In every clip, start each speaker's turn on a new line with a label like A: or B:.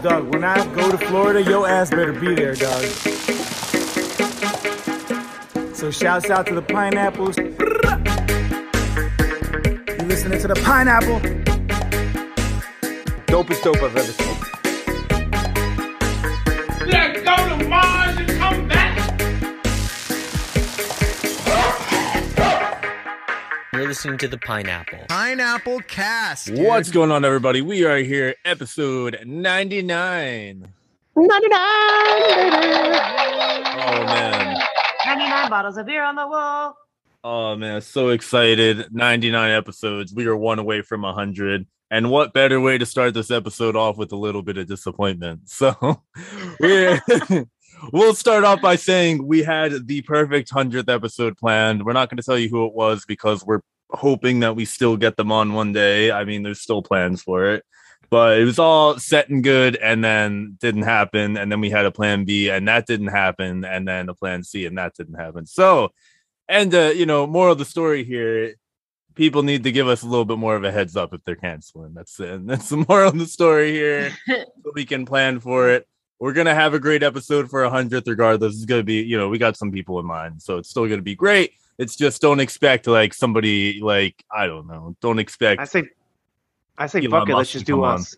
A: Dog, when I go to Florida, your ass better be there, dog. So shouts out to the pineapples. You listening to the pineapple?
B: Dopest dope I've ever seen.
C: Let's go to Mars and come back.
D: You're listening to The Pineapple.
E: Pineapple Cast. dude.
F: What's going on, everybody? We are here, episode 99. Oh, man.
G: 99 bottles of beer on the wall.
F: Oh, man. So excited. 99 episodes. We are one away from 100. And what better way to start this episode off with a little bit of disappointment? So we're. We'll start off by saying we had the perfect 100th episode planned. We're not going to tell you who it was because we're hoping that we still get them on one day. I mean, there's still plans for it, but it was all set and good, and then didn't happen. And then we had a plan B, and that didn't happen. And then a plan C, and that didn't happen. So, and uh, you know, moral of the story here: people need to give us a little bit more of a heads up if they're canceling. That's it. That's the moral of the story here. so we can plan for it. We're gonna have a great episode for a hundredth, regardless. It's gonna be, you know, we got some people in mind, so it's still gonna be great. It's just don't expect like somebody like I don't know. Don't expect
H: I say, I say,
F: Elon
H: fuck it.
F: Musk
H: Let's
F: to
H: just
F: come
H: do
F: on.
H: us.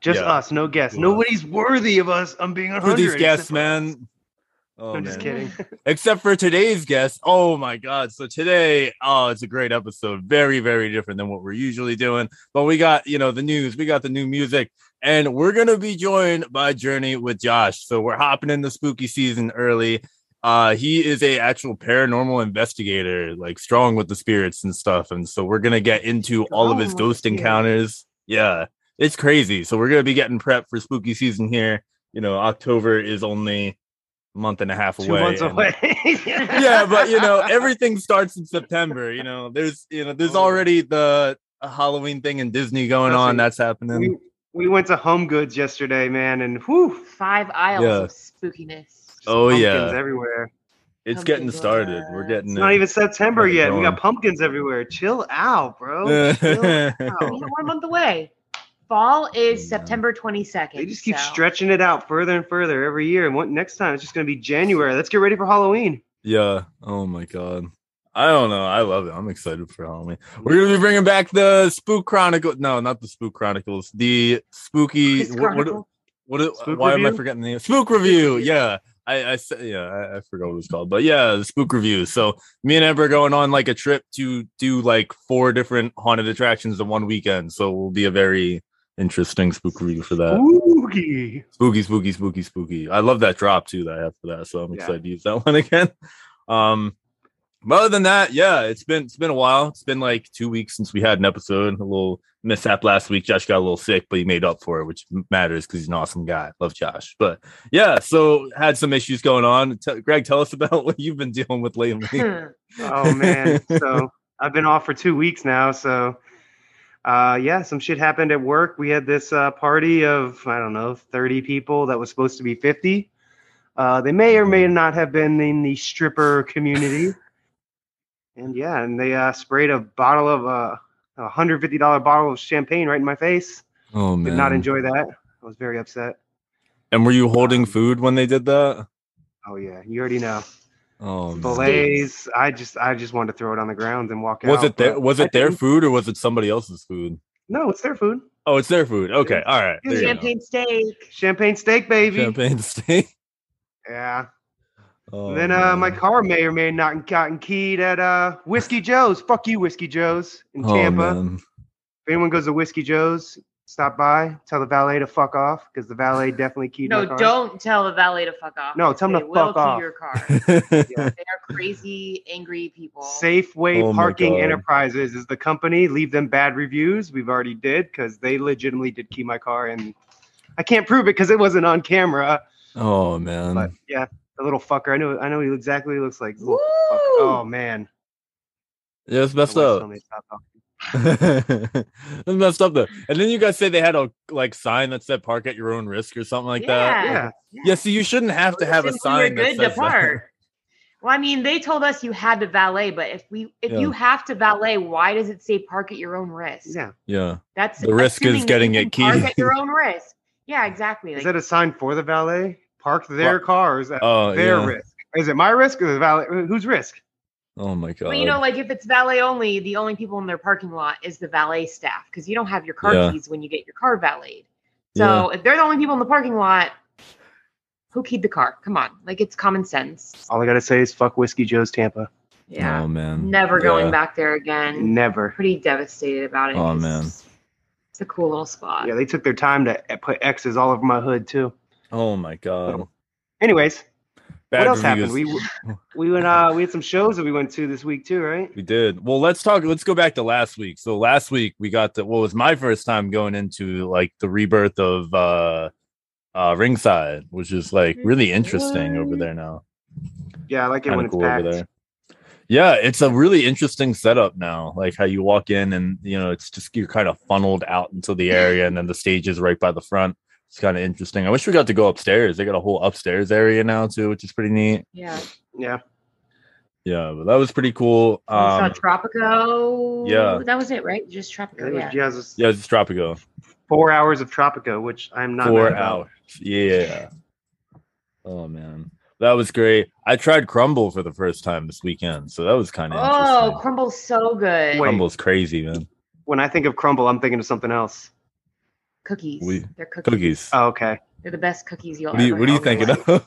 H: Just
F: Yeah.
H: us, no guests.
F: Do us.
H: Nobody's worthy of us. I'm being
F: for
H: hundred.
F: these guests, man. Oh,
H: I'm just
F: man.
H: kidding.
F: Except for today's guest. Oh my god. So today, oh, it's a great episode. Very, very different than what we're usually doing. But we got, you know, the news, we got the new music, and we're gonna be joined by Journey with Josh. So we're hopping in the spooky season early. Uh, he is a actual paranormal investigator, like strong with the spirits and stuff. And so we're gonna get into all of
H: Oh,
F: his
G: Strong with
F: ghost
G: the spirits.
F: encounters. Yeah, it's crazy. So we're gonna be getting prepped for spooky season here. You know, October is only a month and a half
H: Two
F: away.
H: months
F: and-
H: away.
F: yeah, but you know, everything starts in September. You know, there's you know, there's
H: Oh.
F: already the uh, Halloween thing in Disney going on.
H: Listen,
F: That's happening.
H: we, we went to Home Goods yesterday, man, and whew,
G: Five aisles
F: Yeah.
G: of spookiness.
F: oh
H: pumpkins
F: yeah,
H: everywhere.
F: it's getting
G: Pumpkin
F: started. We're
G: donuts.
F: getting
H: It's not
F: it.
H: even September
F: Got it
H: yet. We
F: going.
H: got pumpkins everywhere. Chill out, bro. Chill
G: Only
H: out.
G: one month away. Fall is
F: Yeah.
G: September 22nd.
H: They just keep
G: so-
H: stretching it out further and further every year. And what next time? It's just going to be January. Let's get ready for Halloween.
F: Yeah. Oh my god. I don't know. I love it. I'm excited for Halloween. We're gonna be bringing back the Spook Chronicle. No, not the Spook Chronicles. The Spooky.
G: Chris
F: What? What?
G: Chronicle.
F: what it-
H: Spook
F: why am I
H: Review?
F: forgetting the name? Spook Review. Yeah. I, I said, yeah, I, I forgot what it was called, but yeah, the spook review. So me and Ev are going on like a trip to do like four different haunted attractions in one weekend. So it will be a very interesting spook review for that.
H: Oogie.
F: Spooky, spooky, spooky, spooky. I love that drop too that I have for that. So I'm
H: Yeah.
F: excited to use that one again. Um, but other than that, yeah, it's been it's been a while. It's been like two weeks since we had an episode. A little mishap last week. Josh got a little sick, but he made up for it, which matters because he's an awesome guy. Love Josh. But yeah, so had some issues going on. Te- Greg, tell us about what you've been dealing with lately.
G: Hmm.
H: oh man so i've been off for two weeks now so uh, yeah some shit happened at work we had this uh, party of i don't know 30 people that was supposed to be 50 uh, they may or may not have been in the stripper community and yeah and they uh, sprayed a bottle of uh, a $150 bottle of champagne right in my face
F: oh
H: did not enjoy Um, that i was very upset
F: And were you holding food when they did that?
H: oh yeah you already know
F: Oh, man.
H: fillets i just i just wanted to throw it on the ground and walk out
F: was it their
H: but
F: was
H: I
F: it their
H: didn't.
F: food or was it somebody else's food?
H: no it's their food
F: Oh, it's their food. Okay, all right. There you go.
G: Champagne steak.
H: Champagne steak, baby.
F: Champagne steak.
H: Yeah.
F: Oh,
H: then uh, my
F: man.
H: car may or may not have gotten keyed at uh, Whiskey Joe's. Fuck you, Whiskey Joe's in
F: Oh,
H: Tampa.
F: man.
H: If anyone goes to Whiskey Joe's, stop by. Tell the valet to fuck off because the valet definitely keyed
G: No,
H: my car.
G: don't tell the valet to fuck off.
H: No, tell 'em
G: They
H: to
G: will
H: fuck
G: to
H: off.
G: your car.
F: Oh,
G: They are crazy, angry people.
H: Safeway
F: Oh my
H: Parking
F: God.
H: Enterprises is the company. Leave them bad reviews. We've already did because they legitimately did key my car, and I can't prove it because it wasn't on camera.
F: oh man.
H: But yeah, the little fucker. I know. I know he exactly looks like. Little
G: Woo!
H: fucker. Oh man,
F: yeah, it's messed
H: My wife's
F: up.
H: telling me to stop talking.
F: it's messed up though. And then you guys say they had a like sign that said "Park at your own risk" or something like that.
H: Yeah.
F: Yeah. See, you shouldn't have to have a
G: Listen, when
F: sign that
G: You're good to
F: says that.
G: park. Well, I mean, they told us you had to valet, but if we if
F: Yeah.
G: you have to valet, why does it say park at your own risk?
H: Yeah.
F: Yeah.
G: That's
F: The risk is
G: assuming that
F: getting
G: you
F: it
G: can
F: keyed.
G: Park at your own risk. Yeah, exactly.
H: Is
G: Like,
H: that a sign for the valet? Park their cars at
F: Oh,
H: their
F: yeah.
H: risk. Is it my risk or the valet? Whose risk?
F: Oh my god.
G: but you know, like if it's valet only, the only people in their parking lot is the valet staff because you don't have your car
F: Yeah.
G: keys when you get your car valeted. So if they're the only people in the parking lot, who keyed the car? Come on, like it's common sense.
H: All I gotta say is fuck Whiskey Joe's Tampa.
G: Yeah,
F: Oh man.
G: never
F: Yeah.
G: going back there again.
H: Never.
G: Pretty devastated about it.
F: Aw,
G: 'cause
F: man.
G: it's a cool little spot.
H: Yeah, they took their time to e, put X's all over my hood too.
F: Oh my god.
H: Anyways,
F: Bad
H: what else
F: reviews.
H: happened? We we went uh we had some shows that we went to this week too, right?
F: We did. Well, let's talk. Let's go back to last week. So last week we got the what was my first time going into like the rebirth of uh uh ringside, which is like really interesting over there now.
H: Yeah, I like it
F: Kind
H: when
F: of
H: it's
F: cool
H: packed.
F: over there. Yeah, it's a really interesting setup now. Like how you walk in and you know it's just you're kind of funneled out into the area and then the stage is right by the front. It's kind of interesting. I wish we got to go upstairs. They got a whole upstairs area now too, which is pretty neat.
G: Yeah.
H: Yeah.
F: Yeah, but that was pretty cool.
G: We saw
F: Um
G: Tropico.
F: yeah.
G: That was it, right? Just Tropico.
H: It was,
G: yeah.
H: yeah, it was
F: yeah, it's Tropico.
H: four hours of Tropico, which I'm not mad
F: four
H: about.
F: hours. Yeah. Oh man, that was great. I tried Crumble for the first time this weekend, so that was kind of
G: Oh,
F: interesting.
G: Crumble's so good.
H: Wait.
F: Crumble's crazy, man.
H: When I think of crumble, I'm thinking of something else.
G: Cookies.
F: We-
G: They're cookies.
F: Cookies.
H: Oh, okay.
G: They're the best cookies you'll
F: what do you
G: ever
F: What are you
G: have in your
F: thinking
G: life.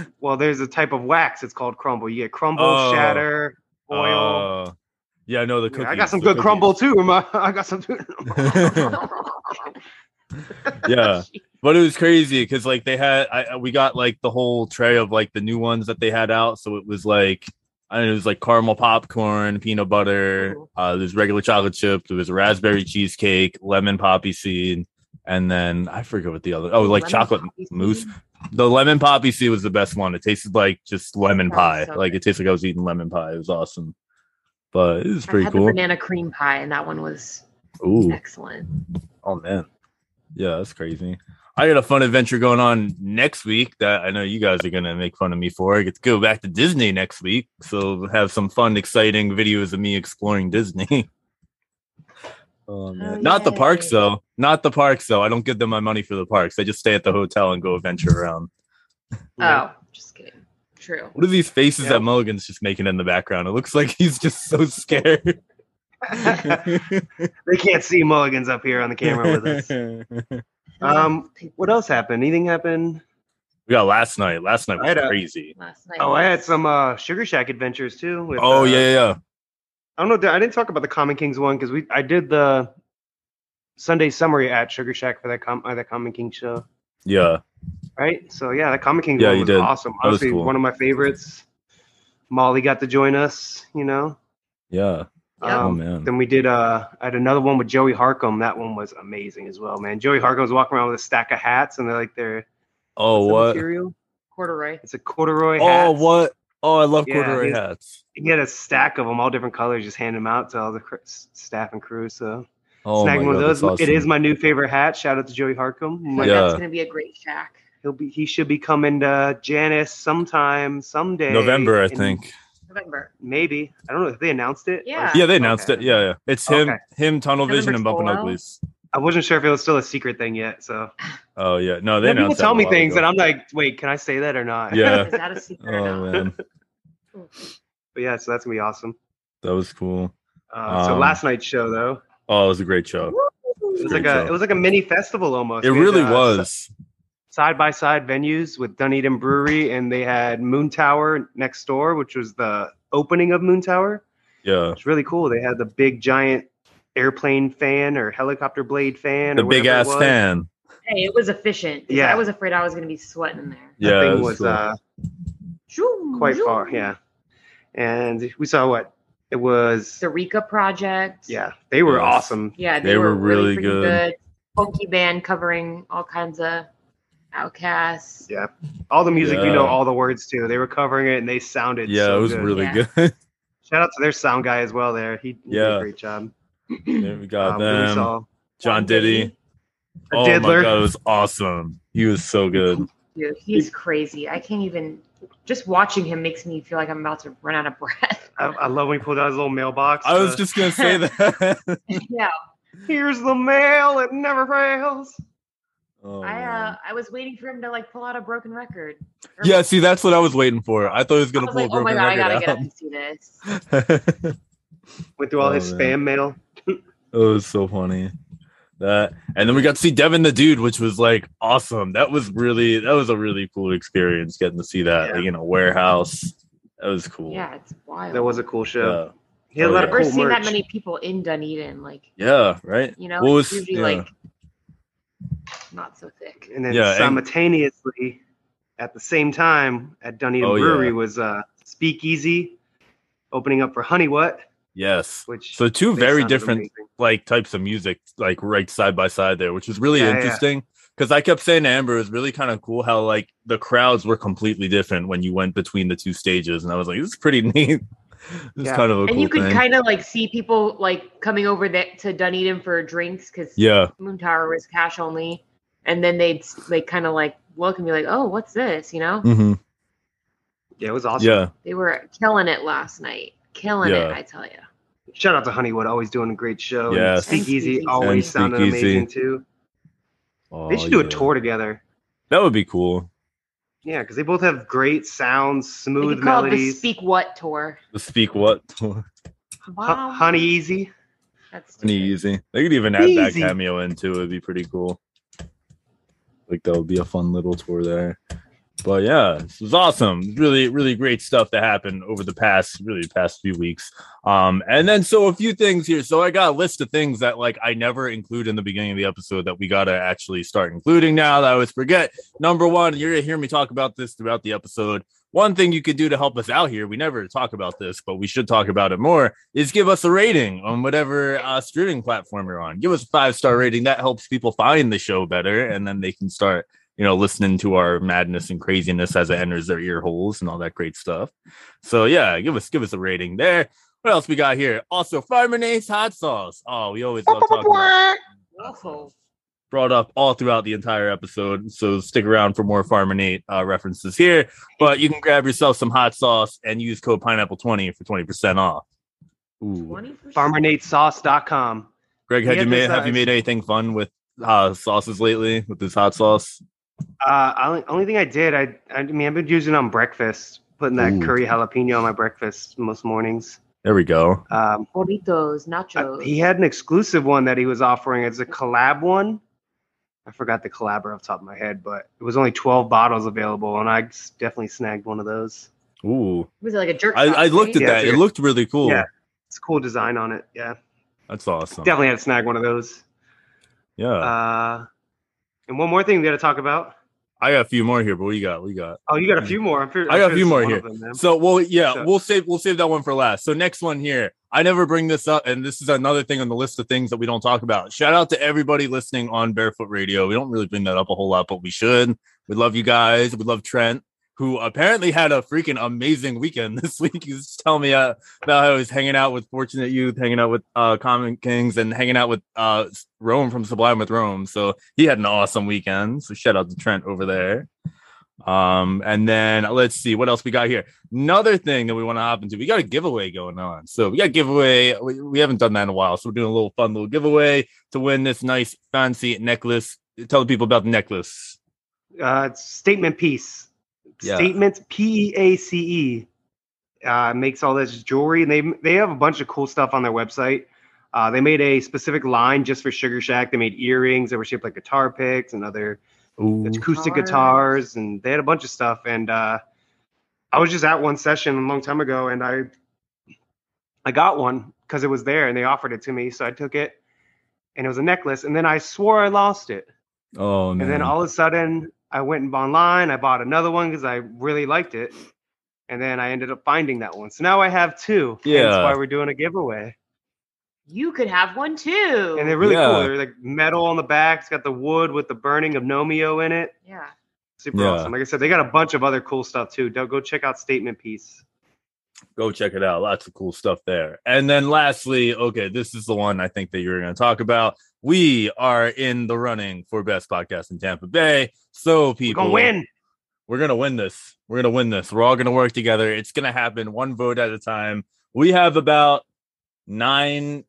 F: of?
H: Well, there's a type of wax. It's called crumble. You get crumble,
F: Oh.
H: shatter, oil.
F: Uh, yeah, no, the cookies.
H: Yeah, I got some
F: the
H: good
F: cookies.
H: crumble too. My, I got some.
F: yeah, but it was crazy because like they had, I I- we got like the whole tray of like the new ones that they had out, so it was like. I don't know, it was like caramel popcorn, peanut butter.
G: Ooh.
F: Uh, there's regular chocolate chip. There was raspberry cheesecake, lemon poppy seed, and then I forget what the other. Oh, like
G: Lemon
F: chocolate
G: poppy
F: mousse.
G: seed?
F: The lemon poppy seed was the best one. It tasted like just lemon
G: That
F: pie.
G: sounds so
F: like
G: good.
F: it tasted like I was eating lemon pie. It was awesome, but it was
G: I
F: pretty
G: had
F: cool.
G: the banana cream pie, and that one was
F: Ooh.
G: excellent.
F: Oh man. Yeah, that's crazy. I got a fun adventure going on next week that I know you guys are gonna make fun of me for. I get to go back to Disney next week, so have some fun, exciting videos of me exploring Disney. oh, man. Not the parks
G: yay.
F: though. Not the parks though. I don't give them my money for the parks. I just stay at the hotel and go adventure around.
G: Oh, just kidding. True.
F: What are these faces
H: Yeah.
F: that Mulligan's just making in the background? It looks like he's just so scared.
H: they can't see Mulligan's up here on the camera with us. Um, What else happened? Anything happened?
F: We got last night. Last night
H: I had
F: was
H: a-
F: crazy.
G: Last night.
H: Oh, I had some uh, Sugar Shack adventures too. with,
F: Oh
H: uh,
F: yeah, yeah, yeah.
H: I don't know. I didn't talk about the Common Kings one because we I did the Sunday summary at Sugar Shack for that com uh, that Common King show,
F: Yeah.
H: right? So yeah, the Common Kings
F: Yeah,
H: one
F: you
H: was
F: did.
H: awesome.
F: That was
H: Honestly,
F: cool.
H: one of my favorites. Molly got to join us, you know.
F: Yeah.
G: Yeah.
F: Oh
H: Um,
F: man.
H: Then we did. Uh, I had another one with Joey Harcum. That one was amazing as well, man. Joey Harcum was walking around with a stack of hats, and they're like they're
F: Oh
H: what's the
F: what?
H: material.
G: Corduroy.
H: It's a corduroy.
F: Oh
H: hats.
F: what? Oh, I love
H: Yeah,
F: corduroy
H: he's-
F: hats.
H: He had a stack of them, all different colors. Just hand them out to all the cr- s- staff and crew. So
F: Oh
H: snag
F: my
H: one
F: God,
H: of those.
F: that's
H: It is
F: awesome.
H: my new favorite hat. Shout out to Joey Harcum. My-
G: Like,
F: Yeah.
G: That's going to be a great shack.
H: He'll be. He should be coming to Janice sometime, someday.
F: November, I
H: in-
F: think.
G: November.
H: Maybe. I don't know if they announced it.
G: Yeah.
F: Yeah, they announced
H: Okay.
F: it. Yeah, yeah. It's him,
H: Okay.
F: him, Tunnel Vision, and
G: November
F: Bumpin'
G: 12.
F: Uglies.
H: I wasn't sure if it was still a secret thing yet. So
F: Oh yeah, no, they
H: then people
F: announced that
H: tell
F: a
H: me
F: while
H: things,
F: ago.
H: and I'm like, wait, can I say that or not?
F: Yeah.
G: Is that a secret or
F: Oh
G: not?
F: man,
H: but yeah, so that's gonna be awesome.
F: that was cool.
H: Uh, so
F: Um,
H: last night's show though,
F: Oh, it was a great show.
H: it was
F: great
H: like a
F: show.
H: it was like a mini festival almost.
F: It
H: We had,
F: really
H: uh,
F: was.
H: side by side venues with Dunedin Brewery, and they had Moon Tower next door, which was the opening of Moon Tower.
F: Yeah,
H: It's really cool. They had the big giant airplane fan or helicopter blade fan.
F: the
H: or
F: big
H: whatever it
F: ass
H: was.
F: fan.
G: Hey, it was efficient. 'cause
H: Yeah.
G: I was afraid I was going to be sweating in there.
H: That
F: Yeah, it
H: thing
F: was
H: was
F: cool.
H: uh,
G: Zoom,
H: quite
G: zoom.
H: far. Yeah, and we saw what it was.
G: The Rika Project.
H: Yeah, they were
F: Yes.
H: awesome.
G: Yeah, they,
F: They were
G: were, really,
F: really
G: freaking
F: good.
G: good. Funky band covering all kinds of outcasts.
H: Yeah. All the music you know,
F: Yeah.
H: all the words too. They were covering it, and they sounded.
F: Yeah,
H: so
F: it was
H: good.
F: really
G: Yeah.
F: good.
H: Shout out to their sound guy as well. There, he, he did
F: Yeah.
H: a great job.
F: There we got
H: Um, but we
F: them.
H: saw
F: John Diddy.
H: a
F: Oh my
H: diddler.
F: god, it was awesome. He was so good.
G: Dude, he's crazy. I can't even just watching him makes me feel like I'm about to run out of breath.
H: I, I love when he pulled out his little mailbox.
F: I was
H: uh,
F: just gonna say that.
G: yeah.
H: here's the mail. It never fails.
F: Oh,
G: I uh,
F: man.
G: I was waiting for him to like pull out a broken record. Or-
F: yeah, see, that's what I was waiting for. I thought he was
G: I
F: gonna
G: was
F: pull
G: like,
F: a
G: oh my
F: broken
G: god, I
F: record
G: gotta get up
F: out.
G: and see this.
H: Went through all
F: Oh,
H: his
F: man.
H: spam mail.
F: it was so funny. That and then we got to see Devin the dude, which was like awesome. That was really that was a really cool experience getting to see that
H: Yeah.
F: like in a warehouse. That was cool.
G: Yeah, it's wild.
H: That was a cool show.
F: Yeah.
H: He had a
F: Oh,
H: lot
F: yeah.
G: I've never
H: of cool
G: seen
H: merch.
G: that many people in Dunedin. Like
F: Yeah, right.
G: you know,
F: What
G: it's
F: was-
G: usually
F: yeah.
G: like not so thick.
H: and then
F: Yeah, and-
H: simultaneously at the same time at Dunedin
F: Oh, yeah.
H: Brewery was uh, Speakeasy opening up for Honey What,
F: Yes.
H: which
F: So two
H: they
F: very
H: sounded
F: different
H: amazing.
F: like types of music like right side by side there, which is really
H: Yeah, yeah.
F: interesting. Because I kept saying to Amber, it was really kind of cool how like the crowds were completely different when you went between the two stages, and I was like, this is pretty neat. this is
H: Yeah.
F: kind of a
G: And
F: cool
G: you could
F: thing.
G: kind of like see people like coming over that to Dunedin for drinks because
F: yeah,
G: Moon Tower was cash only, and then they'd they kind of like look and be like, "Oh, what's this?" You know,
F: hmm
H: Yeah, it was awesome.
F: yeah,
G: they were killing it last night, killing
F: Yeah.
G: it. I tell you,
H: Shout out to Honeywood, always doing a great show. and
F: Yes.
G: And
H: Speakeasy
G: Speakeasy.
H: always
F: And
H: sounded
F: Speakeasy.
H: amazing too. They
F: Oh,
H: should do
F: yeah.
H: a tour together.
F: That would be cool.
H: Yeah, because they both have great sounds,
G: they
H: smooth
G: could call it the
H: melodies.
G: Speak What tour.
F: The speak what tour?
H: Hu- Honey Easy.
G: that's
F: Pretty easy. They could even add that
H: Easy.
F: cameo in too. It'd be pretty cool. Like that would be a fun little tour there. But yeah, this was awesome. Really, really great stuff that happened over the past, really past few weeks. Um, and then so a few things here. So I got a list of things that like I never include in the beginning of the episode that we gotta actually start including now that I always forget. Number one, you're gonna hear me talk about this throughout the episode. One thing you could do to help us out here, we never talk about this, but we should talk about it more, is give us a rating on whatever uh, streaming platform you're on. Give us a five star rating. That helps people find the show better, and then they can start, you know, listening to our madness and craziness as it enters their ear holes and all that great stuff. So yeah, give us give us a rating there. What else we got here? Also, Farmanese hot sauce. Oh, we always love talking about
G: Whoa.
F: brought up all throughout the entire episode. So stick around for more Farminate uh, references here. But you can grab yourself some hot sauce and use code Pineapple20 for 20% off. Ooh.
G: 20%.
H: FarmerNateSauce.com.
F: Greg, have
H: Yeah,
F: you made
H: there's, uh,
F: have you made anything fun with uh, sauces lately with this hot sauce?
H: Uh, only, only thing I did, I, I mean, I've been using it on breakfast, putting that
F: Ooh.
H: curry jalapeno on my breakfast most mornings.
F: There we go.
H: Um,
G: Burritos,
H: I-
G: nachos.
H: he had an exclusive one that he was offering. It's a collab one. I forgot the collabor off the top of my head, but it was only 12 bottles available, and I s- definitely snagged one of those.
F: Ooh.
G: was it like a jerk?
F: I,
G: sauce,
F: I looked at
G: right?
H: Yeah,
F: that. It
H: dude.
F: looked really cool.
H: Yeah. It's a cool design on it. Yeah.
F: That's awesome.
H: Definitely had to snag one of those.
F: Yeah.
H: Uh, and one more thing we got to talk about.
F: I got a few more here, but what do you got? What do you got?
H: Oh, you got a few more. I'm sure,
F: Mm. I
H: I'm
F: got a
H: sure
F: few
H: this is
F: more
H: one
F: here.
H: of them, man.
F: So well, yeah,
H: So-
F: we'll save we'll save that one for last. So next one here. I never bring this up, and this is another thing on the list of things that we don't talk about. Shout out to everybody listening on Barefoot Radio. We don't really bring that up a whole lot, but we should. We love you guys. We love Trent, who apparently had a freaking amazing weekend this week. He was telling me uh, about how he was hanging out with Fortunate Youth, hanging out with uh, Common Kings, and hanging out with uh, Rome from Sublime with Rome. So he had an awesome weekend. So shout out to Trent over there. Um, and then let's see what else we got here. Another thing that we want to hop into, we got a giveaway going on. So we got a giveaway. We, we haven't done that in a while, so we're doing a little fun little giveaway to win this nice fancy necklace. Tell the people about the necklace.
H: uh, it's statement piece.
F: Yeah.
H: Statements P E A C E uh, makes all this jewelry, and they they have a bunch of cool stuff on their website. Uh, they made a specific line just for Sugar Shack. They made earrings that were shaped like guitar picks and other
F: Ooh.
H: acoustic
G: Guitars.
H: guitars, and they had a bunch of stuff. And uh, I was just at one session a long time ago, and I I got one because it was there, and they offered it to me, so I took it, and it was a necklace. And then I swore I lost it.
F: Oh man.
H: And then all of a sudden, I went online. I bought another one because I really liked it. And then I ended up finding that one. So now I have two. That's
F: Yeah.
H: why we're doing a giveaway.
G: You could have one too.
H: And they're really
F: Yeah.
H: cool. They're like metal on the back. It's got the wood with the burning of Nomeo in it.
G: yeah.
H: Super
F: Yeah.
H: awesome. Like I said, they got a bunch of other cool stuff too. Don't go check out Statement Piece.
F: go check it out. Lots of cool stuff there. And then lastly, okay, this is the one I think that you're going to talk about. We are in the running for best podcast in Tampa Bay. So
H: We're
F: people
H: gonna win.
F: We're gonna win this. We're gonna win this. We're all gonna work together. It's gonna happen one vote at a time. We have about nine,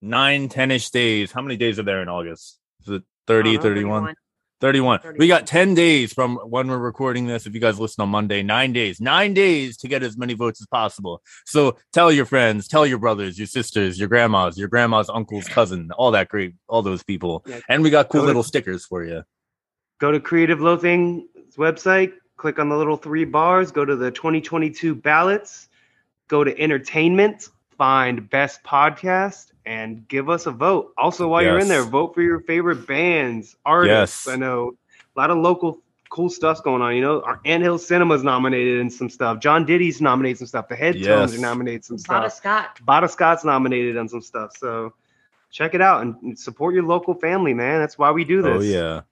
F: nine, ten-ish days. How many days are there in August? Is it 30, 31? 31. We got 10 days from when we're recording this. If you guys listen on Monday, nine days, nine days to get as many votes as possible. So tell your friends, tell your brothers, your sisters, your grandmas, your grandma's uncle's cousin, all that great, all those people.
H: Yeah.
F: And we got cool
H: Go to-
F: little stickers for you.
H: Go to Creative Loathing's website, click on the little three bars, go to the 2022 ballots, go to entertainment, find best podcast, and give us a vote. Also, while you're in
F: Yes.
H: there, vote for your favorite bands, artists.
F: Yes.
H: I know a lot of local cool stuff's going on. You know, our Ant Hill Cinema's nominated and some stuff. John Diddy's nominated some stuff. The Headtones
F: Yes.
H: are nominated some stuff.
G: Baba Scott.
H: Bada Scott's nominated on some stuff. So check it out and support your local family, man. That's why we do this.
F: Oh yeah.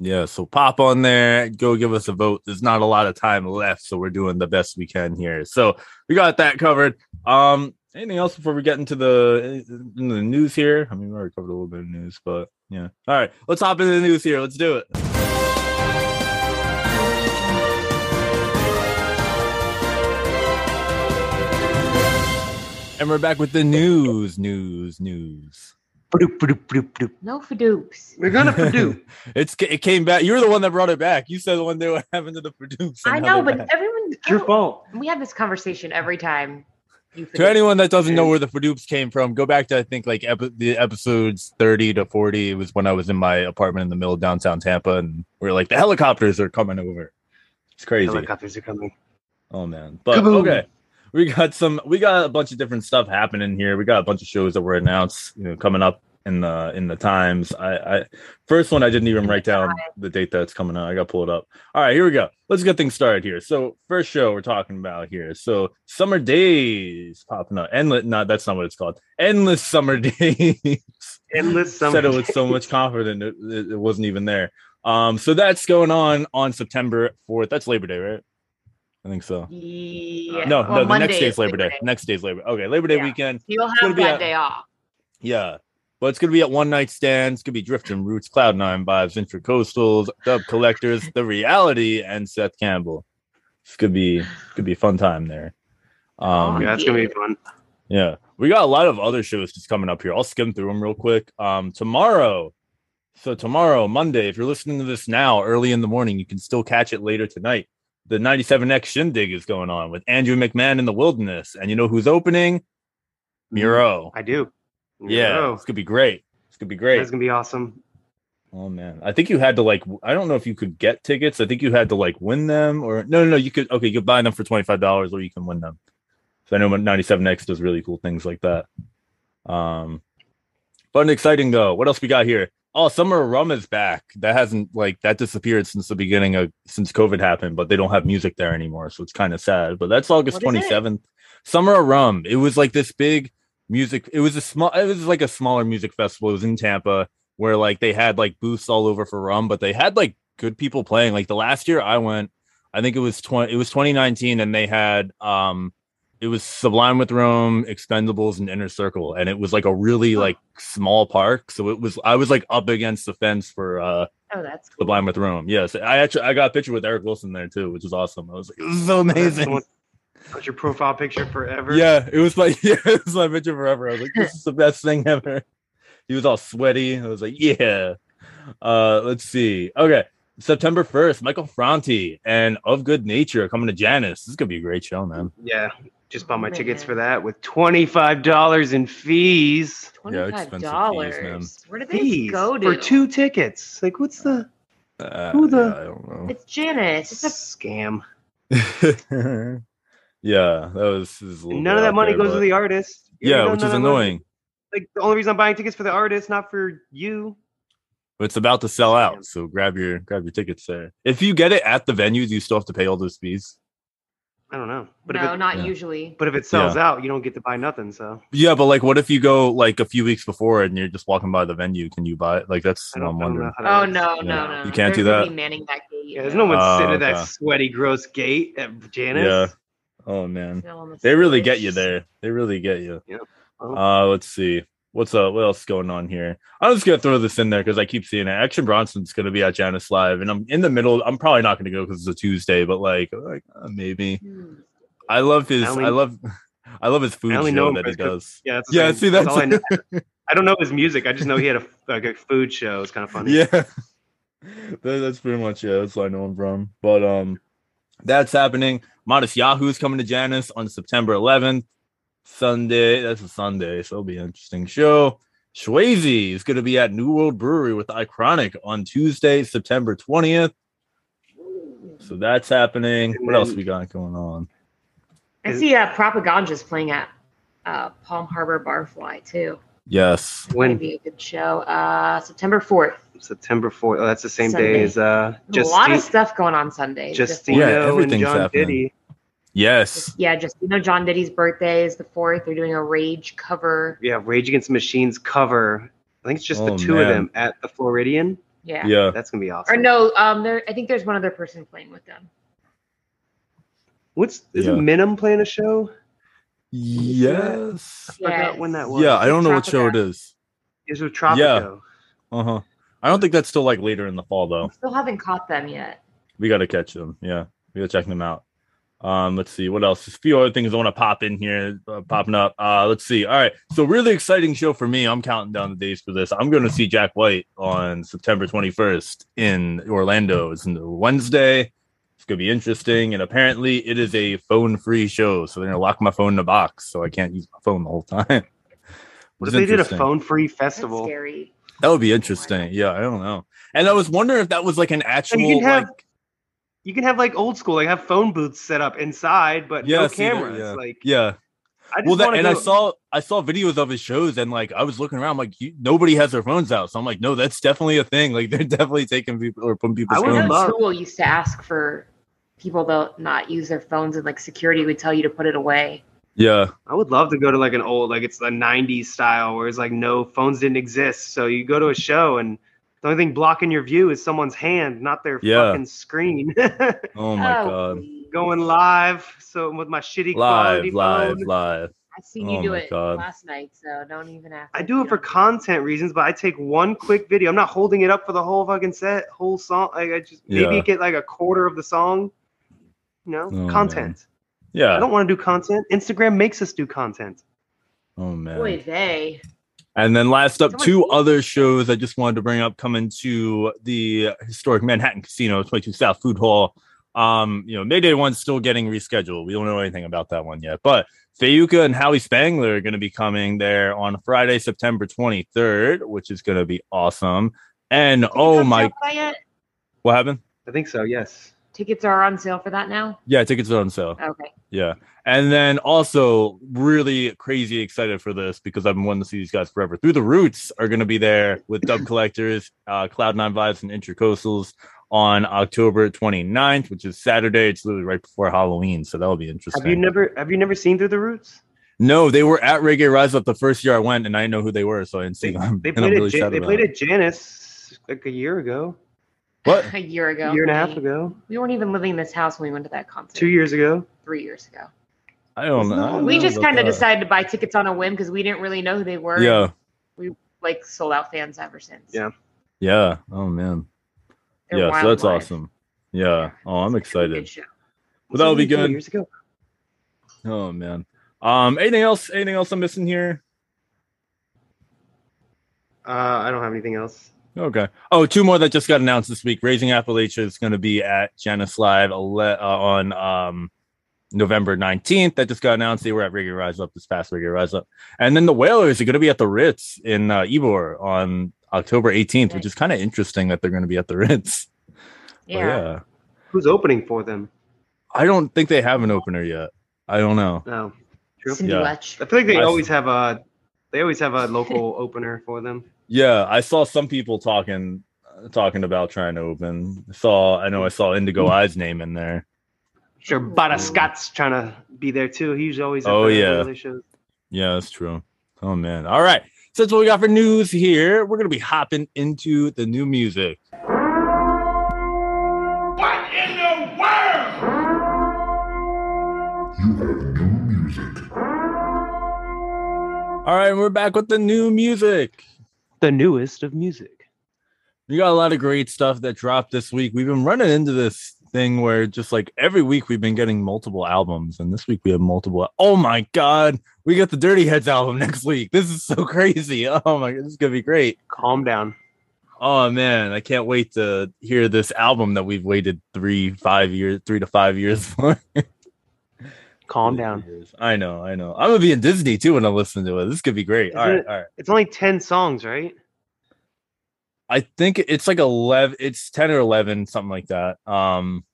F: Yeah. So pop on there, go give us a vote. There's not a lot of time left, so we're doing the best we can here. So we got that covered. Um, anything else before we get into the uh, into the news here? I mean, we already covered a little bit of news, but yeah. All right, let's hop into the news here. Let's do it. And we're back with the news, news, news.
G: No fadoops.
H: We're gonna produce.
F: It's it came back. You were the one that brought it back. You said the one they were having to the produce.
G: I know, but everyone. oh,
H: It's your fault.
G: We have this conversation every time. You
F: to
G: forget.
F: anyone that doesn't know where the Fadoops came from, go back to I think like epi- the episodes thirty to forty. It was when I was in my apartment in the middle of downtown Tampa, and we are like the helicopters are coming over. It's crazy.
H: Helicopters are coming.
F: Oh man. But
H: Kaboom.
F: okay. We got some we got a bunch of different stuff happening here. We got a bunch of shows that were announced, you know, coming up in the in the times. I, I first one I didn't even write down the date that's coming out. I gotta pull it up. All right, here we go. Let's get things started here. So first show we're talking about here. So summer days popping up. Endless not that's not what it's called. Endless summer days.
H: Endless summer.
F: said it with so much confidence it- it, it wasn't even there. Um so that's going on on September 4th. That's Labor Day, right? I think so.
G: Yeah.
F: No,
G: Well,
F: no, the
G: Monday
F: next day's
G: is
F: Labor Day. Next day's Labor. Okay, Labor Day
G: Yeah.
F: weekend.
G: You'll
F: gonna
G: have
F: be
G: that
F: a-
G: day off.
F: Yeah. But it's gonna be at one night stands, gonna be drifting roots, cloud nine vibes, intracoastals, dub collectors, the reality, and Seth Campbell. It's gonna be could be a fun time there.
G: Oh,
F: Um
H: Yeah, that's gonna be fun.
F: yeah. We got a lot of other shows just coming up here. I'll skim through them real quick. Um, tomorrow. So tomorrow, Monday, if you're listening to this now early in the morning, you can still catch it later tonight. The 97X Shindig is going on with Andrew McMahon in the wilderness. And you know who's opening? Miro.
H: I do.
F: Yeah.
H: Oh,
F: It's gonna be great. It's gonna be great.
H: that's gonna be awesome.
F: Oh man, I think you had to like. w- I don't know if you could get tickets. I think you had to like win them, or no, no, no. You could okay, you could buy them for twenty five dollars, or you can win them. So I know ninety seven X does really cool things like that. Um, fun, and exciting though. What else we got here? Oh, Summer of Rum is back. That hasn't like that disappeared since the beginning of since COVID happened, but they don't have music there anymore, so it's kind of sad. But that's August
G: What
F: twenty
G: is it?
F: seventh. Summer of Rum. It was like this big music. It was a small. It was like a smaller music festival. It was in Tampa where like they had like booths all over for rum, but they had like good people playing. Like the last year I went, I think it was twenty, it was 2019, and they had um, it was Sublime with Rome, Expendables, and Inner Circle, and it was like a really like small park. So it was I was like up against the fence for uh
G: Oh, that's cool.
F: Sublime with Rome. Yes, I actually I got a picture with Eric Wilson there too, which was awesome. I was like, this is so amazing.
H: That's your profile picture forever.
F: Yeah, it was like yeah, it was my picture forever. I was like, this is the best thing ever. He was all sweaty. I was like, yeah. Uh, let's see. Okay, September first, Michael Franti and Of Good Nature are coming to Janice. This is gonna be a great show, man.
H: Yeah. Just bought my tickets
G: Man.
H: for that with twenty five dollars in fees.
F: Yeah,
G: Twenty-five
F: expensive fees, man.
G: dollars. Where do these
H: Fees
G: go to?
H: for two tickets. Like, what's the
F: Uh,
H: Who the-
F: yeah, I don't know.
G: It's Janice.
H: it's
G: It's
H: a
G: a
H: scam?
F: yeah, that was, this is a little
H: And none of
F: bit
H: that
F: out
H: money
F: there,
H: goes
F: but-
H: to the artist. You
F: Yeah,
H: know,
F: which
H: none
F: is
H: of that money-
F: annoying.
H: Like the only reason I'm buying tickets for the artist, not for you.
F: But it's about to sell out, so grab your grab your tickets there. If you get it at the venues, you still have to pay all those fees.
H: I don't know. But if
G: no,
H: it,
G: not
F: yeah.
G: usually.
H: but if it sells out, you don't get to buy nothing. So
F: Yeah, but like, what if you go like a few weeks before and you're just walking by the venue? Can you buy it? Like, that's
H: I
F: what I'm
H: don't, I don't know
F: wondering.
H: how that
G: oh
H: works.
G: no,
F: uh, Yeah.
G: no, no.
F: You can't do
G: There's nobody
F: that.
G: Manning that gate.
H: Yeah, there's no one
F: Oh,
H: sitting at
F: okay.
H: that sweaty, gross gate at Janice.
F: Yeah. Oh man,
G: Still on the
F: they really
G: stage.
F: get you there. They really get you.
H: Oh.
F: Uh, let's see. What's up? What else is going on here? I'm just gonna throw this in there because I keep seeing it. Action Bronson's gonna be at Janice Live, and I'm in the middle. I'm probably not gonna go because it's a Tuesday, but like, like uh, maybe. I love his.
H: I only-
F: I love. I love his food
H: I only
F: show
H: know
F: that he
H: him
F: does.
H: 'cause- Yeah, that's the
F: Yeah,
H: same-
F: see, that's
H: all I, know. I don't know his music. I just know he had a like a food show. It's kind of funny.
F: Yeah, That- that's pretty much it. That's what I know him from. But um, that's happening. Modest Yahoo is coming to Janice on September 11th, Sunday. That's a Sunday, so it'll be an interesting show. Swayze is going to be at New World Brewery with Iconic on Tuesday, September 20th. So that's happening.
H: And
F: What else
H: then-
F: we got going on?
G: I see uh, Propaganda's playing at uh, Palm Harbor Barfly too.
F: Yes.
G: That'd
H: When
G: be a good show. Uh, September fourth.
H: September fourth. Oh, that's the same
G: Sunday.
H: day as uh
G: a lot of
H: Justi-
G: stuff going on Sunday. Just-
H: Justino
F: Yeah,
H: and
F: everything's
H: John
F: happening.
H: Diddy.
F: Yes.
G: yeah, just you know, John Diddy's birthday is the fourth. They're doing a Rage cover.
H: Yeah, Rage Against the Machines cover. I think it's just
F: Oh,
H: the two
F: man.
H: of them at the Floridian.
G: Yeah.
F: Yeah.
H: That's gonna be awesome.
G: Or no, um, there. I think there's one other person playing with them.
H: What's isn't
F: Yeah.
H: Minim playing a show?
F: Yes.
H: I
G: Yes.
H: forgot when that was.
F: Yeah, I don't know what show it
G: Tropica.
F: is.
H: It's with Tropico.
F: Uh huh. I don't think that's still like later in the fall though.
G: Still haven't caught them yet.
F: we gotta catch them. Yeah, we gotta check them out. Um, let's see what else. There's a few other things I want to pop in here, uh, popping up. Uh, let's see. All right, so really exciting show for me. I'm counting down the days for this. I'm going to see Jack White on September 21st in Orlando. It's on Wednesday. It's gonna be interesting, and apparently it is a phone-free show, so they're gonna lock my phone in a box, so I can't use my phone the whole time.
H: What
F: It's
H: if they did a
F: interesting.
H: phone free
G: That's
H: festival?
G: scary.
F: That would be interesting. Yeah, I don't know. And I was wondering if that was like an actual
H: can have-
F: like
H: You can have like old school, like have phone booths set up inside, but
F: Yeah,
H: no
F: I see that,
H: cameras.
F: yeah.
H: Like
F: yeah.
H: I just
F: well that,
H: wanna
F: and i
H: go-
F: saw i saw videos of his shows and like i was looking around like you, nobody has their phones out so i'm like no that's definitely a thing like they're definitely taking people or putting people's
H: I would
G: I
F: phones
G: know
H: love-
G: school used to ask for people to not use their phones, and like security would tell you to put it away.
F: yeah
H: I would love to go to like an old, like it's the '90s style, where it's like no phones didn't exist. So you go to a show, and the only thing blocking your view is someone's hand, not their
F: Yeah.
H: fucking screen.
F: oh my god
G: please.
H: Going live, so with my shitty quality
F: live live
H: phone.
F: live
G: I seen you
F: Oh
G: do
F: my
G: it
F: God.
G: last night, so don't even ask.
H: I
G: if
H: do
G: you
H: it for
G: don't-
H: content reasons, but I take one quick video. I'm not holding it up for the whole fucking set, whole song. Like I just maybe
F: Yeah. Oh,
H: get like a quarter of the song. You know,
F: man.
H: content. I
F: yeah
H: don't want to do content. Instagram makes us do content.
F: oh man
G: Boy, they.
F: And then last up,
G: Someone-
F: two other shows I just wanted to bring up coming to the historic Manhattan Casino, 22 South Food Hall. Um, you know, Mayday One's still getting rescheduled. We don't know anything about that one yet. But Fayuka and Howie Spangler are going to be coming there on Friday, September 23rd, which is going to be awesome. And oh
G: Tickets on
F: my,
G: sale for that yet?
F: what happened?
H: I think so. Yes.
G: Tickets are on sale for that now.
F: Yeah, tickets are on sale.
G: Okay.
F: Yeah. And then also really crazy excited for this because I've been wanting to see these guys forever. Through the Roots are going to be there with Dub Collectors, uh, Cloud Nine Vibes, and Intercoastals on October 29th, which is Saturday. It's literally right before Halloween. So that'll be interesting.
H: Have you never have you never seen Through the Roots?
F: no, they were at Reggae Rise Up the first year I went and I didn't know who they were. So I didn't see
H: They,
F: them.
H: they
F: and I'm
H: played
F: really
H: at Ja-
F: sad
H: they
F: about
H: played
F: it.
H: at Janice like a year ago,
F: What?
G: a year ago.
H: a year and a half
G: maybe.
H: ago,
G: We weren't even living in this house when we went to that concert.
H: two years ago.
G: Three years ago.
F: I don't know. I don't
G: We
F: know
G: just
F: about
G: kind of
F: that.
G: decided to buy tickets on a whim because we didn't really know who they were.
F: Yeah.
G: Like sold out fans ever since.
H: Yeah.
F: Yeah. Oh, man.
G: They're
F: yeah. So
G: wild
F: that's
G: live.
F: awesome. Yeah. Oh, I'm
G: It's gonna a
F: excited.
G: good show.
F: Well, that'll be
H: Two
F: good.
H: Years ago.
F: Oh man. Um. Anything else? Anything else I'm missing here?
H: Uh, I don't have anything else.
F: Okay. Oh, two more that just got announced this week. Raising Appalachia is going to be at Janice Live ele- uh, on um November 19th. That just got announced. They were at Regular Rise Up this past Regular Rise Up, and then the Whalers are going to be at the Ritz in uh, Ybor on October 18th, which is kind of interesting that they're going to be at the Ritz. But
G: Yeah.
F: yeah.
H: Who's opening for them?
F: I don't think they have an opener yet. I don't know.
H: No. True.
G: Cindy
F: Yeah.
G: Letch.
H: I feel like they
F: I-
H: always have a they always have a local opener for them.
F: Yeah, I saw some people talking uh, talking about trying to open. I saw I know I saw Indigo Eye's name in there.
H: Sure, Bada Scott's trying to be there too. He's always at
F: Oh,
H: the
F: yeah.
H: Weather shows.
F: Yeah, that's true. Oh man. All right. So that's what we got for news here. We're gonna be hopping into the new music.
C: What in the world?
F: All All right, we're back with the new music.
H: The newest of music.
F: We got a lot of great stuff that dropped this week. We've been running into this thing where just like every week we've been getting multiple albums, and this week we have multiple. Oh my god, we got the Dirty Heads album next week. This is so crazy. Oh my, this is gonna be great.
H: Calm down.
F: Oh man, I can't wait to hear this album that we've waited three, five years, three to five years for.
H: Calm down.
F: I know, I know. I'm gonna be in Disney too when I listen to it. This could be great.
H: Isn't
F: all right,
H: it-
F: all right.
H: It's only 10 songs, right?
F: I think it's like 11 it's 10 or 11 something like that. Um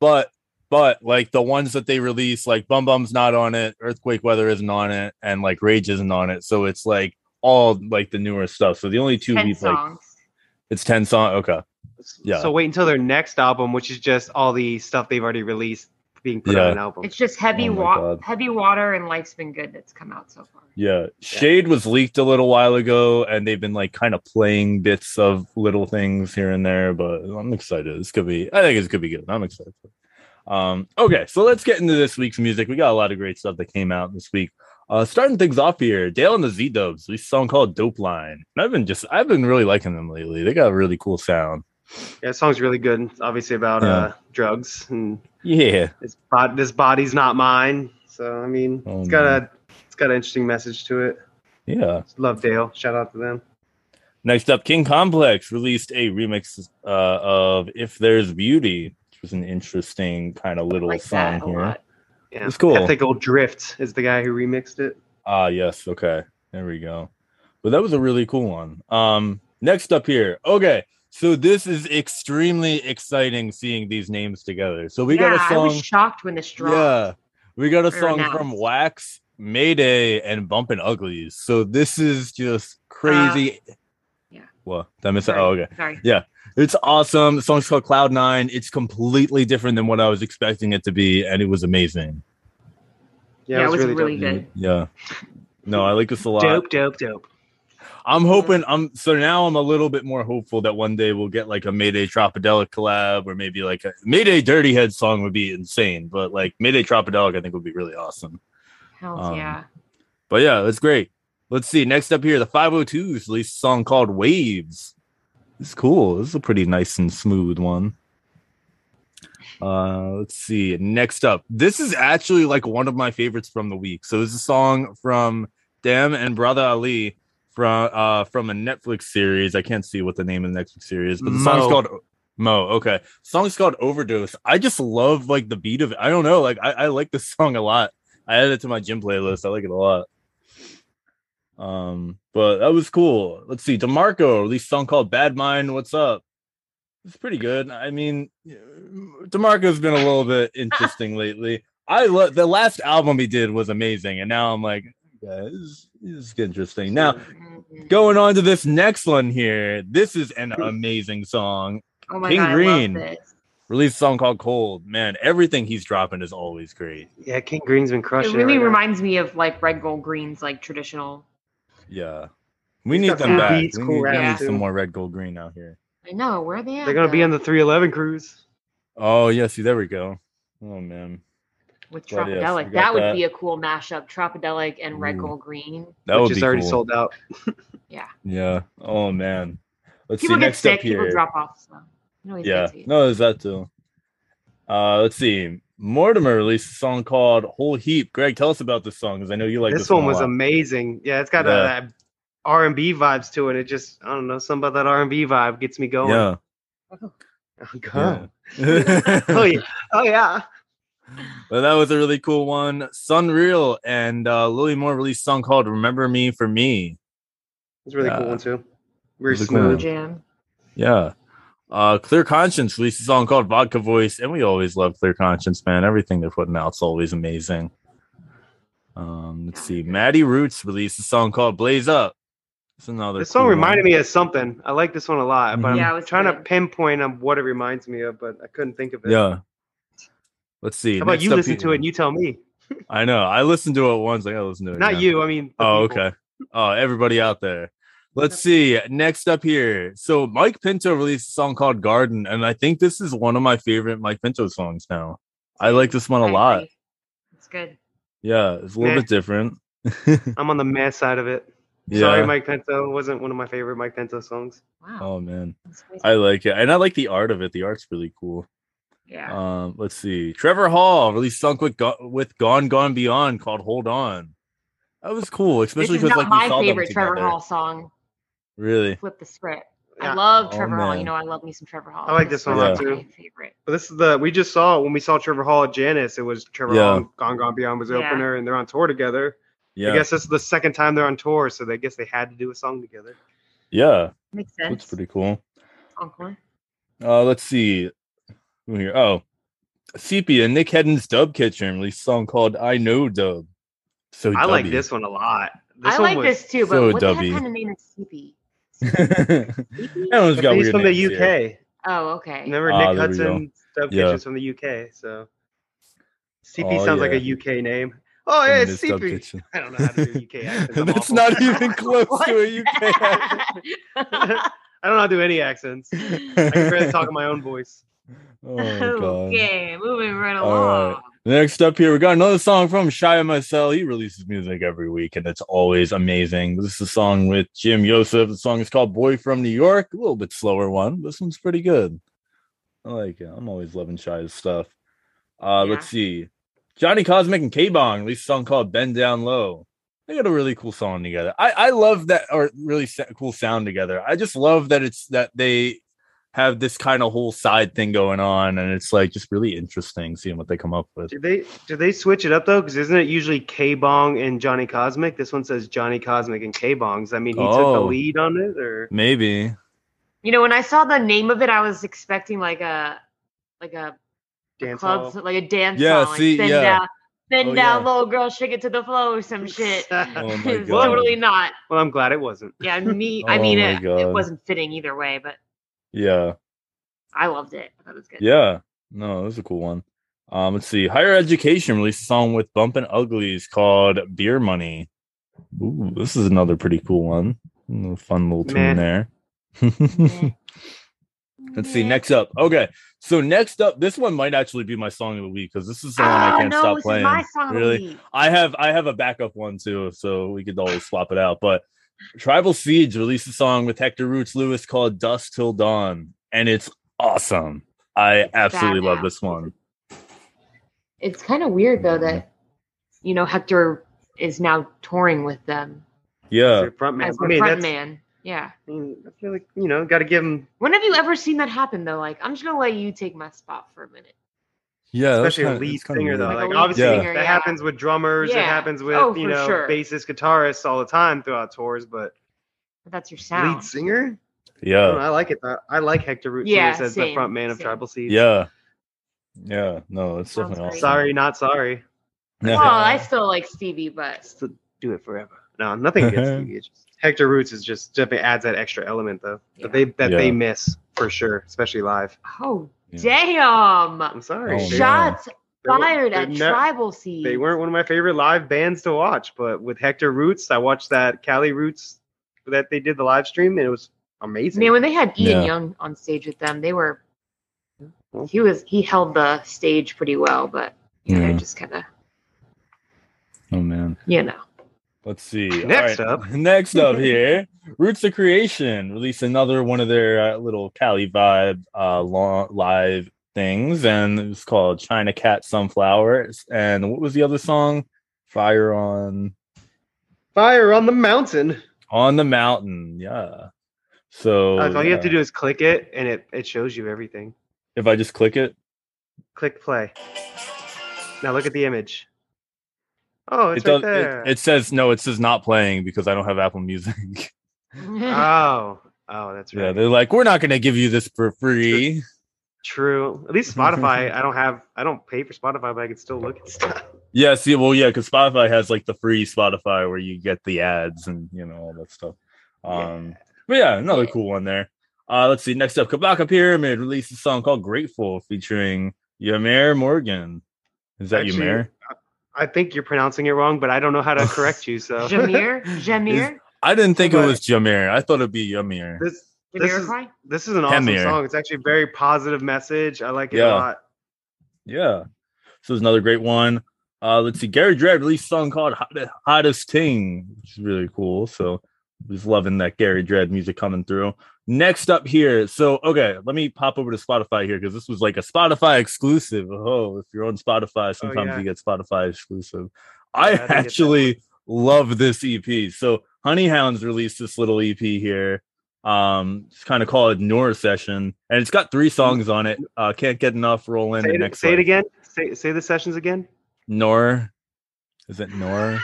F: but but like the ones that they release like Bum Bum's not on it, Earthquake Weather isn't on it and like Rage isn't on it. So it's like all like the newer stuff. So the only two
G: Ten
F: we've like
G: songs.
F: it's 10 song okay. Yeah.
H: So wait until their next album, which is just all the stuff they've already released being put
F: Yeah.
H: on an album.
G: It's just heavy
F: Oh my
G: wa-
F: God.
G: heavy water and life's been good that's come out so far.
F: Yeah. Shade was leaked a little while ago and they've been like kind of playing bits of little things here and there, but I'm excited. This could be I think it's could be good. I'm excited. Um okay, so let's get into this week's music. We got a lot of great stuff that came out this week. Uh starting things off here, Dale and the Z Dubs, we song called Dope Line. And I've been just I've been really liking them lately. They got a really cool sound.
H: Yeah, the song's really good. It's obviously about uh, drugs and
F: Yeah.
H: it's bod- this body's not mine. So I mean,
F: Oh,
H: it's got
F: man.
H: a it's got an interesting message to it.
F: Yeah.
H: Love Dale. Shout out to them.
F: Next up, King Complex released a remix uh, of "If There's Beauty," which was an interesting kind of
G: I
F: little
G: like
F: song
G: that a
F: here.
G: lot.
H: Yeah.
F: It's cool.
H: Ethical Drift is the guy who remixed it.
F: Ah, yes, okay, there we go. But that was a really cool one. Um, next up here, okay, so this is extremely exciting seeing these names together. So we
G: yeah,
F: got a
G: I
F: song.
G: was shocked when this dropped.
F: Yeah. We got a
G: Fair
F: song
G: enough.
F: from Wax, Mayday, and Bumpin' Uglies. So this is just crazy.
G: Uh, yeah.
F: Well, did I miss it?
G: Sorry.
F: Oh, okay.
G: Sorry.
F: It's awesome. The song's called Cloud Nine. It's completely different than what I was expecting it to be, and it was amazing.
G: Yeah, it was really, good.
F: Yeah. No, I like this a lot.
H: dope. Dope, dope, dope.
F: I'm hoping I'm so now I'm a little bit more hopeful that one day we'll get like a Mayday Tropodelic collab or maybe like a Mayday Dirty Head song would be insane, but like Mayday Tropodelic I think would be really awesome.
G: Hells
F: Um,
G: yeah.
F: But yeah, that's great. Let's see. Next up here, the 502s released a song called Waves. It's cool. This is a pretty nice and smooth one. Uh, let's see. Next up, this is actually like one of my favorites from the week. So it's a song from Dem and Brother Ali from uh from a Netflix series. I can't see what the name of the Netflix series, but the song's
H: Mo.
F: called Mo. Okay, song's called Overdose. I just love like the beat of it. I don't know, like I, I like this song a lot. I added it to my gym playlist. I like it a lot. Um, but that was cool. Let's see, Demarco released a song called "Bad Mind." What's up? It's pretty good. I mean, Demarco's been a little bit interesting lately. I love the last album he did was amazing, and now I'm like, yeah, this is, this is interesting. Now
G: Mm-mm.
F: going on to this next one here. This is an
H: Hmm.
F: amazing song.
G: oh my
F: King
G: God,
F: Green.
G: I love this.
F: Released a song called "Cold." Man, everything he's dropping is always great.
H: Yeah, King Green's been crushing.
G: It really
H: right now.
G: reminds me of like Red Gold Green's like traditional.
F: Yeah. We
H: He's
F: need
H: got
F: them
G: cool
F: back.
H: beats,
F: we
H: cool
F: need, we
G: rap,
F: need
H: too.
F: some more red, gold, green out here.
G: I know where are they at.
H: They're gonna be
G: though?
H: on the 311 cruise.
F: Oh yeah, see there we go. Oh man,
G: with
F: But yes,
G: Tropodelic.
F: we got
G: that would
F: that.
G: be a cool mashup, Tropodelic and Red
F: Ooh.
G: Gold Green.
F: that
H: which
F: would
H: is
F: be
H: already
F: cool.
H: sold out.
F: Yeah. Oh man. Let's
G: people
F: see.
G: get
F: Next
G: sick,
F: up
G: people
F: here.
G: drop off. So. You always
F: yeah.
G: get to.
F: No, there's that too. Uh, let's see. Mortimer released a song called "Whole Heap." Greg, tell us about this song because I know you like this,
H: this one was
F: a lot.
H: amazing. Yeah, it's got
F: Yeah.
H: uh that R and B vibes to it. It just I don't know, something about that R and B vibe gets me going.
F: Yeah.
H: Oh, God.
F: yeah.
H: oh yeah, oh yeah.
F: Well, that was a really cool one. Sunreal and uh, Lily Moore released a song called "Remember Me for Me."
H: It's a really
F: Yeah.
H: cool one too. Very
F: Really cool.
H: smooth.
G: Slow
F: Yeah.
G: jam.
F: Yeah. Uh, Clear Conscience released a song called Vodka Voice, and we always love Clear Conscience, man. Everything they're putting out's always amazing. Um, let's see. Maddie Roots released a song called Blaze Up. It's another.
H: This song reminded me of something. I like this one a lot, but
F: Mhm.
H: I'm
G: Yeah, it was
H: trying to
G: good.
H: pinpoint on what it reminds me of, but I couldn't think of it.
F: Yeah. Let's see.
H: How about
F: Next
H: you
F: up
H: listen
F: here-
H: to it and you tell me?
F: I know. I listened to it once. I gotta listen to it.
H: Not
F: again.
H: you. I mean. the
F: Oh,
H: people.
F: okay. Oh, everybody out there. Let's see. Next up here. So Mike Pinto released a song called Garden, and I think this is one of my favorite Mike Pinto songs now. I like this one a
G: I
F: lot.
G: agree. It's good.
F: Yeah, it's a little
H: Meh.
F: bit different.
H: I'm on the mass side of it.
F: Yeah.
H: Sorry, Mike Pinto. It wasn't one of my favorite Mike Pinto songs.
G: Wow.
F: Oh man,
G: That's crazy.
F: I like it, and I like the art of it. The art's really cool.
G: yeah.
F: Um, let's see. Trevor Hall released song with Go- with Gone Gone Beyond called "Hold On." That was cool,
G: This
F: especially
G: is
F: because like
G: not
F: we
G: my
F: saw
G: favorite
F: them
G: Trevor
F: together.
G: Hall song.
F: Really,
G: Flip the script.
H: Yeah.
G: I love
F: Oh,
G: Trevor Hall. You
F: man.
G: know, I love me some Trevor Hall.
H: I like this
G: is
F: one a lot,
G: my
H: too.
G: Favorite.
H: But this is the we just saw when we saw Trevor Hall at Janice. It was Trevor
F: Yeah.
H: Hall and Gone Gone Beyond was the
G: Yeah.
H: opener, and they're on tour together.
F: yeah,
H: I guess this is the second time they're on tour, so they- I guess they had to do a song together.
F: yeah,
G: Makes
F: that's
G: sense.
F: pretty cool.
G: Encore.
F: Uh, let's see. Who here? Oh, Sepia Nick Hedden's Dub Kitchen released a song called "I Know Dub." So
H: I like
F: dubby.
H: this one a lot. This
G: I
H: one
G: like
H: was,
G: this too, but
F: so
G: what the
F: dubby.
G: heck kind of name is CP?
F: that one's got
H: But he's
F: weird
H: from
F: names
H: the
F: here.
H: UK.
G: Oh, okay.
H: Remember
F: Ah,
H: Nick
F: there we go.
H: Hudson? Dub
F: Yeah.
H: Kitchen's from the UK, so CP
F: Oh,
H: sounds like
F: yeah.
H: a UK name. Oh yeah, it's
F: Feminist Dub
H: CP.
F: Kitchen.
H: I don't know how to do UK accents. I'm
F: That's
H: awful.
F: not even close to
G: What's
F: a UK accent. Oh,
H: I don't know how to do any accents. I can barely talk in my own voice.
F: Oh my god.
G: okay, moving right
F: All
G: along.
F: right. Next up here, we got another song from Shia Mycel. He releases music every week, and it's always amazing. This is a song with Jim Yosef. The song is called "Boy from New York." A little bit slower one. This one's pretty good. I like it. I'm always loving Shia's stuff. Uh,
G: Yeah.
F: Let's see. Johnny Cosmic and K Bong released a song called "Bend Down Low." They got a really cool song together. I I love that, or really sa- cool sound together. I just love that it's that they have this kind of whole side thing going on, and it's like just really interesting seeing what they come up with.
H: Do they do they switch it up though? Because isn't it usually K Bong and Johnny Cosmic? This one says Johnny Cosmic and K Bong. Does that mean he took the
F: Oh.
H: lead on it, or
F: Maybe.
G: You know, when I saw the name of it, I was expecting like a like a
H: dance
G: club,
H: hall?
G: like a dance
F: Yeah,
G: song.
F: see,
G: like bend
F: yeah.
G: down, bend
F: Oh,
G: down
F: yeah.
G: low, girl, shake it to the flow, or some shit.
H: Oh
F: my
G: It's
F: God.
G: totally not.
H: Well, I'm glad it wasn't.
G: Yeah, me.
F: Oh
G: I mean,
F: my
G: it, it
F: God.
G: wasn't fitting either way, but
F: Yeah.
G: I loved it. That was good.
F: Yeah. No, this is a cool one. Um, let's see. Higher Education released a song with Bumpin' Uglies called Beer Money. Ooh, this is another pretty cool one. Mm, Fun little tune there. Let's see. Next up. Okay. So next up, this one might actually be my song of the week because this is the one I
G: Oh,
F: can't
G: no,
F: stop
G: this
F: playing.
G: Is my song of the
F: really.
G: week.
F: I have I have a backup one too, so we could always swap it out. But Tribal Seeds released a song with Hector Roots Lewis called Dust Till Dawn, and it's awesome. I absolutely love
G: badass.
F: this one.
G: It's kind of weird though that
F: Mm-hmm.
G: you know Hector is now touring with them
F: Yeah.
H: As a front man.
G: as
H: I
G: a
H: mean,
G: front
H: that's,
G: man. Yeah.
H: I mean, I feel like you know, got to give him,
G: When have you ever seen that happen though? Like, I'm just gonna let you take my spot for a minute.
F: Yeah. that's
H: especially a
F: kinda-
H: lead
F: that's kinda
H: singer though.
F: weird.
G: Like a
H: Like
G: lead
H: obviously,
G: singer,
H: that
G: yeah.
H: happens with drummers. It
G: Yeah.
H: happens with
G: Oh,
H: you
G: for
H: know
G: sure.
H: bassist, guitarists all the time throughout tours, but
G: But that's your
H: lead
G: sound.
H: singer. I, don't know,
F: Yeah.
H: I like it. though. I like Hector Roots
G: Yeah,
H: as the
G: same,
H: front man of
G: same.
H: Tribal Seeds.
F: Yeah. Yeah. No, that's
G: Sounds
F: definitely awesome.
G: great.
H: Sorry, not sorry.
F: Yeah.
G: Well, I still like Stevie, but
H: Still do it forever. No, nothing against Stevie. It's just- Hector Roots is just definitely adds that extra element though
G: Yeah.
H: that they that they
F: Yeah.
H: miss for sure, especially live.
G: oh
F: Yeah.
G: damn!
H: I'm sorry.
F: Oh, man.
H: They-
G: Shots
H: they were-
G: fired
H: they're
G: at
H: not-
G: Tribal Seed.
H: They weren't one of my favorite live bands to watch, but with Hector Roots, I watched that Cali Roots that they did the live stream, and it was amazing.
G: Man, when they had Ian
F: Yeah.
G: Young on stage with them, they were. He was he held the stage pretty well, but you know,
F: Yeah.
G: they're just kind of
F: Oh man.
G: you know.
F: Let's see.
H: Next up.
F: Next up here, Roots of Creation released another one of their uh, little Cali vibe uh, long, live things, and it was called China Cat Sunflower. It's- And what was the other song? Fire on
H: Fire on the Mountain.
F: on the mountain. Yeah. So
H: Like, all you have to
F: Oh, yeah.
H: do is click it, and it it shows you everything.
F: if I just click it,
H: Click play. Now look at the image. Oh, it's
F: it
H: right
F: does.
H: there.
F: It, it says no. It says not playing because I don't have Apple Music.
H: oh, oh, that's right.
F: yeah, they're like, we're not going to give you this for free.
H: True. At least Spotify. I don't have. I don't pay for Spotify, but I can still look at stuff.
F: Yeah, see, well, yeah, because Spotify has like the free Spotify where you get the ads and you know all that stuff. Um, but yeah, another cool one there. Uh, let's see. Next up, Kabaka Pyramid released a song called "Grateful" featuring Yamir Morgan. Is that
H: Actually,
F: Yamir?
H: I think you're pronouncing it wrong, but I don't know how to correct you. So
G: Jameer, Jameer,
F: I didn't think it
H: but-
F: was Yamir. I thought it'd be Yamir.
H: this this is,
G: Jamiroquai.
H: this is an awesome
F: Hemir.
H: song. It's actually a very positive message. I like it
F: Yeah.
H: a lot.
F: Yeah. So there's another great one. Uh, let's see. Gary Dredd released a song called Hot- Hottest Ting, which is really cool. So just loving that Gary Dredd music coming through. Next up here. So, okay, let me pop over to Spotify here because this was like a Spotify exclusive. Oh, if you're on Spotify, sometimes
H: yeah.
F: you get Spotify exclusive.
H: I
F: I
H: didn't get that
F: actually love this EP. So, Honey Hounds released this little EP here. Um, it's kind of called Nora Session, and it's got three songs on it. Uh, Can't Get Enough, Rolling,
H: Say
F: and
H: it,
F: Next
H: say it
F: Life.
H: again. Say, say the sessions again.
F: Nor. Is it Nor?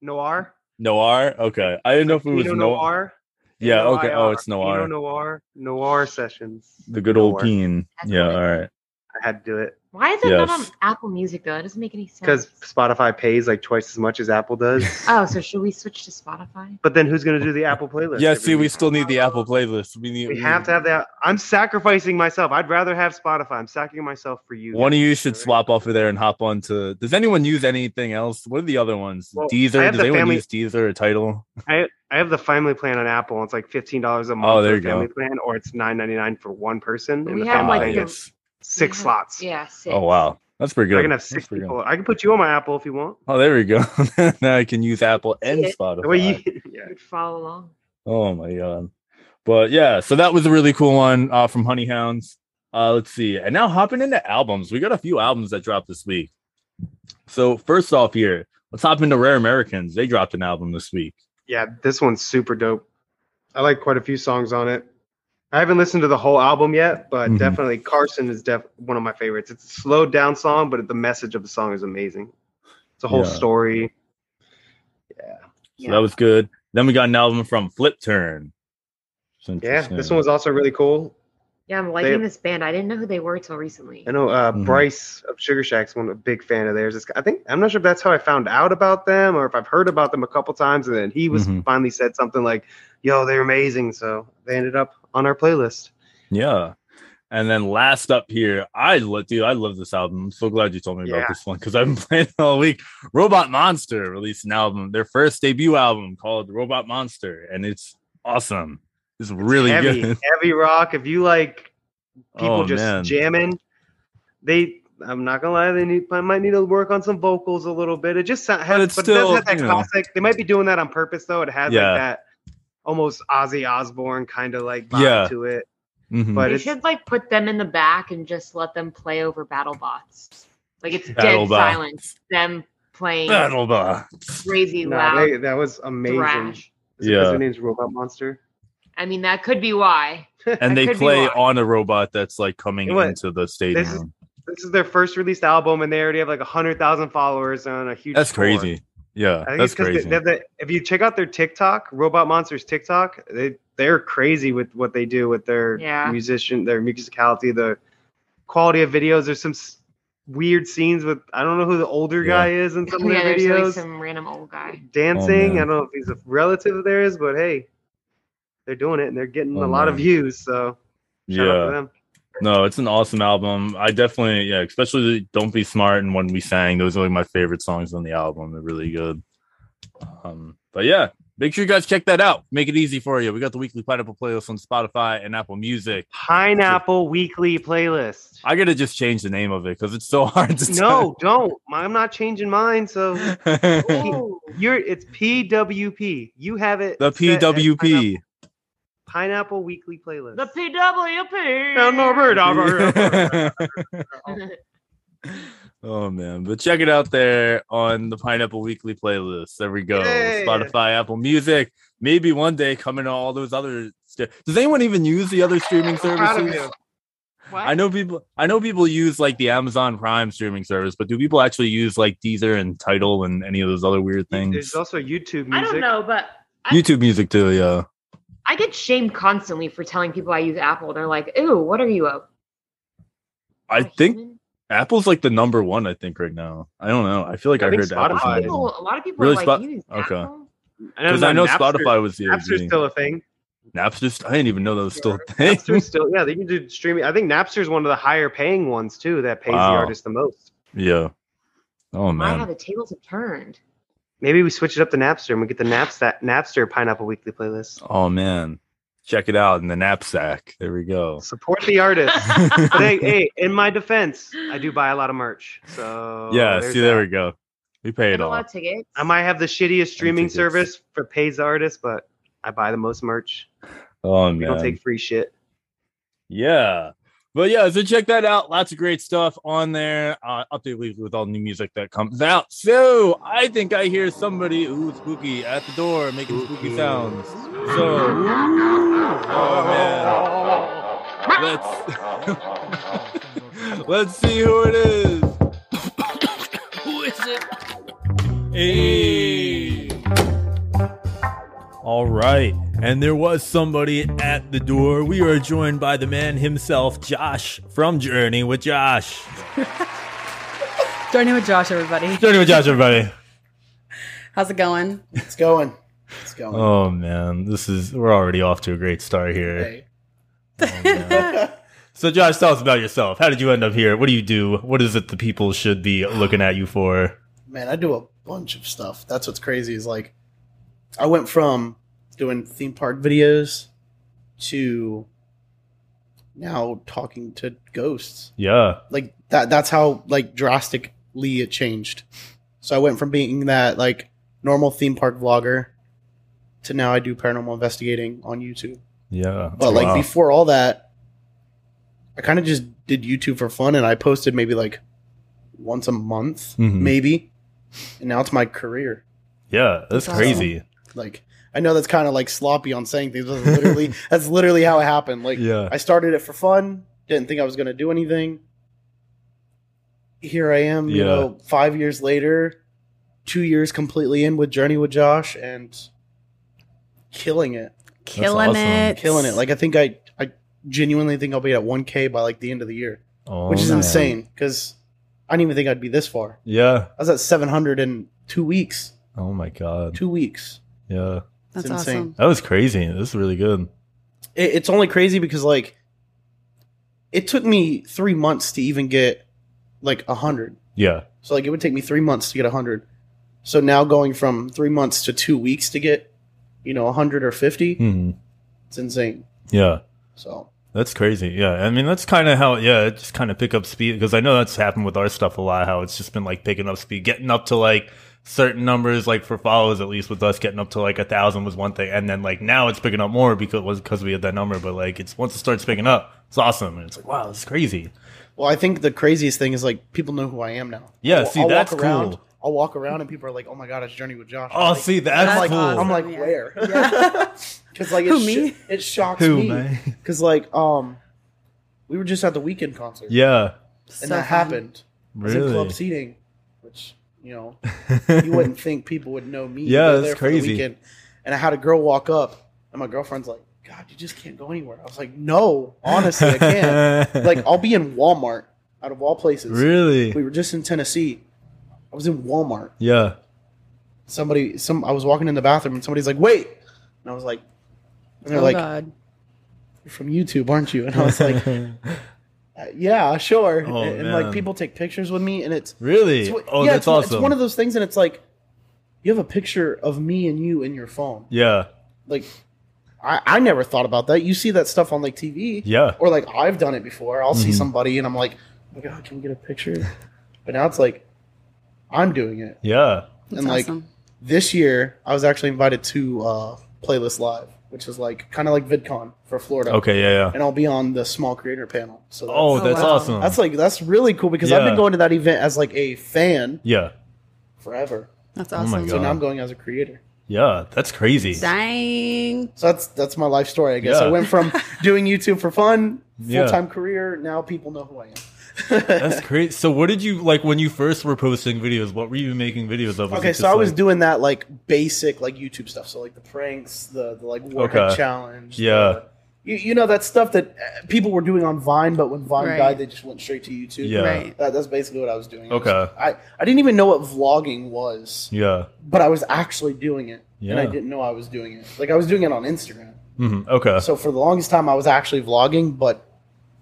H: Noir.
F: Noir? Okay. I didn't know if it was
H: Pinot
F: Noir. Yeah, okay. Oh, it's Noir.
H: Pinot Noir. Noir sessions.
F: The good old
H: Noir.
F: Keen.
G: That's
F: Yeah,
G: what it
F: all right.
H: I had to do it
G: Why is it not on
F: Yes.
G: Apple Music though? It doesn't make any sense.
H: because Spotify pays like twice as much as Apple does.
G: oh, so should we switch to Spotify?
H: but then who's going to do the Apple playlist?
F: Yeah,
H: every
F: see, we
H: week?
F: still need the Apple playlist. We need
H: We have to have that. I'm sacrificing myself. I'd rather have Spotify. I'm sacrificing myself for you.
F: One of
H: guys.
F: you should
H: All right?
F: swap off of there and hop on to. Does anyone use anything else? What are the other ones?
H: Well, I
F: Deezer?
H: have
F: Does
H: the
F: anyone
H: family-
F: use Deezer or Title?
H: I have the family plan on Apple. It's like fifteen dollars a month.
F: Oh, there
H: for
F: you go.
H: family plan, or it's nine ninety nine for one person.
G: But
H: and
G: we
H: the
G: have,
H: family
G: like,
H: plan
G: the-
H: gets six
G: Yeah.
H: slots.
G: Yeah, six.
F: Ah, Oh, wow. That's pretty good.
H: I can have
F: That's
H: six
F: pretty good.
H: people. I can put you on my Apple if you want.
F: Oh, there we go. now I can use Apple and
G: Yeah.
F: Spotify.
H: The way you, yeah.
G: You'd follow along.
F: Oh my god. But yeah, so that was a really cool one uh, from Honey Hounds. Uh, let's see. And now hopping into albums. We got a few albums that dropped this week. So first off here, let's hop into Rare Americans. They dropped an album this week.
H: Yeah, this one's super dope. I like quite a few songs on it. I haven't listened to the whole album yet, but
F: Mhm.
H: definitely Carson is def one of my favorites. It's a slowed down song, but the message of the song is amazing. It's a whole
F: Yeah.
H: story.
F: So
G: Yeah.
F: that was good. Then we got an album from Flip Turn. It's
H: Yeah,
F: interesting.
H: this one was also really cool.
G: Yeah, I'm liking
H: They-
G: this band. I didn't know who they were till recently.
H: I know uh,
F: Mhm.
H: Bryce of Sugar Shack's one a big fan of theirs. This guy- I think I'm not sure if that's how I found out about them or if I've heard about them a couple times, and then he was
F: Mhm.
H: finally said something like, "Yo, they're amazing." So they ended up on our playlist.
F: Yeah. And then last up here, I love, dude, I love this album. I'm so glad you told me
H: Yeah.
F: about this one because I've been playing it all week. Robot Monster released an album, their first debut album called Robot Monster, and it's awesome. It's really
H: heavy,
F: good.
H: heavy rock. If you like people
F: oh,
H: just
F: man.
H: jamming. They, I'm not gonna lie, they need, I might need to work on some vocals a little bit. It just so- has, but,
F: it's
H: it does
F: still,
H: have that
F: you know.
H: classic. They might be doing that on purpose though. It has
F: Yeah.
H: like that almost Ozzy Osbourne kind of like vibe
F: Yeah.
H: to it.
F: Mhm.
H: But
G: they
H: it's
G: should like put them in the back and just let them play over battle bots. Like it's
F: Battle
G: dead
F: bots.
G: silence. Them playing
F: Battle Bots.
G: crazy
H: no,
G: loud
H: they, that was amazing.
G: thrash.
H: Is it 'cause
F: Yeah.
H: her name's Robot Monster.
G: I mean, that could be why.
F: And
G: That
F: they
G: could be
F: play
G: why.
F: on a robot that's like coming
H: It was-
F: into the stadium.
H: This is their first released album, and they already have like hundred thousand followers on a huge.
F: That's
H: tour.
F: crazy. Yeah,
H: I think
F: that's
H: it's 'cause they-
F: crazy.
H: they have that- if you check out their TikTok, Robot Monsters TikTok, they they're crazy with what they do with their
G: Yeah.
H: musician, their musicality, the quality of videos. There's some s- weird scenes with I don't know who the older
F: Yeah.
H: guy is in some of
G: yeah,
H: their
G: there's like
H: videos
G: some random old guy.
H: dancing. I
F: Oh, man.
H: don't know if he's a relative of theirs, but hey, they're doing it and they're getting
F: Oh,
H: a lot of
F: man.
H: views. So shout out to
F: yeah.
H: them.
F: No, it's an awesome album. I definitely, yeah, especially Don't Be Smart and When We Sang. Those are like my favorite songs on the album. They're really good. Um, but yeah, make sure you guys check that out. Make it easy for you. We got the weekly Pineapple playlist on Spotify and Apple Music.
H: Pineapple Weekly playlist.
F: I gotta just change the name of it because it's so hard to
H: No, don't. I'm not changing mine. So
F: the
G: Oh,
H: you're it's PWP. You have it. set as Pineapple-
F: PWP.
H: Pineapple Weekly playlist.
G: the PWP.
F: oh man, but check it out there on the Pineapple Weekly playlist. There we go.
H: Yay.
F: Spotify, Apple Music. Maybe one day coming to all those other. st- Does anyone even use the other streaming
H: Proud of
F: services?
H: you.
G: What?
F: I know people. I know people use like the Amazon Prime streaming service, but do people actually use like Deezer and Title and any of those other weird things?
H: There's also YouTube music.
G: I don't know, but I-
F: YouTube Music too, yeah.
G: I get shamed constantly for telling people I use Apple. They're like, "Ew, what are you a?"
F: I
G: a
F: think
G: human?"
F: Apple's like the number one. I think right now. I don't know. I feel like I,
H: I think
F: heard Apple's
G: A lot of
H: Spotify is-
F: number one.
G: people, a lot of people
F: Really
G: are like,
F: Spot-
G: "You use
F: okay.
G: Apple?"
F: Because I know Spotify was the
H: Napster's
F: OG.
H: still a thing.
F: Napster's. I didn't even know that was still a thing.
H: Napster's still yeah. They can do streaming. I think Napster's one of the higher paying ones too. That pays
F: Wow.
H: the artist the most.
F: Yeah. Oh
G: Wow,
F: man.
G: the tables have turned.
H: Maybe we switch it up to Napster and we get the Naps that Napster Pineapple Weekly playlist.
F: Oh man. Check it out in the knapsack. There we go.
H: Support the artist.
G: Oh,
H: but hey, hey, in my defense, I do buy a lot of merch. So
F: yeah,
H: there's
F: see, there
H: that.
F: we go. We pay it
G: And a lot
F: off.
G: of tickets.
H: I might have the shittiest streaming
F: tickets.
H: service for pays the artist, but I buy the most merch.
F: Oh,
H: We
F: man.
H: don't take free shit.
F: Yeah. But yeah, so check that out. Lots of great stuff on there. Uh, update weekly with all new music that comes out. So I think I hear somebody ooh spooky at the door making spooky sounds. So oh man, let's let's see who it is. who is it? Hey. All right. And there was somebody at the door. We are joined by the man himself, Josh from Journey with Josh.
B: Starting with Josh, everybody.
F: Journey with Josh, everybody.
B: How's it going?
I: It's going. It's going.
F: Oh man, this is we're already off to a great start here. Oh,
I: Hey.
F: So Josh, tell us about yourself. How did you end up here? What do you do? What is it the people should be looking at you for?
I: Man, I do a bunch of stuff. That's what's crazy is like I went from doing theme park videos to now talking to ghosts.
F: Yeah.
I: Like that that's how like drastically it changed. So I went from being that like normal theme park vlogger to now I do paranormal investigating on YouTube.
F: Yeah.
I: But like
F: Wow.
I: before all that, I kind of just did YouTube for fun, and I posted maybe like once a month,
F: Mhm.
I: maybe. And now it's my career.
F: Yeah, that's,
B: That's
F: crazy.
I: Like I know that's kind of like sloppy on saying things, but that's literally that's literally how it happened. Like
F: Yeah.
I: I started it for fun, didn't think I was gonna do anything. Here I am,
F: Yeah.
I: you know, five years later, two years completely in with Journey with Josh, and killing it.
B: Killing
F: awesome.
B: it.
I: killing it. Like I think I I genuinely think I'll be at 1K by like the end of the year,
F: Oh,
I: which is
F: man.
I: insane because I didn't even think I'd be this far.
F: Yeah.
I: I was at 700 in two weeks.
F: Oh my god.
I: Two weeks.
F: Yeah.
B: That's
I: It's
B: awesome.
I: insane.
F: That was crazy. This is really good.
I: It, it's only crazy because like it took me three months to even get like 100.
F: Yeah.
I: So like it would take me three months to get 100. So now going from three months to two weeks to get you know 100 or 50,
F: hmm
I: it's insane.
F: Yeah.
I: So
F: That's crazy. Yeah. I mean, that's kind of how, yeah, it just kind of pick up speed because I know that's happened with our stuff a lot, how it's just been like picking up speed, getting up to like certain numbers, like for follows, at least with us, getting up to like a thousand was one thing. And then like now it's picking up more because, because we had that number. But like it's once it starts picking up, it's awesome. And it's like, wow, this is crazy.
I: Well, I think the craziest thing is like people know who I am now.
F: Yeah, see, that's
I: walk around,
F: cool.
I: I'll walk around and people are like, "Oh my god, it's Journey with Josh."
F: Oh,
I: I'm like,
F: see, that's
I: I'm like,
F: cool.
I: I'm like,
B: Awesome, yeah.
I: where?
B: Yeah.
I: Because like,
B: Who,
I: it,
B: me?
I: sh- it shocks
F: Who,
I: me.
F: man?
I: Because like, um, we were just at the weekend concert,
F: Yeah.
I: and
B: So
I: that
B: fun.
I: happened. I was in
F: Really?
I: club seating, which you know, you wouldn't think people would know me.
F: Yeah,
I: They're
F: that's
I: there for the
F: crazy.
I: weekend. And I had a girl walk up, and my girlfriend's like, "God, you just can't go anywhere." I was like, "No, honestly, I can't." like, I'll be in Walmart out of all places.
F: really?
I: We were just in Tennessee. I was in Walmart.
F: Yeah.
I: Somebody, some, I was walking in the bathroom and somebody's like, "Wait," and I was like, and they're
B: Oh,
I: like,
B: God.
I: "You're from YouTube, aren't you?" And I was like, "Uh, "Yeah, sure."
F: Oh,
I: and, and,
F: man.
I: like people take pictures with me, and it's,
F: really?
I: it's what-
F: oh,
I: yeah,
F: that's
I: it's, one-
F: awesome.
I: It's one of those things, and it's like, you have a picture of me and you in your phone.
F: yeah.
I: Like, I, I never thought about that. You see that stuff on like TV,
F: Yeah.
I: or like I've done it before. I'll see
F: Mhm.
I: somebody and I'm like, "Oh my god, can we get a picture?" But now it's like, I'm doing it.
F: Yeah.
B: That's
I: and, like,
B: awesome.
I: this year I was actually invited to uh, Playlist Live, which is like kind of like VidCon for Florida.
F: Okay. Yeah. Yeah.
I: And I'll be on the small creator panel. So that's,
F: Oh,
B: Oh,
F: that's
B: wow.
F: awesome.
I: that's like that's really cool because I've
F: Yeah.
I: been going to that event as like a fan
F: yeah.
I: forever.
B: That's
F: Oh,
B: awesome.
F: my
I: So
F: God.
I: now I'm going as a creator.
F: Yeah, that's crazy.
B: Dang.
I: So that's that's my life story, I guess.
F: Yeah.
I: I went from doing YouTube for fun,
F: Yeah.
I: full time career. Now people know who I am.
F: That's crazy. So, what did you like when you first were posting videos? What were you making videos of? Was
I: Okay,
F: it
I: so
F: just
I: I was
F: like-
I: doing that like basic like YouTube stuff. So like the pranks, the, the like warhead
F: Okay.
I: challenge. the-
F: Yeah.
I: you, you know that stuff that uh, people were doing on Vine, but when Vine
B: Right.
I: died, they just went straight to YouTube.
F: Yeah.
B: Right.
I: That, that's basically what I was doing. I was-
F: Okay.
I: I, I didn't even know what vlogging was,
F: Yeah.
I: but I was actually doing it. And I
F: Yeah.
I: didn't know I was doing it. Like I was doing it on Instagram.
F: hmm Okay.
I: So for the longest time, I was actually vlogging, but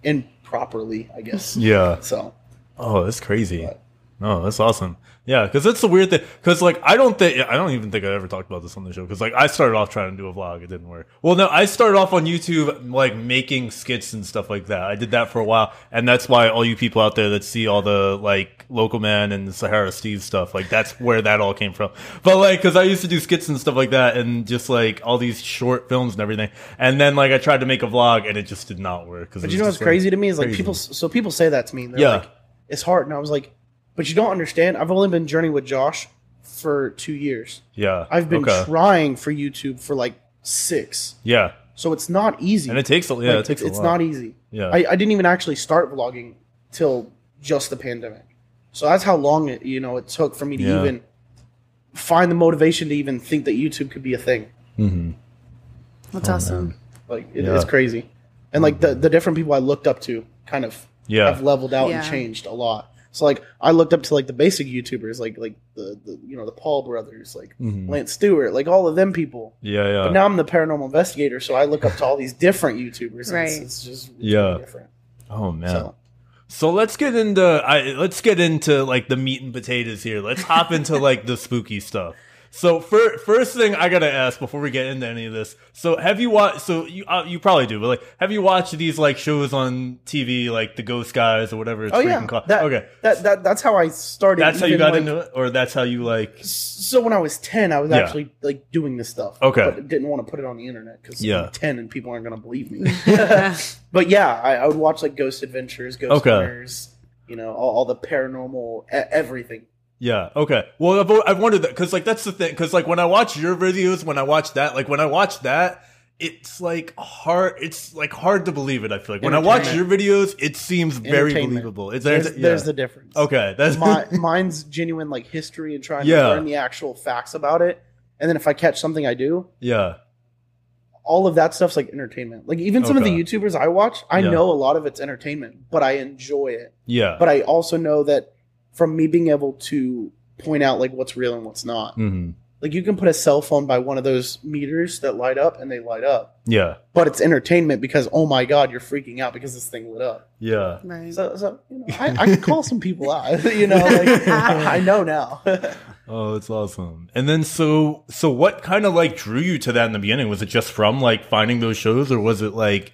I: improperly, I guess.
F: yeah.
I: So
F: Oh, that's crazy.
I: But-
F: No, that's awesome. Yeah, because that's the weird thing. Because like I don't think I don't even think I ever talked about this on the show. Because like I started off trying to do a vlog, it didn't work. Well, no, I started off on YouTube like making skits and stuff like that. I did that for a while, and that's why all you people out there that see all the like local man and Sahara Steve stuff, like that's where that all came from. But like, because I used to do skits and stuff like that, and just like all these short films and everything. And then like I tried to make a vlog, and it just did not work. Because
I: But you know what's crazy to me is like people. So people say that to me. They're
F: Yeah.
I: like, it's hard, and I was like, but you don't understand. I've only been journeying with Josh for two years.
F: Yeah,
I: I've been
F: okay.
I: trying for YouTube for like six,
F: yeah,
I: so it's not easy.
F: and it takes a yeah,
I: Like,
F: it takes a
I: it's
F: lot.
I: not easy.
F: yeah.
I: I, I didn't even actually start vlogging till just the pandemic. So that's how long it you know it took for me to
F: Yeah.
I: even find the motivation to even think that YouTube could be a thing.
F: mm-hmm. Oh,
B: That's awesome.
I: Like it,
F: Yeah.
I: it's crazy. And like the, the different people I looked up to kind of
F: Yeah.
I: have leveled out
B: Yeah.
I: and changed a lot. So like I looked up to like the basic YouTubers, like like the, the you know, the Paul brothers, like
F: Mhm.
I: Lance Stewart, like all of them people.
F: Yeah, yeah.
I: But now I'm the paranormal investigator, so I look up to all these different YouTubers. and It's,
B: Right.
I: it's just it's
F: Yeah.
I: really different.
F: oh man. So.
I: So
F: let's get into I let's get into like the meat and potatoes here. Let's hop into like the spooky stuff. So fir- first thing I gotta ask before we get into any of this. So have you watched? So you uh, you probably do, but like have you watched these like shows on TV like the Ghost Guys or whatever? It's
I: Oh
F: freaking
I: yeah,
F: called?
I: that,
F: okay,
I: That, that that's how I started.
F: that's how you
I: even,
F: got
I: like,
F: into it, or that's how you like.
I: So when I was ten, I was
F: Yeah.
I: actually like doing this stuff.
F: Okay.
I: but didn't want to put it on the internet because
F: Yeah.
I: I'm ten and people aren't gonna believe me. but yeah, I, I would watch like Ghost Adventures, Ghost
F: Okay.
I: Hunters, you know, all, all the paranormal, e- everything.
F: Yeah. Okay. Well, I've, I've wondered that because like that's the thing because like when I watch your videos, when I watch that, like when I watch that, it's like hard. It's like hard to believe it. I feel like when I watch your videos, it seems very
I: Entertainment.
F: believable. It's
I: There's,
F: yeah.
I: there's the difference.
F: okay. That's
I: My, mine's genuine like history and trying
F: Yeah.
I: to learn the actual facts about it, and then if I catch something I do,
F: yeah.
I: all of that stuff's like entertainment. Like even some of
F: Okay.
I: the YouTubers I watch, I
F: Yeah.
I: know a lot of it's entertainment, but I enjoy it.
F: Yeah.
I: But I also know that from me being able to point out like what's real and what's not.
F: hmm
I: Like you can put a cell phone by one of those meters that light up and they light up.
F: Yeah.
I: But it's entertainment because oh my god, you're freaking out because this thing lit up.
F: Yeah.
B: Right.
I: So, so you know, I, I can call some people out. You know, like I, I know now.
F: Oh, it's awesome. And then so so what kind of like drew you to that in the beginning? Was it just from like finding those shows, or was it like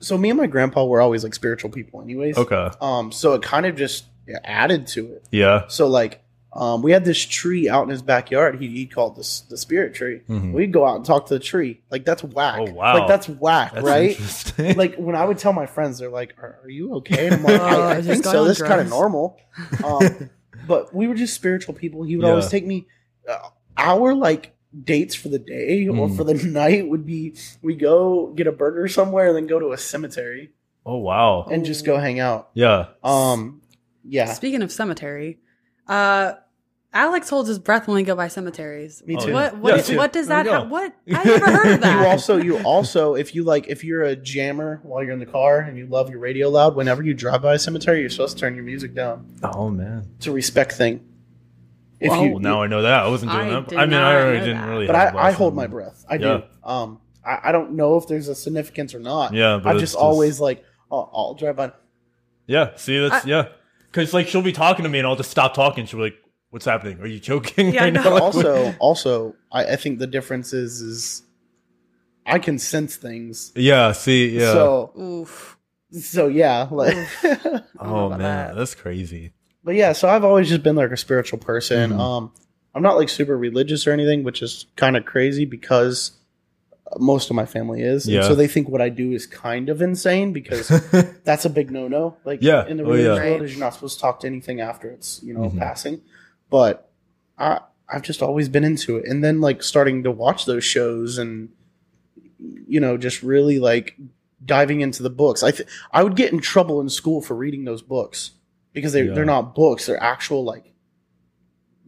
I: so me and my grandpa were always like spiritual people, anyways.
F: okay?
I: Um. So it kind of just added to it.
F: Yeah.
I: So like, um, we had this tree out in his backyard. He he called this the spirit tree.
F: Mhm.
I: We'd go out and talk to the tree. Like that's whack.
F: Oh, wow.
I: Like that's whack,
F: That's
I: right?
F: interesting.
I: Like when I would tell my friends, they're like, "Are, are you okay?" And I'm like,
B: Oh,
I: "I, I
B: just
I: think
B: got
I: so.
B: on
I: This is kind of
B: drugs."
I: normal." Um, but we were just spiritual people. He would always
F: Yeah.
I: take me. Uh, our like dates for the day or
F: Mm.
I: for the night would be we go get a burger somewhere and then go to a cemetery
F: oh wow.
I: and just go hang out.
F: Yeah.
I: Um, yeah,
B: Speaking of cemetery, uh, Alex holds his breath when we go by cemeteries.
I: me
F: Oh,
I: too.
F: yeah.
B: What what,
F: Yeah,
B: is-
F: too.
B: what does that
F: There we
B: ha-
F: go.
B: what I never heard of that.
I: you also you also if you like if you're a jammer while you're in the car and you love your radio loud whenever you drive by a cemetery you're supposed to turn your music down
F: Oh man.
I: it's a respect thing if
F: oh,
I: you
F: now I know that. I wasn't doing
B: I
F: that.
B: did
F: I mean, I
B: not
F: already
B: know
F: didn't
B: that.
F: really.
I: but
F: have
I: i i
F: last
I: hold my
F: one.
I: breath i
F: Yeah.
I: do um I, I don't know if there's a significance or not
F: Yeah, but
I: i'm
F: it's
I: just, always like oh, i'll drive by
F: Yeah, see, that's
B: I-
F: yeah. Because like she'll be talking to me, and I'll just stop talking. She'll be like, "What's happening? Are you joking?"
B: Yeah, I
F: right
B: know.
F: now?" Like,
I: also also I, I think the difference is is i can sense things
F: yeah. See, yeah.
I: so oh,
B: Oof.
I: so yeah like
B: I don't know
F: oh
B: about
F: man,
B: that.
F: that's crazy.
I: but yeah, so I've always just been like a spiritual person.
F: Mhm.
I: Um, I'm not like super religious or anything, which is kind of crazy because most of my family is. And
F: Yeah.
I: so they think what I do is kind of insane because that's a big no no. Like
F: Yeah.
I: in the
F: Oh,
I: religious
B: yeah.
I: world, is you're not supposed to talk to anything after it's you know
F: Mhm.
I: passing. But I I've just always been into it, and then like starting to watch those shows and you know just really like diving into the books. I th- I would get in trouble in school for reading those books because they
F: Yeah.
I: they're not books; they're actual like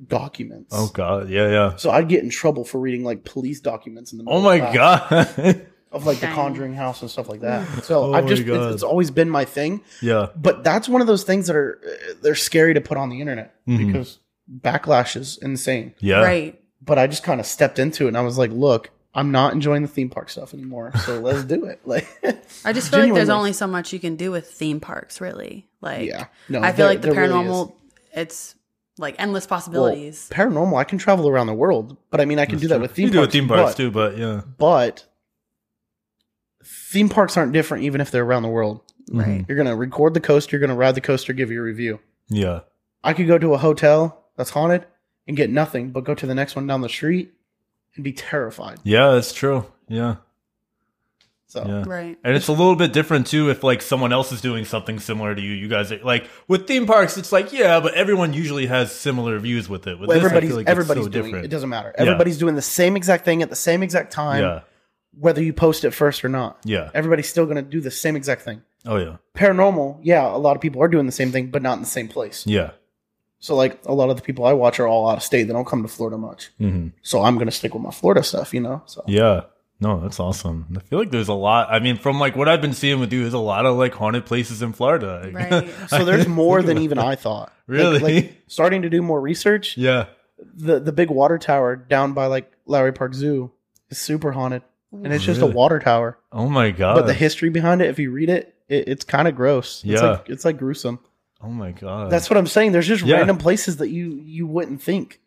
I: documents.
F: oh god, yeah, yeah.
I: So I'd get in trouble for reading like police documents in the middle
F: Oh
I: of
F: my
I: class
F: god.
I: of like the
B: Dang.
I: Conjuring house and stuff like that. So
F: Oh
I: I've
F: my
I: just it's,
F: God.
I: it's always been my thing
F: yeah.
I: but that's one of those things that are uh, they're scary to put on the internet
F: Mhm.
I: because backlash is insane.
F: Yeah.
B: Right.
I: But I just kind of stepped into it and I was like, look, I'm not enjoying the theme park stuff anymore, so let's do it. Like,
B: I just feel like there's
I: Genuinely.
B: only so much you can do with theme parks, really. Like
I: yeah, no,
B: I feel
I: there-
B: like the
I: there really
B: paranormal it's
G: like endless possibilities.
I: Paranormal, I can travel around the world, but I mean, I can do that with theme
F: you do
I: parks.
F: with theme parks
I: but-
F: too, but yeah.
I: But theme parks aren't different, even if they're around the world.
F: Right.
I: You're gonna record the coaster, you're gonna ride the coaster, give your review.
F: Mm-hmm. Yeah.
I: I could go to a hotel that's haunted and get nothing, but go to the next one down the street and be terrified.
F: Yeah, that's true. Yeah.
I: So
F: Yeah.
G: Right.
F: And it's a little bit different too if like someone else is doing something similar to you. You guys are, like with theme parks, it's like yeah, but everyone usually has similar views with it. With
I: well,
F: this, I
I: everybody's
F: feel like it's
I: everybody's
F: so
I: doing
F: different.
I: it. It doesn't matter.
F: Yeah.
I: Everybody's doing the same exact thing at the same exact time,
F: Yeah,
I: whether you post it first or not.
F: yeah.
I: Everybody's still gonna do the same exact thing.
F: Oh yeah,
I: Paranormal, yeah, a lot of people are doing the same thing, but not in the same place.
F: yeah.
I: So like a lot of the people I watch are all out of state. They don't come to Florida much.
F: hmm
I: So I'm gonna stick with my Florida stuff, you know. So
F: Yeah. No, that's awesome. I feel like there's a lot. I mean, from like what I've been seeing with you, there's a lot of like haunted places in Florida.
G: Right.
I: So there's more than even I thought. Like-
F: Really?
I: Like, starting to do more research.
F: yeah.
I: The the big water tower down by like Lowry Park Zoo is super haunted, and it's just a
F: Really?
I: water tower.
F: Oh my god.
I: but the history behind it, if you read it, it it's kind of gross.
F: Yeah.
I: It's like, it's like gruesome.
F: oh my god.
I: That's what I'm saying. There's just
F: Yeah.
I: random places that you you wouldn't think,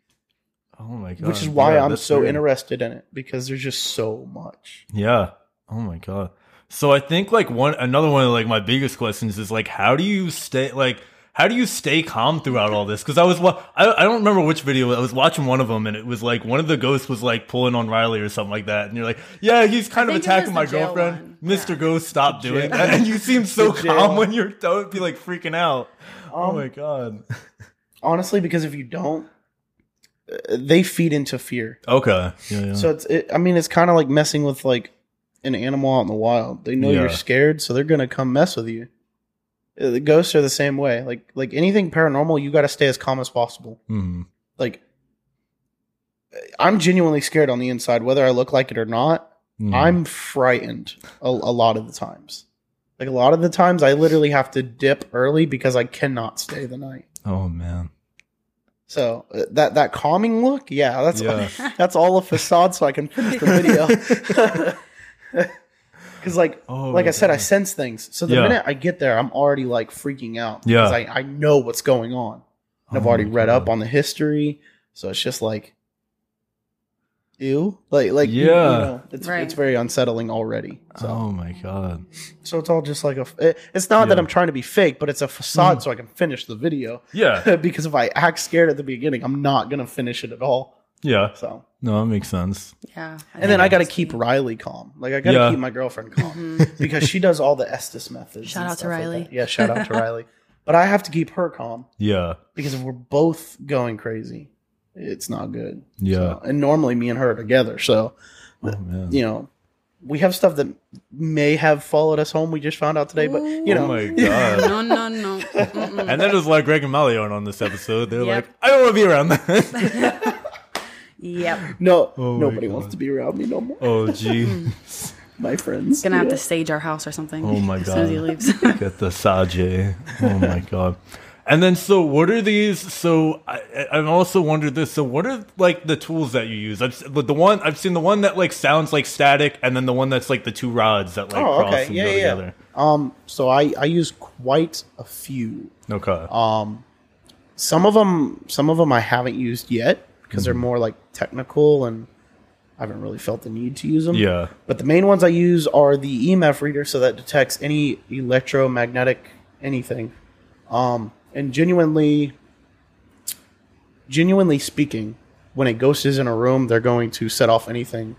F: Oh my god.
I: which is why
F: Yeah,
I: I'm
F: that's
I: so
F: weird.
I: interested in it because there's just so much.
F: Yeah. Oh my god. So I think like one another one of like my biggest questions is like how do you stay like how do you stay calm throughout all this? Because I was wa- I, I don't remember which video I was watching one of them and it was like one of the ghosts was like pulling on Riley or something like that and you're like yeah he's kind of
G: think it
F: attacking
G: was
F: my
G: the jail
F: girlfriend
G: one.
F: Mr. Ghost stop doing that and you seem so
I: The jail
F: calm
I: one.
F: when you're don't be like freaking out oh
I: Um,
F: my god
I: Honestly, because if you don't, uh, they feed into fear.
F: okay yeah, yeah.
I: So it's, it, I mean, it's kind of like messing with like an animal out in the wild. They know
F: Yeah.
I: you're scared, so they're gonna come mess with you. Uh, The ghosts are the same way. Like like anything paranormal, you got to stay as calm as possible.
F: Mhm.
I: Like uh, I'm genuinely scared on the inside, whether I look like it or not.
F: Mhm.
I: I'm frightened a, a lot of the times. Like a lot of the times, I literally have to dip early because I cannot stay the night.
F: oh man
I: So uh, that that calming look, yeah, that's
F: Yeah.
I: that's all a facade so I can finish the video. Because like
F: Oh,
I: like I said, I
F: yeah.
I: sense things. So the
F: Yeah.
I: minute I get there, I'm already like freaking out.
F: Yeah.
I: 'Cause I, I know what's going on. And I've
F: Oh
I: already
F: my
I: read up
F: God.
I: on the history. So it's just like ew. Like like you- you
F: Yeah.
I: know, it's
G: Right.
I: it's very unsettling already. So
F: oh my god
I: so it's all just like a f- it- it's not
F: Yeah.
I: that
F: Mm.
I: I'm trying to be fake, but it's a facade so I can finish the video.
F: yeah
I: because if I act scared at the beginning, I'm not gonna finish it at all.
F: yeah
I: So
F: no that makes sense
G: Yeah.
I: and then I got to keep Riley calm. Like I got to
F: Yeah.
I: keep my girlfriend calm because she does all the Estes methods.
G: Mm-hmm. Shout
I: and
G: out to
I: stuff like
G: Riley.
I: that. yeah, shout out to Riley. But I have to keep her calm
F: yeah
I: because if we're both going crazy, it's not good.
F: yeah
I: So- and normally me and her are together, so
F: oh man
I: you know we have stuff that may have followed us home. We just found out today, but you know,
F: oh my god
G: No, no, no. Mm-mm.
F: And that is why Greg and Molly aren't on this episode. They're
G: Yep.
F: like, I don't want to be around that.
G: yep.
I: no,
F: Oh my
I: nobody
F: God.
I: wants to be around me no more.
F: oh,
G: Mm,
F: gee.
I: My friends,
G: Gonna have
I: Yeah.
G: to stage our house or something.
F: Oh my
G: As soon as he
F: God.
G: leaves.
F: Get the Sajay. Oh, my God. And then, so what are these? So I, I- I've also wondered this. So what are like the tools that you use? I've s- but the one I've seen the one that like sounds like static, and then the one that's like the two rods that like
I: Oh,
F: cross
I: okay.
F: and
I: Yeah,
F: go
I: yeah, yeah.
F: together.
I: Um, so I I use quite a few.
F: Okay.
I: Um, some of them, some of them I haven't used yet because they're more like technical, and I haven't really felt the need to use them.
F: yeah.
I: But the main ones I use are the EMF reader, so that detects any electromagnetic anything. Um, and genuinely, genuinely speaking, when a ghost is in a room, they're going to set off anything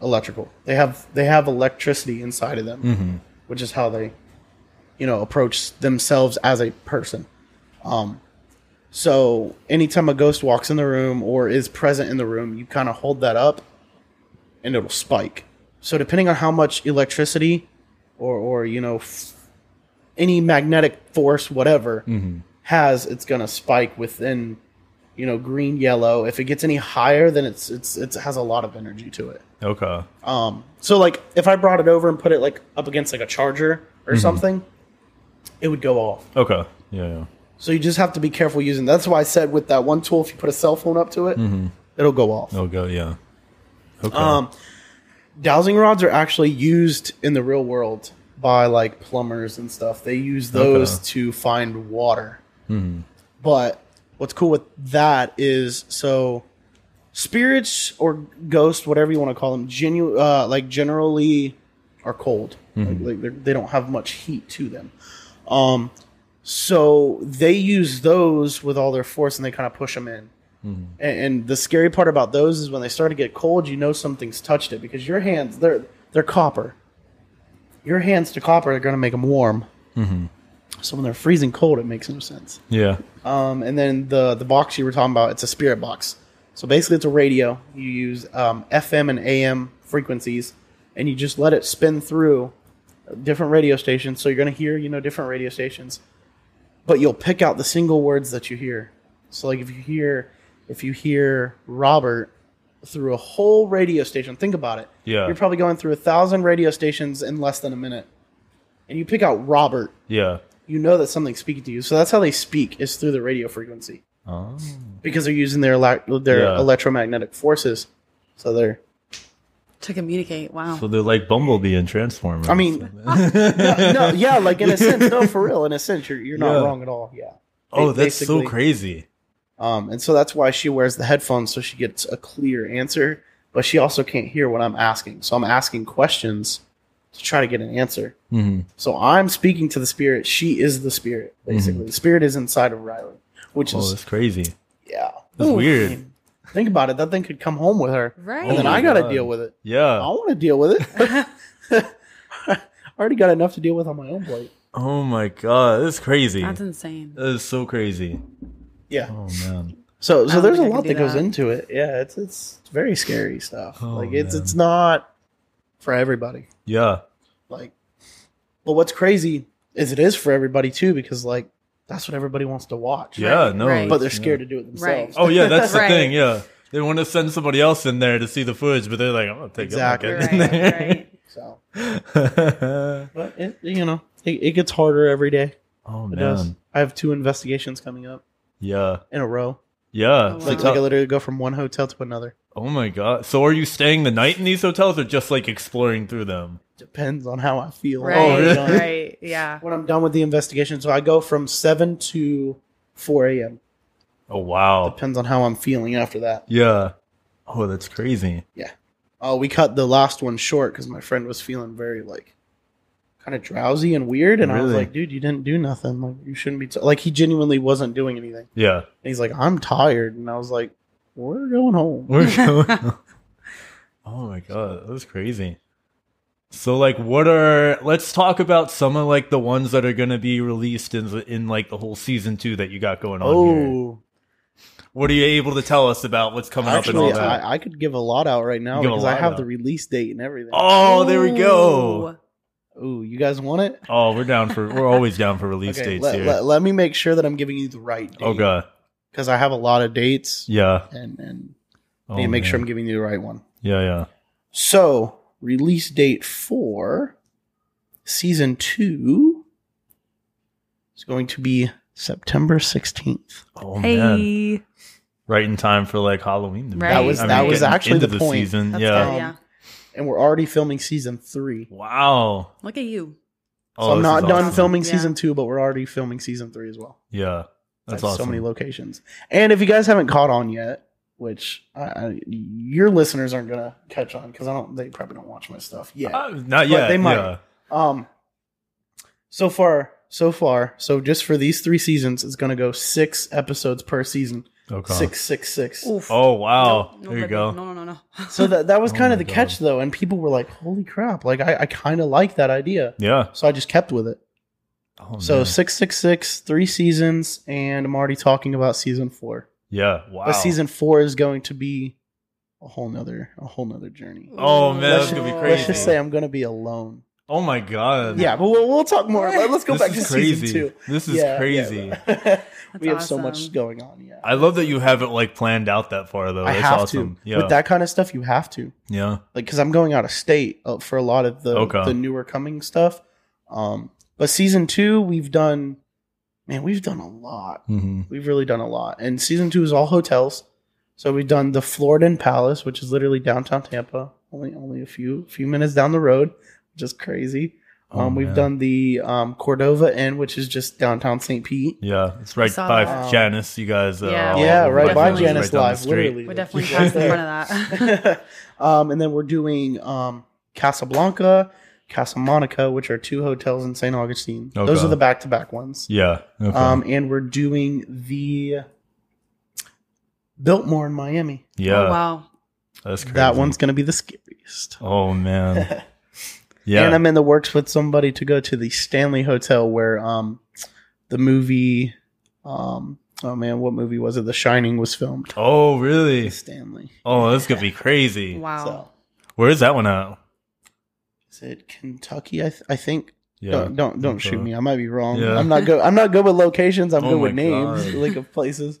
I: electrical. They have they have electricity inside of them, which is how they, you know, approach themselves as a person. Um, so anytime a ghost walks in the room or is present in the room, you kind of hold that up, and it'll spike. So depending on how much electricity, or or you know, f- any magnetic force, whatever has, it's gonna spike within, you know, green, yellow. If it gets any higher, then it's it's it has a lot of energy to it.
F: Okay.
I: Um, so like if I brought it over and put it like up against like a charger or something, it would go off.
F: Okay. Yeah. yeah.
I: So you just have to be careful using. That's why I said with that one tool, if you put a cell phone up to it, it'll go off.
F: Okay. Oh, Yeah. Okay.
I: Um, dowsing rods are actually used in the real world by like plumbers and stuff. They use those
F: Okay.
I: to find water. But what's cool with that is so spirits or ghosts, whatever you want to call them, genu- uh, like generally are cold. Like, like they're- they don't have much heat to them. Um, so they use those with all their force and they kind of push them in. A- And, the scary part about those is when they start to get cold, you know something's touched it because your hands they're they're copper. Your hands to copper are going to make them warm. So when they're freezing cold, it makes no sense.
F: Yeah.
I: Um, and then the the box you were talking about, it's a spirit box. So basically, it's a radio. You use um, FM and AM frequencies, and you just let it spin through different radio stations. So you're gonna hear, you know, different radio stations, but you'll pick out the single words that you hear. So like if you hear if you hear Robert through a whole radio station, think about it.
F: Yeah.
I: You're probably going through a thousand radio stations in less than a minute, and you pick out Robert
F: Yeah.
I: you know that something's speaking to you. So that's how they speak is through the radio frequency
F: Oh.
I: because they're using their elec- their
F: Yeah.
I: electromagnetic forces. So they're
G: to communicate. Wow.
F: So they're like Bumblebee and Transformers.
I: I mean- no, yeah, like in a sense, no, for real, in a sense, you're, you're not
F: Yeah.
I: wrong at all. Yeah.
F: oh,
I: Ba-
F: that's so
I: basically-
F: crazy.
I: Um, and so that's why she wears the headphones so she gets a clear answer, but she also can't hear what I'm asking. So I'm asking questions to try to get an answer.
F: hmm
I: So I'm speaking to the spirit. She is the spirit, basically. The spirit is inside of Riley, which
F: Oh,
I: is
F: that's crazy.
I: Yeah.
F: That's weird.
I: Think about it. That thing could come home with her.
G: Right.
I: And then
F: Oh my
I: I got to
F: God.
I: deal with it. I
F: Yeah.
I: want to deal with it. I already got enough to deal with on my own plate.
F: Oh my god, that's crazy.
G: That's insane.
F: That is so crazy.
I: Yeah.
F: Oh man.
I: So so
G: don't
I: there's
G: think I
I: a
G: can
I: lot
G: do
I: that goes
G: that.
I: into it. Yeah, it's it's very scary stuff.
F: Oh,
I: like it's
F: man.
I: it's not for everybody.
F: Yeah.
I: Like but what's crazy is it is for everybody too because like that's what everybody wants to watch.
F: Yeah. No.
G: Right.
I: But they're
F: yeah.
I: scared to do it themselves.
F: Oh yeah, that's the
G: Right.
F: thing. Yeah, they want to send somebody else in there to see the footage, but they're like, I'm gonna take
I: Exactly.
F: it.
G: Right,
F: I'm not getting in
G: right.
I: So
F: there.
I: but it you know, it, it gets harder every day.
F: oh
I: It
F: man.
I: does. I have two investigations coming up
F: Yeah.
I: in a row.
F: Yeah.
G: Oh,
I: Like,
G: Wow.
I: like I literally go from one hotel to another.
F: oh my god. So are you staying the night in these hotels, or just like exploring through them?
I: Depends on how I feel.
G: Right.
F: Oh, really?
G: Right. Yeah.
I: When I'm done with the investigation, so I go from seven to four a.m.
F: Oh wow.
I: Depends on how I'm feeling after that.
F: Yeah. Oh, that's crazy.
I: Oh, we cut the last one short because my friend was feeling very like kind of drowsy and weird, and I was
F: Really?
I: like, "Dude, you didn't do nothing. Like, you shouldn't be." T-. Like, he genuinely wasn't doing anything.
F: Yeah.
I: And he's like, "I'm tired," and I was like, "We're going home."
F: We're going. oh my god, that was crazy. So like, what are? Let's talk about some of like the ones that are gonna be released in in like the whole season two that you got going on. here.
I: Oh,
F: What are you able to tell us about what's coming
I: actually,
F: up and all that?
I: I, I could give a lot out right now
F: You give a
I: because I
F: lot
I: have
F: out.
I: the release date and everything.
F: oh, there we go.
G: Ooh.
I: Ooh, you guys want it?
F: Oh, we're down for we're always down for release
I: Okay,
F: dates
I: let,
F: here.
I: Let, let me make sure that I'm giving you the right date.
F: oh god,
I: Because I have a lot of dates
F: yeah.
I: and, and
F: Oh,
I: need to make sure I'm
F: man.
I: giving you the right one.
F: Yeah, yeah.
I: So, release date for season two is going to be September 16th.
F: Oh man,
G: Hey.
F: right in time for like Halloween. To be-
G: That was- that was
F: getting
I: actually
F: into
I: the point.
F: season.
G: That's
F: yeah.
G: good. Oh, Yeah.
I: Um, And we're already filming season three.
F: Wow.
G: Look at you.
F: Oh,
I: so, I'm
F: this
I: not
F: is
I: done
F: awesome.
I: filming
G: Yeah.
I: season two, but we're already filming season three as well.
F: Yeah, that's
I: I have
F: awesome.
I: So many locations. And if you guys haven't caught on yet, which I, I, your listeners aren't going to catch on because I don't, they probably don't watch my stuff yet.
F: Uh, not yet.
I: they might.
F: Yeah.
I: Um, so far, so far, so just for these three seasons, it's going to go six episodes per season.
F: Okay.
I: Six, six, six.
G: Oof.
F: Oh wow!
G: No, no,
F: there you
G: baby.
F: go.
G: No, no, no, no.
I: So that that was
F: Oh
I: kind of
F: my
I: the catch, though, and people were like, "Holy crap!" Like I, I kind of like that idea,
F: Yeah.
I: so I just kept with it.
F: Oh,
I: so
F: man.
I: six, six, six, three seasons, and I'm already talking about season four.
F: yeah. Wow.
I: But season four is going to be a whole nother, a whole nother journey.
F: Oh, man,
I: that's
F: gonna be
I: Let's
F: crazy.
I: just say I'm going to be alone.
F: Oh my god.
I: Yeah, but we'll, we'll talk more. Let- Let's go
F: This
I: back
F: is
I: to
F: crazy.
I: season two.
F: This is
I: Yeah,
F: crazy.
I: yeah. we have so
G: awesome.
I: much going on. Yeah,
F: I love that you have it like planned out that far though.
I: I
F: That's
I: have
F: awesome.
I: to.
F: Yeah.
I: With that kind of stuff, you have to.
F: yeah.
I: like because I'm going out of state uh, for a lot of the
F: Okay.
I: the newer coming stuff. Um, but season two, we've done, man, we've done a lot.
F: Mm-hmm.
I: We've really done a lot. And season two is all hotels. So we've done the Floridan Palace, which is literally downtown Tampa, only only a few few minutes down the road, which is crazy.
F: Oh,
I: um, we've
F: man.
I: done the um, Cordova Inn, which is just downtown St. Pete.
F: Yeah, it's right
G: saw
F: by
I: that.
F: Janice. You guys, uh,
G: Yeah.
F: all
I: yeah,
F: over
I: right
F: the
I: by
F: place,
G: Definitely.
I: Janice
F: down the
I: Live,
F: street.
I: literally.
G: We're definitely
I: Yeah.
G: passing in front of that.
I: um, and then we're doing um, Casablanca, Casa Monica, which are two hotels in St. Augustine. Those
F: Okay.
I: are the back to back ones.
F: Yeah. Okay.
I: Um, and we're doing the Biltmore in Miami.
F: yeah.
G: Oh, wow.
F: That's crazy.
I: That one's going to be the scariest.
F: Oh man. Yeah.
I: And I'm in the works with somebody to go to the Stanley Hotel where um the movie um oh man, what movie was it? The Shining was filmed.
F: oh really?
I: Stanley.
F: Oh, that's gonna be crazy.
G: Wow.
I: So
F: Where is that one at?
I: is it Kentucky? I, th- I think.
F: Yeah.
I: Don't don't don't
F: Okay.
I: shoot me. I might be wrong.
F: Yeah.
I: I'm not good. I'm not good with locations. I'm
F: Oh
I: good with
F: my
I: names,
F: God.
I: like of places.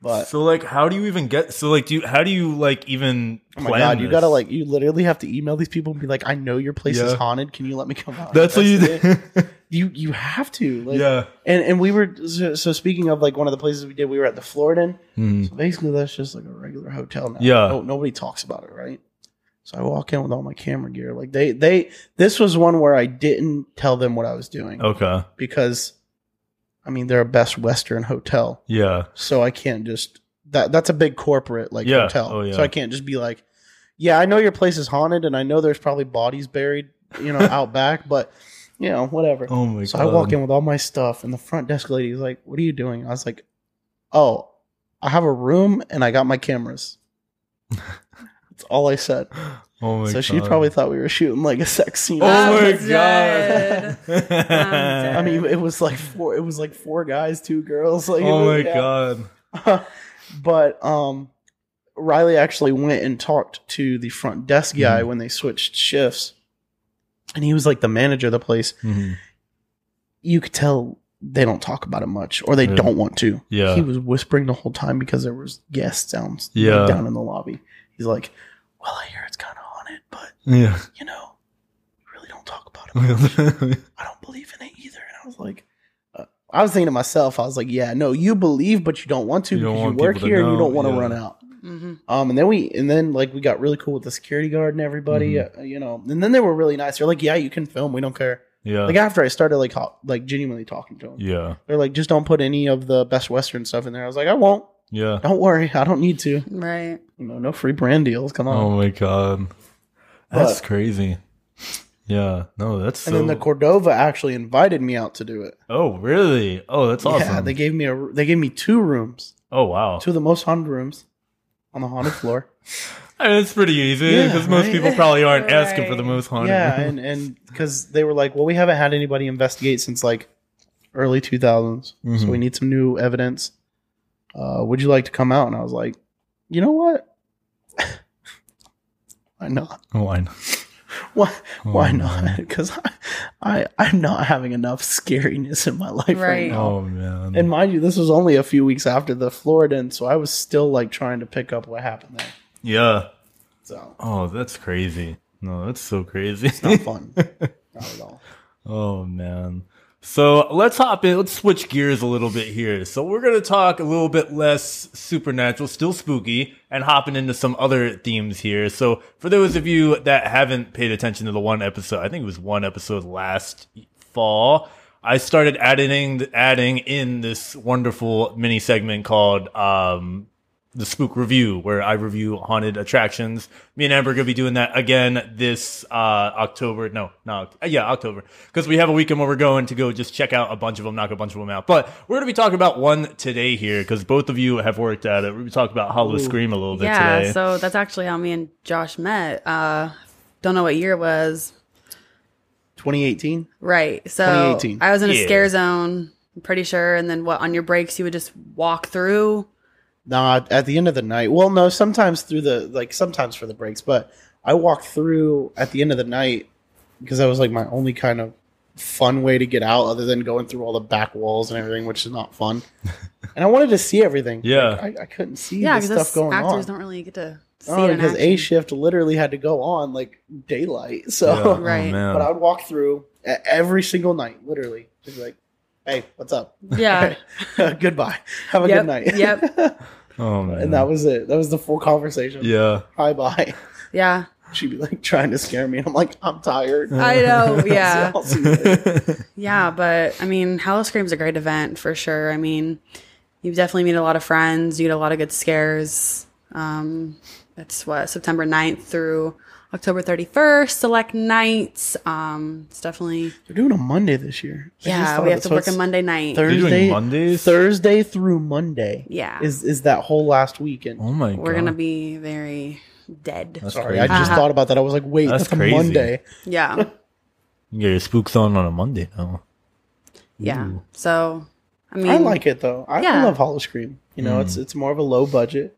I: But
F: so like, how do you even get? So like, do you, how do you like even?
I: oh my
F: plan
I: god, you
F: this?
I: gotta like you literally have to email these people and be like, I know your place is
F: Yeah.
I: haunted. Can you let me come out?
F: That's what you
I: it.
F: did.
I: You you have to. Like,
F: yeah.
I: And and we were so, so speaking of like one of the places we did, we were at the Floridan.
F: Mm.
I: So basically, that's just like a regular hotel now.
F: Yeah.
I: No, nobody talks about it, right? So I walk in with all my camera gear. Like they, they, this was one where I didn't tell them what I was doing
F: Okay.
I: because, I mean, they're a Best Western hotel,
F: Yeah.
I: so I can't just that. That's a big corporate like
F: Yeah.
I: hotel,
F: Oh, yeah.
I: so I can't just be like, yeah, I know your place is haunted, and I know there's probably bodies buried, you know, out back, but you know, whatever.
F: Oh my
I: So
F: god.
I: I walk in with all my stuff, and the front desk lady's like, "What are you doing?" I was like, "Oh, I have a room, and I got my cameras." That's all I said.
F: Oh my
I: so
F: god.
I: she probably thought we were shooting like a sex scene.
F: Oh my
G: I'm dead.
F: god.
G: I'm
I: I mean, it was like four. It was like four guys, two girls. Like,
F: oh my
I: yeah.
F: god.
I: but um, Riley actually went and talked to the front desk guy
F: Mm-hmm.
I: when they switched shifts, and he was like the manager of the place.
F: Mhm.
I: you could tell they don't talk about it much or they
F: Yeah.
I: don't want to.
F: Yeah.
I: He was whispering the whole time because there was guests down,
F: Yeah.
I: down in the lobby. He's like, Well, I hear it's kinda haunted, but
F: Yeah.
I: you know, we really don't talk about it. much.
F: yeah.
I: I don't believe in it either. And I was like, uh, I was thinking to myself, I was like, Yeah, no, you believe but you don't want to
F: You don't
I: because
F: want
I: you work
F: people to
I: here and you
F: know,
I: don't want to
F: yeah.
I: run out.
G: hmm
I: Um, and then we, and then like we got really cool with the security guard and everybody,
F: Mm-hmm.
I: uh, you know. And then they were really nice. They're like, "Yeah, you can film. We don't care." Like after I started like ho- like genuinely talking to them,
F: Yeah.
I: they're like, just don't put any of the best Western stuff in there. I was like, I won't.
F: Yeah.
I: Don't worry. I don't need to. You
G: Right.
I: know, no free brand deals. Come on.
F: Oh my god. That's
I: Um, But-
F: crazy. Yeah. No, that's so
I: and then the Cordova actually invited me out to do it.
F: Oh, really? Oh, that's awesome.
I: Yeah, they gave me a they gave me two rooms,
F: oh, wow.
I: two of the most haunted rooms on the haunted floor.
F: I mean, it's pretty easy
I: Yeah,
F: because most
I: right?
F: people probably aren't asking for
G: Right.
F: the most haunted.
I: yeah,
F: room.
I: and and because they were like, well, we haven't had anybody investigate since like early two so
F: Mhm.
I: we need some new evidence. Uh, would you like to come out? And I was like, you know what? Why not?
F: why not?
I: Why?
F: Oh,
I: Why
F: man.
I: not? Because I, I, I'm not having enough scariness in my life right,
G: Right.
I: now.
F: Oh man.
I: And mind you, this was only a few weeks after the Floridan, so I was still like trying to pick up what happened there.
F: yeah.
I: So
F: Oh, that's crazy. No, that's so crazy.
I: not fun, not at all.
F: Oh man. So let's hop in. Let's switch gears a little bit here. So we're gonna talk a little bit less supernatural, still spooky, and hopping into some other themes here. So for those of you that haven't paid attention to the one episode, I think it was one episode last fall. I started adding adding in this wonderful mini segment called um, the spook review where i review haunted attractions me and amber are going to be doing that again this uh october no not Oct- uh, yeah october because we have a weekend where we're going to go just check out a bunch of them knock a bunch of them out but we're going to be talking about one today here because both of you have worked at it we're going to talk about hollow scream a little bit
G: Yeah.
F: today
G: So that's actually how me and Josh met. Uh, don't know what year it was.
I: 2018.
G: Right. So
I: 2018.
G: I was in a
F: Yeah.
G: scare zone, I'm pretty sure. And then what? On your breaks, you would just walk through.
I: Nah, at the end of the night. Well, no, sometimes through the like sometimes for the breaks, but I walked through at the end of the night because that was like my only kind of fun way to get out other than going through all the back walls and everything, which is not fun. and I wanted to see everything.
F: Yeah.
I: Like, I, I couldn't see
G: Yeah,
I: yeah, this
G: because
I: stuff going
G: actors
I: on.
G: don't really get to see
I: Oh,
G: it in
I: because
G: action.
I: A shift literally had to go on like daylight. So,
F: Yeah.
G: Right.
F: oh, man.
I: but I would walk through e- every single night, literally, just be like, "Hey, what's up?
G: Yeah.
I: Goodbye. Have a
G: Yep,
I: good night."
G: yep.
F: oh man
I: and that was it. That was the full conversation.
F: yeah
I: Bye bye.
G: yeah.
I: She'd be like trying to scare me. I'm like, I'm tired.
B: I know, yeah.
I: I'll see you later.
B: Yeah, but I mean, Halloween Scream's a great event for sure. I mean, you definitely meet a lot of friends, you get a lot of good scares. Um, it's what September 9th through October 31st, select nights. Um, it's definitely
I: They're doing a Monday this year. I just
B: yeah,
I: thought
B: we
I: of
B: have
I: it.
B: to
I: So
B: work
I: it's
B: a Monday night.
F: doing
I: Thursday,
F: Mondays?
I: Thursday through Monday.
B: Yeah.
I: is is that whole last weekend?
F: Oh my god.
B: We're gonna be very dead.
F: That's
I: Sorry,
F: crazy.
I: I just thought about that. I was like, wait,
F: That's
I: that's,
F: crazy.
I: a Monday.
B: Uh-huh. Yeah,
F: You get your spooks on on a Monday Oh. now.
B: yeah. So, I mean,
I: I like it though. I, I
B: Yeah.
I: love Hollow Scream. You know, it's it's more of a low budget.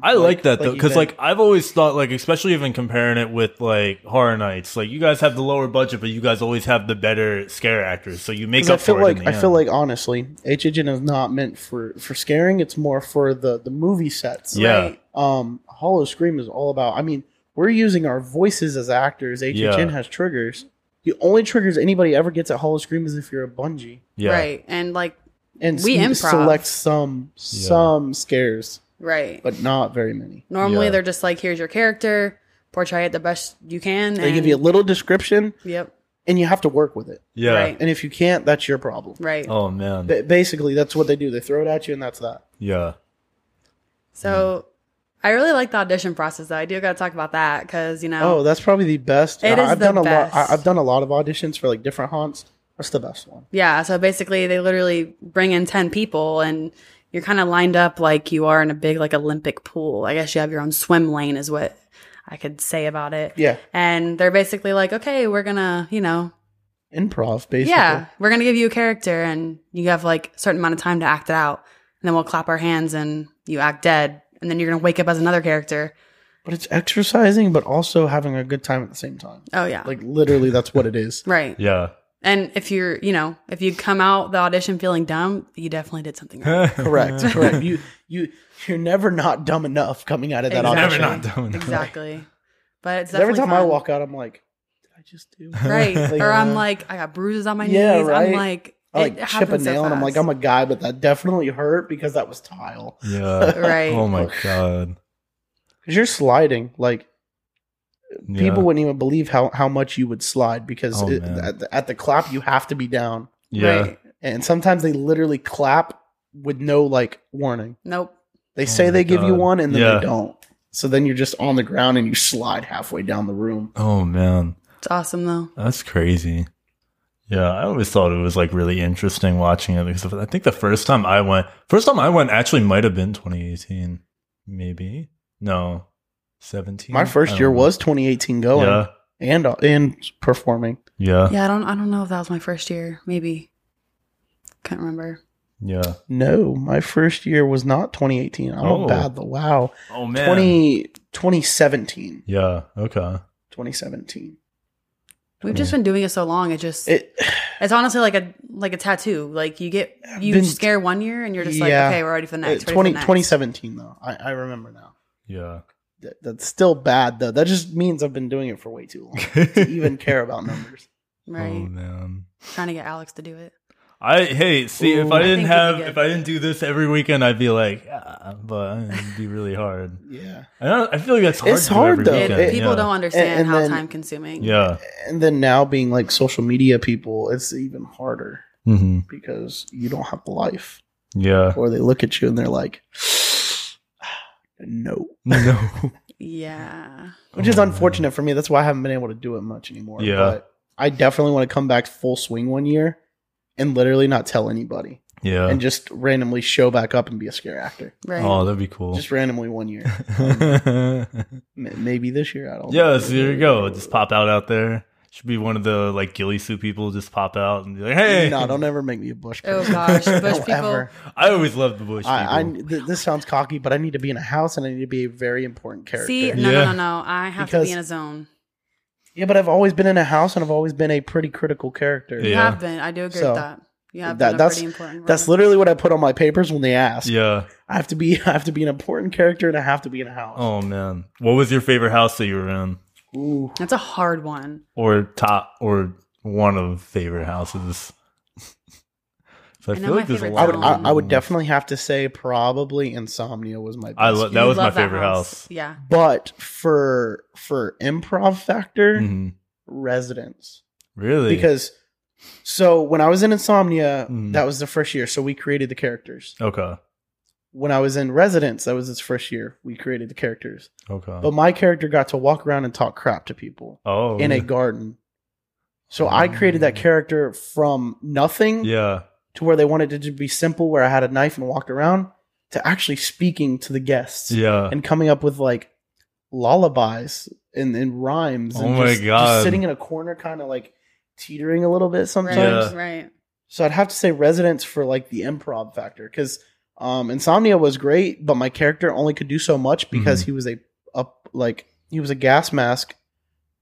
F: Mm. I like, that though, because
I: even-
F: like I've always thought, like especially even comparing it with like horror nights, like you guys have the lower budget, but you guys always have the better scare actors, so you make
I: 'Cause
F: up
I: I feel
F: for it.
I: like
F: in
I: I
F: the
I: feel
F: end.
I: like honestly, HHN is not meant for for scaring. It's more for the the movie sets.
F: Yeah.
B: right.
I: Um, Hollow Scream is all about. I mean, we're using our voices as actors. HHN
F: Yeah.
I: has triggers. The only triggers anybody ever gets at Hollow Scream is if you're a bungee,
F: yeah,
B: right, and like,
I: and
B: We
I: we
B: improv.
I: select some
F: Yeah.
I: some scares,
B: right.
I: but not very many.
B: Normally,
F: Yeah.
B: they're just like, here's your character, portray it the best you can.
I: They
B: and-
I: give you a little description,
B: Yep.
I: and you have to work with it.
F: yeah.
B: Right.
I: And if you can't, that's your problem.
B: Right.
F: Oh man,
I: Ba- Basically, that's what they do. They throw it at you, and that's that.
F: yeah,
B: So I really like the audition process. Though. I do got to talk about that because you
I: Oh,
B: know,
I: that's probably the best.
B: It
I: I-
B: is
I: I've
B: the
I: done a lot.
B: best.
I: I, I've done a lot of auditions for like different haunts. That's the best one.
B: yeah. So basically, they literally bring in ten people, and you're kind of lined up like you are in a big like Olympic pool. I guess you have your own swim lane, is what I could say about it.
I: Yeah,
B: And they're basically like, okay, we're gonna, you know,
I: improv basically.
B: yeah, we're gonna give you a character, and you have like a certain amount of time to act it out, and then we'll clap our hands, and you act dead, and then you're gonna wake up as another character.
I: but it's exercising, but also having a good time at the same time.
B: Oh yeah,
I: Like literally, that's what it is.
B: right.
F: yeah.
B: And if you're, you know, if you come out the audition feeling dumb, you definitely did something right.
I: Correct. correct. You you you're never not dumb enough coming out of that
B: Exactly.
F: Never
I: audition.
F: not doing that.
B: exactly. But it's
I: 'Cause every
B: definitely
I: time I
B: fun.
I: walk out, I'm like, did I just do?
B: right,
I: Like-
B: or I'm like, I got bruises on my
I: Yeah,
B: knees. I'm
I: right.
B: like,
I: I like
B: it
I: chip a
B: happens so
I: nail, and I'm like,
B: fast.
I: I'm a guy, but that definitely hurt because that was tile.
F: Yeah.
B: right,
F: Oh my god.
I: Because you're sliding, like
F: Yeah.
I: people wouldn't even believe how, how much you would slide because
F: Oh,
I: it,
F: man.
I: at, the, at the clap you have to be down,
F: Yeah.
B: right.
I: and sometimes they literally clap with no like warning.
B: Nope.
I: They say
F: Oh my
I: they give you
F: God.
I: one, and then
F: Yeah.
I: they don't. So then you're just on the ground and you slide halfway down the room.
F: Oh man,
B: It's awesome though.
F: that's crazy. Yeah, I always thought it was like really interesting watching it because I think the first time I went, first time I went actually might have been 2018, maybe no, 17.
I: My
F: I
I: first
F: don't
I: year
F: know.
I: was 2018 going
F: Oh. Yeah,
I: and and performing.
F: yeah,
B: Yeah, I don't, I don't know if that was my first year. Maybe. Can't remember.
F: yeah.
I: No, my first year was not 2018. I'm
F: Oh.
I: a bad the wow.
F: Oh
I: 20, 2017.
F: Yeah. Okay.
I: 2017.
B: We've just been doing it so long. It just
I: It,
B: it's honestly like a like a tattoo. Like you get you
I: Been-
B: scare one year and you're just
I: Yeah.
B: like, okay, we're ready for the next.
I: uh,
B: ready for
I: 20,
B: the next.
I: 2017 though. I, I remember now.
F: Yeah.
I: That, that's still bad though. That just means I've been doing it for way too long to even care about numbers.
F: Oh
B: Right.
F: man.
B: Trying to get Alex to do it.
F: I hey see if
I: Ooh.
F: I
I: I
F: didn't
B: think it'd
F: have
B: be good.
F: if I didn't do this every weekend I'd be like ah, but it'd be really hard.
I: Yeah.
F: I don't I feel like that's hard.
I: It's
F: to do
I: hard,
F: every
I: though.
B: It-
F: weekend.
I: Okay,
B: people
F: yeah.
B: don't understand
I: And- and
B: how
I: then-
B: time consuming.
F: Yeah.
I: And then now being like social media people, it's even harder
F: hmm
I: because you don't have a life.
F: Yeah.
I: Or they look at you and they're like, no.
F: No.
B: Yeah.
I: which is
F: Oh, man.
I: unfortunate for me. That's why I haven't been able to do it much anymore.
F: Yeah.
I: But I definitely want to come back full swing one year and literally not tell anybody
F: Yeah.
I: and just randomly show back up and be a scare actor.
B: Right.
F: oh, that'd be cool.
I: Just randomly one year. M- maybe this year. I don't
F: yeah, so here you go. Just pop out out there. Should be one of the like ghillie suit people just pop out and be like, hey.
I: No, don't ever make me a bush.
B: oh
I: person.
B: gosh. Bush
I: Don't
B: people.
I: ever.
F: I always loved the bush people.
I: I, I, th- this sounds cocky, but I need to be in a house and I need to be a very important character.
B: See, no,
F: Yeah.
B: no, no, no. I have to
I: Because-
B: be in a zone.
I: yeah, but I've always been in a house and I've always been a pretty critical character.
B: You
F: Yeah.
B: have been. I do agree
I: So,
B: with that. You have
I: that-
B: been a
I: that's-
B: pretty important.
I: That's
B: role.
I: literally what I put on my papers when they ask.
F: yeah.
I: I have to be I have to be an important character and I have to be in a house.
F: Oh man. What was your favorite house that you were in?
I: Ooh.
B: That's a hard one.
F: Or top or one of favorite houses? So I,
B: I know
F: feel
B: my
F: like there's a
B: favorite
F: lot.
I: I would
F: of
I: I, I would
F: ones.
I: definitely have to say probably Insomnia was my best.
F: I lo- that
B: You
F: was my
B: love
F: favorite house.
B: Yeah.
I: but for for improv factor,
F: Mhm.
I: Residence.
F: Really?
I: Because so when I was in Insomnia,
F: Mhm.
I: that was the first year, so we created the characters.
F: okay,
I: When I was in Residence, that was its first year, we created the characters.
F: okay.
I: But my character got to walk around and talk crap to people
F: oh,
I: in a
F: yeah.
I: garden. So I created that
F: Oh.
I: character from nothing
F: yeah.
I: to where they wanted it to be simple, where I had a knife and walked around, to actually speaking to the guests
F: Yeah.
I: and coming up with like lullabies and, and rhymes.
F: Oh
I: and
F: my
I: just,
F: God.
I: Just sitting in a corner, kind of like teetering a little bit
B: Right.
I: sometimes.
F: Yeah.
B: Right.
I: So I'd have to say Residence for like the improv factor because um, Insomnia was great, but my character only could do so much because
F: Mhm.
I: he was a up like he was a gas mask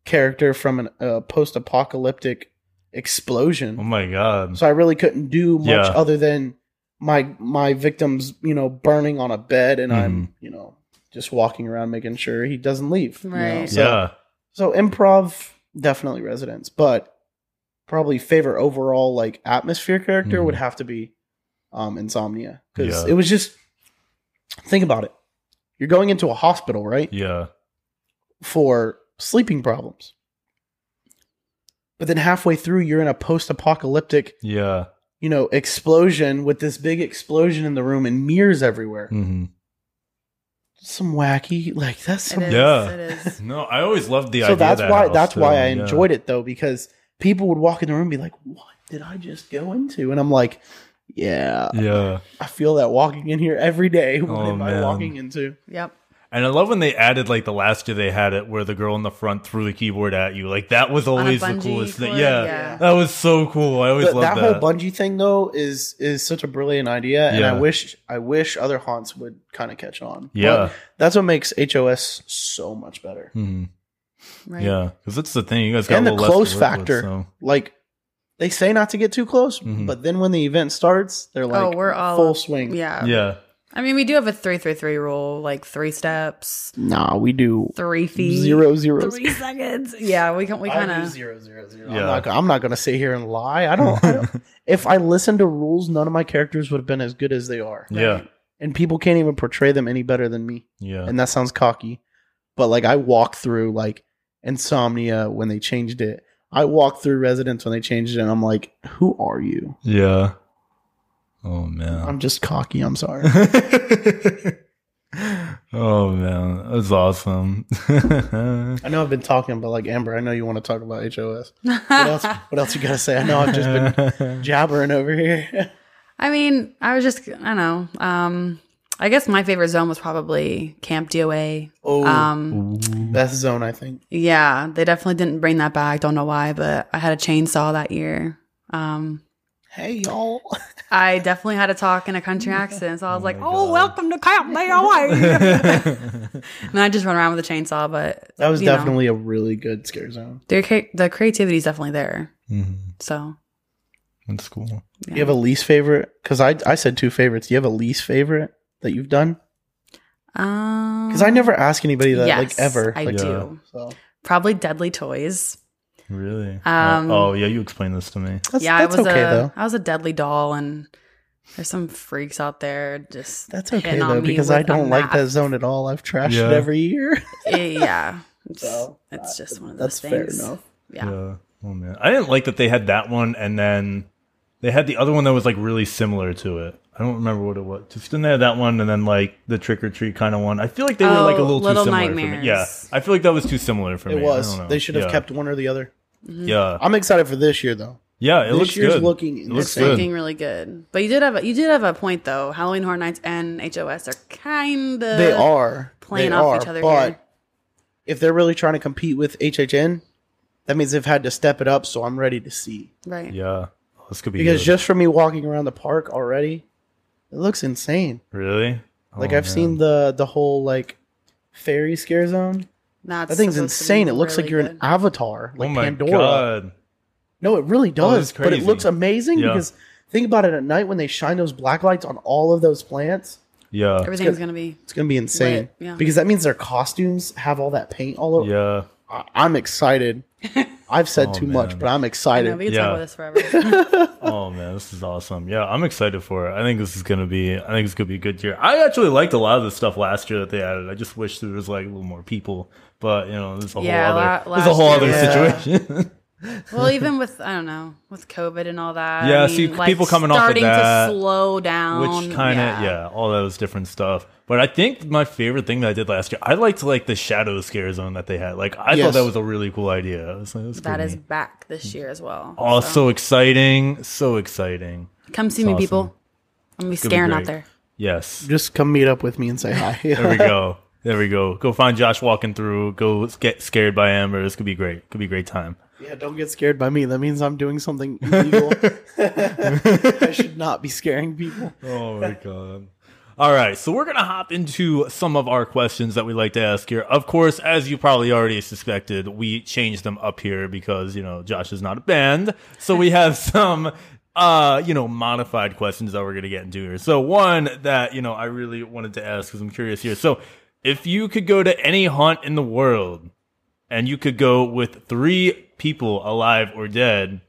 I: character from an- a post apocalyptic explosion.
F: oh my god.
I: so I really couldn't do much
F: Yeah.
I: other than my my victim's you know burning on a bed and I'm
F: Mm-hmm.
I: you know just walking around making sure he doesn't leave. you know?
B: Right.
I: So-
F: yeah.
I: so improv definitely residence, but probably favorite overall like atmosphere character
F: Mhm.
I: would have to be um Insomnia because
F: Yeah.
I: it was just think about it. You're going into a hospital, right?
F: Yeah.
I: For sleeping problems. But then halfway through you're in a post-apocalyptic,
F: Yeah.
I: you know, explosion with this big explosion in the room and mirrors everywhere.
F: hmm
I: Some wacky, like that's
B: It
I: some
B: is.
F: Yeah.
B: It is.
F: No, I always loved the
I: so
F: idea. of
I: that's
F: that
I: why
F: house,
I: that's
F: too.
I: why I
F: Yeah.
I: enjoyed it though because people would walk in the room and be like, "What did I just go into?" And I'm like, "Yeah,
F: Yeah.
I: I feel that walking in here every day. What
F: Oh,
I: am
F: man.
I: I walking into?"
B: Yep.
F: And I love when they added like the last year they had it where the girl in the front threw the keyboard at you. Like that was
B: On a
F: always the
B: bungee
F: coolest thing.
B: cord,
F: Yeah. That was so cool. I always
I: But
F: loved
I: that,
F: that.
I: whole bungee thing though is is such a brilliant idea, and
F: Yeah.
I: I wish I wish other haunts would kind of catch on. But
F: yeah.
I: that's what makes HOS so much better.
F: hmm
B: Right.
F: Yeah. Because that's the thing. You guys got
I: And
F: a
I: the
F: little less to
I: close
F: work with,
I: factor.
F: so.
I: Like they say not to get too close,
F: Mhm.
I: but then when the event starts, they're like
B: oh, we're all
I: full swing.
B: Yeah.
F: Yeah.
B: I mean, we do have a three three three rule, like three steps,
I: Nah, we do
B: three feet,
I: zero zeros.
B: three seconds. Yeah, we can. We kind
I: I do
B: of.
I: zero zero zero.
F: Yeah.
I: I'm not. go- I'm not going to sit here and lie. I don't. I don't if I listened to rules, none of my characters would have been as good as they are,
F: Yeah.
I: and people can't even portray them any better than me.
F: Yeah.
I: And that sounds cocky, but like I walked through like Insomnia when they changed it. I walked through Residence when they changed it, and I'm like, who are you?
F: Yeah. Oh man.
I: I'm just cocky. I'm sorry.
F: oh man, that's awesome.
I: I know I've been talking, but like Amber, I know you want to talk about HOS. What else? what else you gotta say? I know I've just been jabbering over here.
B: I mean, I was just. I don't know. Um, I guess my favorite zone was probably Camp DOA.
I: oh,
B: Um,
I: best zone, I think.
B: yeah, they definitely didn't bring that back. Don't know why, but I had a chainsaw that year. Um,
I: Hey y'all.
B: I definitely had to talk in a country accent, so I was like,
F: my
B: "Oh,
F: God.
B: welcome to Camp DOA." and I just run around with a chainsaw, but
I: That was
B: you know,
I: definitely a really good scare zone.
B: their cre- the creativity is definitely there.
I: Mm-hmm.
F: Mhm.
B: So
F: That's cool.
B: yeah.
I: You have a least favorite? Because I I said two favorites. Do you have a least favorite that you've done?
B: Um,
I: Because I never ask anybody that like ever.
B: I
I: Like,
B: do.
I: so.
B: Probably Deadly Toys.
F: Really?
B: Um,
F: oh, oh, yeah, you explained this to me.
I: That's,
B: yeah,
I: that's
B: I was
I: okay
B: a I
I: though.
B: was a Deadly Doll, and there's some freaks out there just
I: That's
B: hitting
I: okay
B: on
I: though
B: me
I: because I
B: with a
I: don't like that
B: map.
I: zone at all. I've trashed
F: Yeah.
I: it every year.
B: Eh, yeah, it's,
I: So,
B: it's
I: uh,
B: just one of
I: That's
B: those
I: fair
B: things.
I: enough.
B: Yeah.
F: Oh man, I didn't like that they had that one, and then they had the other one that was like really similar to it. I don't remember what it was. Just then they had that one, and then like the trick or treat kind of one. I feel like they were like a
B: Oh,
F: little,
B: Little
F: too similar for
B: Nightmares.
F: me. Yeah, I feel like that was too similar for
I: It
F: me. I
I: was.
F: don't know.
I: They should have
F: Yeah.
I: kept one or the other.
F: Yeah,
I: I'm excited for this year though.
F: yeah. It
I: this
F: looks
I: year's
F: good.
I: looking
F: It looks
B: It's
I: insane.
F: good.
B: looking really good, but you did have a, you did have a point though. Halloween Horror Nights and HOS are kind of
I: They are
B: playing
I: They
B: off
I: are,
B: each other
I: But
B: here.
I: if they're really trying to compete with HHN, that means they've had to step it up. So I'm ready to see.
B: right.
F: Yeah, Oh, this could be
I: because
F: good.
I: just from me walking around the park already, it looks insane.
F: really
I: Like
F: Oh,
I: I've
F: man.
I: seen the the whole like fairy scare zone.
B: That's
I: That thing's
B: supposed to be
I: insane. It looks like
B: really
I: you're an
B: good.
I: avatar, like
F: oh my
I: Pandora.
F: god.
I: No, it really does,
F: that's
I: but it
F: crazy.
I: looks amazing
F: Yeah.
I: because think about it at night when they shine those black lights on all of those plants.
F: Yeah,
B: Everything's gonna be
I: It's gonna be insane
B: Lit, yeah.
I: because that means their costumes have all that paint all over.
F: yeah.
I: I- I'm excited I've said
F: Oh,
I: too
F: man.
I: much, but
B: I
I: I'm
B: know,
I: excited.
B: we can
F: Yeah.
B: talk about this forever.
F: oh man, this is awesome. Yeah, I'm excited for it. I think this is gonna be. I think it's gonna be a good year. I actually liked a lot of the stuff last year that they added. I just wish there was like a little more people. But you know, there's a
B: Yeah,
F: whole
B: la-
F: other. There's a
B: last
F: whole other
I: year-
F: situation.
B: well, even with I don't know with COVID and all that.
F: Yeah,
B: I
F: see, people coming off of
B: starting
F: that,
B: to slow down,
F: which kind of yeah. all those different stuff but i think my favorite thing that i did last year i liked like the shadow scare zone that they had like i
I: Yes.
F: thought that was a really cool idea I was like, that's
B: That
F: pretty
B: is
F: neat.
B: back this year as well.
F: oh
B: So,
F: so exciting so exciting
B: come see me,
F: awesome.
B: people. I'm gonna be
F: gonna be
B: scaring out
F: great.
B: there.
F: yes
I: Just come meet up with me and say hi.
F: there we go there we go go find josh walking through go get scared by amber this could be great could be a great time
I: Yeah, don't get scared by me. That means I'm doing something illegal. I should not be scaring people.
F: oh my god all right so we're gonna hop into some of our questions that we like to ask here of course as you probably already suspected we changed them up here because you know josh is not a band so we have some uh you know modified questions that we're gonna get into here so one that you know i really wanted to ask because i'm curious here so if you could go to any haunt in the world and you could go with three people alive or dead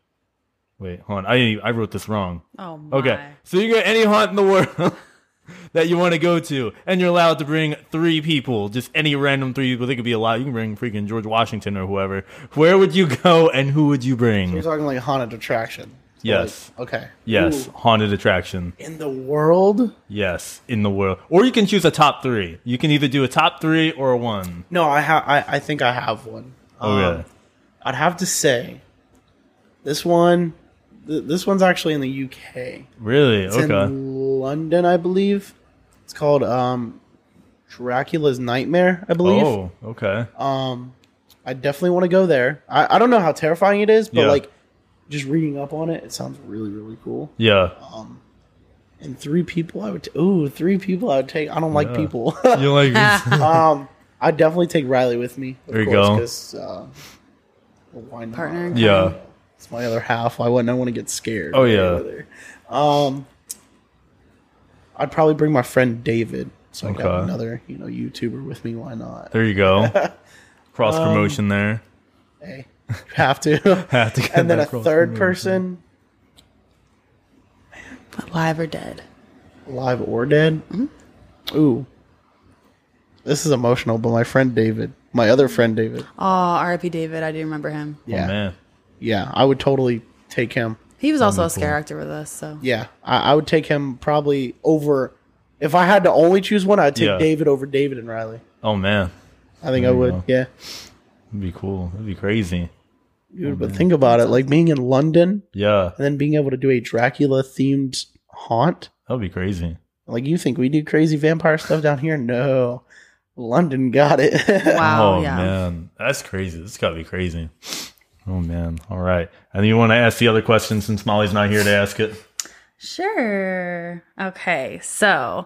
F: wait hold on i i wrote this wrong
B: Oh my.
F: Okay. So you got any haunt in the world that you want to go to, and you're allowed to bring three people, just any random three people. They could be a lot. You can bring freaking George Washington or whoever. Where would you go, and who would you
I: We're
F: bring?
I: talking like haunted attraction. So,
F: Yes.
I: like, okay.
F: Yes,
I: Ooh,
F: haunted attraction.
I: in the world?
F: Yes, in the world. Or you can choose a top three. You can either do a top three or a one.
I: No, I have. I, I think I have one.
F: Oh,
I: Um,
F: really?
I: I'd have to say, this one, th- this one's actually in the UK.
F: Really?
I: It's
F: okay.
I: in London, I believe. It's called um, Dracula's Nightmare, I believe.
F: Oh, okay.
I: Um, I definitely want to go there. I, I don't know how terrifying it is, but
F: Yeah.
I: like just reading up on it, it sounds really really cool.
F: Yeah.
I: And three people, I would. T- ooh, three people I would take. I don't like
F: Yeah.
I: people.
F: You like?
I: um, I'd definitely take Riley with me. Of
F: There you
I: course,
F: go.
I: 'cause, uh, well, why not?
B: Partner. in
F: yeah.
I: It's my other half. Why wouldn't I want to get scared?
F: Oh, yeah.
I: Either. Um, I'd probably bring my friend David. So I got
F: Okay.
I: another, you know, YouTuber with me. Why not?
F: There you go. Cross
I: Um,
F: promotion there. Oh,
I: Hey, you have to.
F: Have to get
I: and then
F: that
I: a
F: cross
I: third
F: promotion.
I: person,
B: common. Alive or dead.
I: alive or dead. Mm-hmm. Ooh, this is emotional. But my friend David, my other friend David,
B: Oh, R.I.P. David. I do remember him.
I: yeah,
F: Oh, man.
I: yeah, I would totally take him.
B: He was also a scare actor with us. So
I: Yeah, I, I would take him probably over. If I had to only choose one, I'd take
F: Yeah.
I: David over David and Riley.
F: Oh man.
I: I think
F: There
I: I
F: you
I: would.
F: go.
I: Yeah,
F: That'd be cool. That'd be crazy. Oh,
I: Dude, but think about it, like being in London
F: Yeah,
I: and then being able to do a Dracula themed haunt.
F: that'd be crazy.
I: Like you think we do crazy vampire stuff down here? No, London got it.
B: wow.
F: oh
B: yeah.
F: man, that's crazy. This gotta be crazy. Oh man. All right. And you want to ask the other question since Molly's not here to ask it?
B: Sure. Okay. So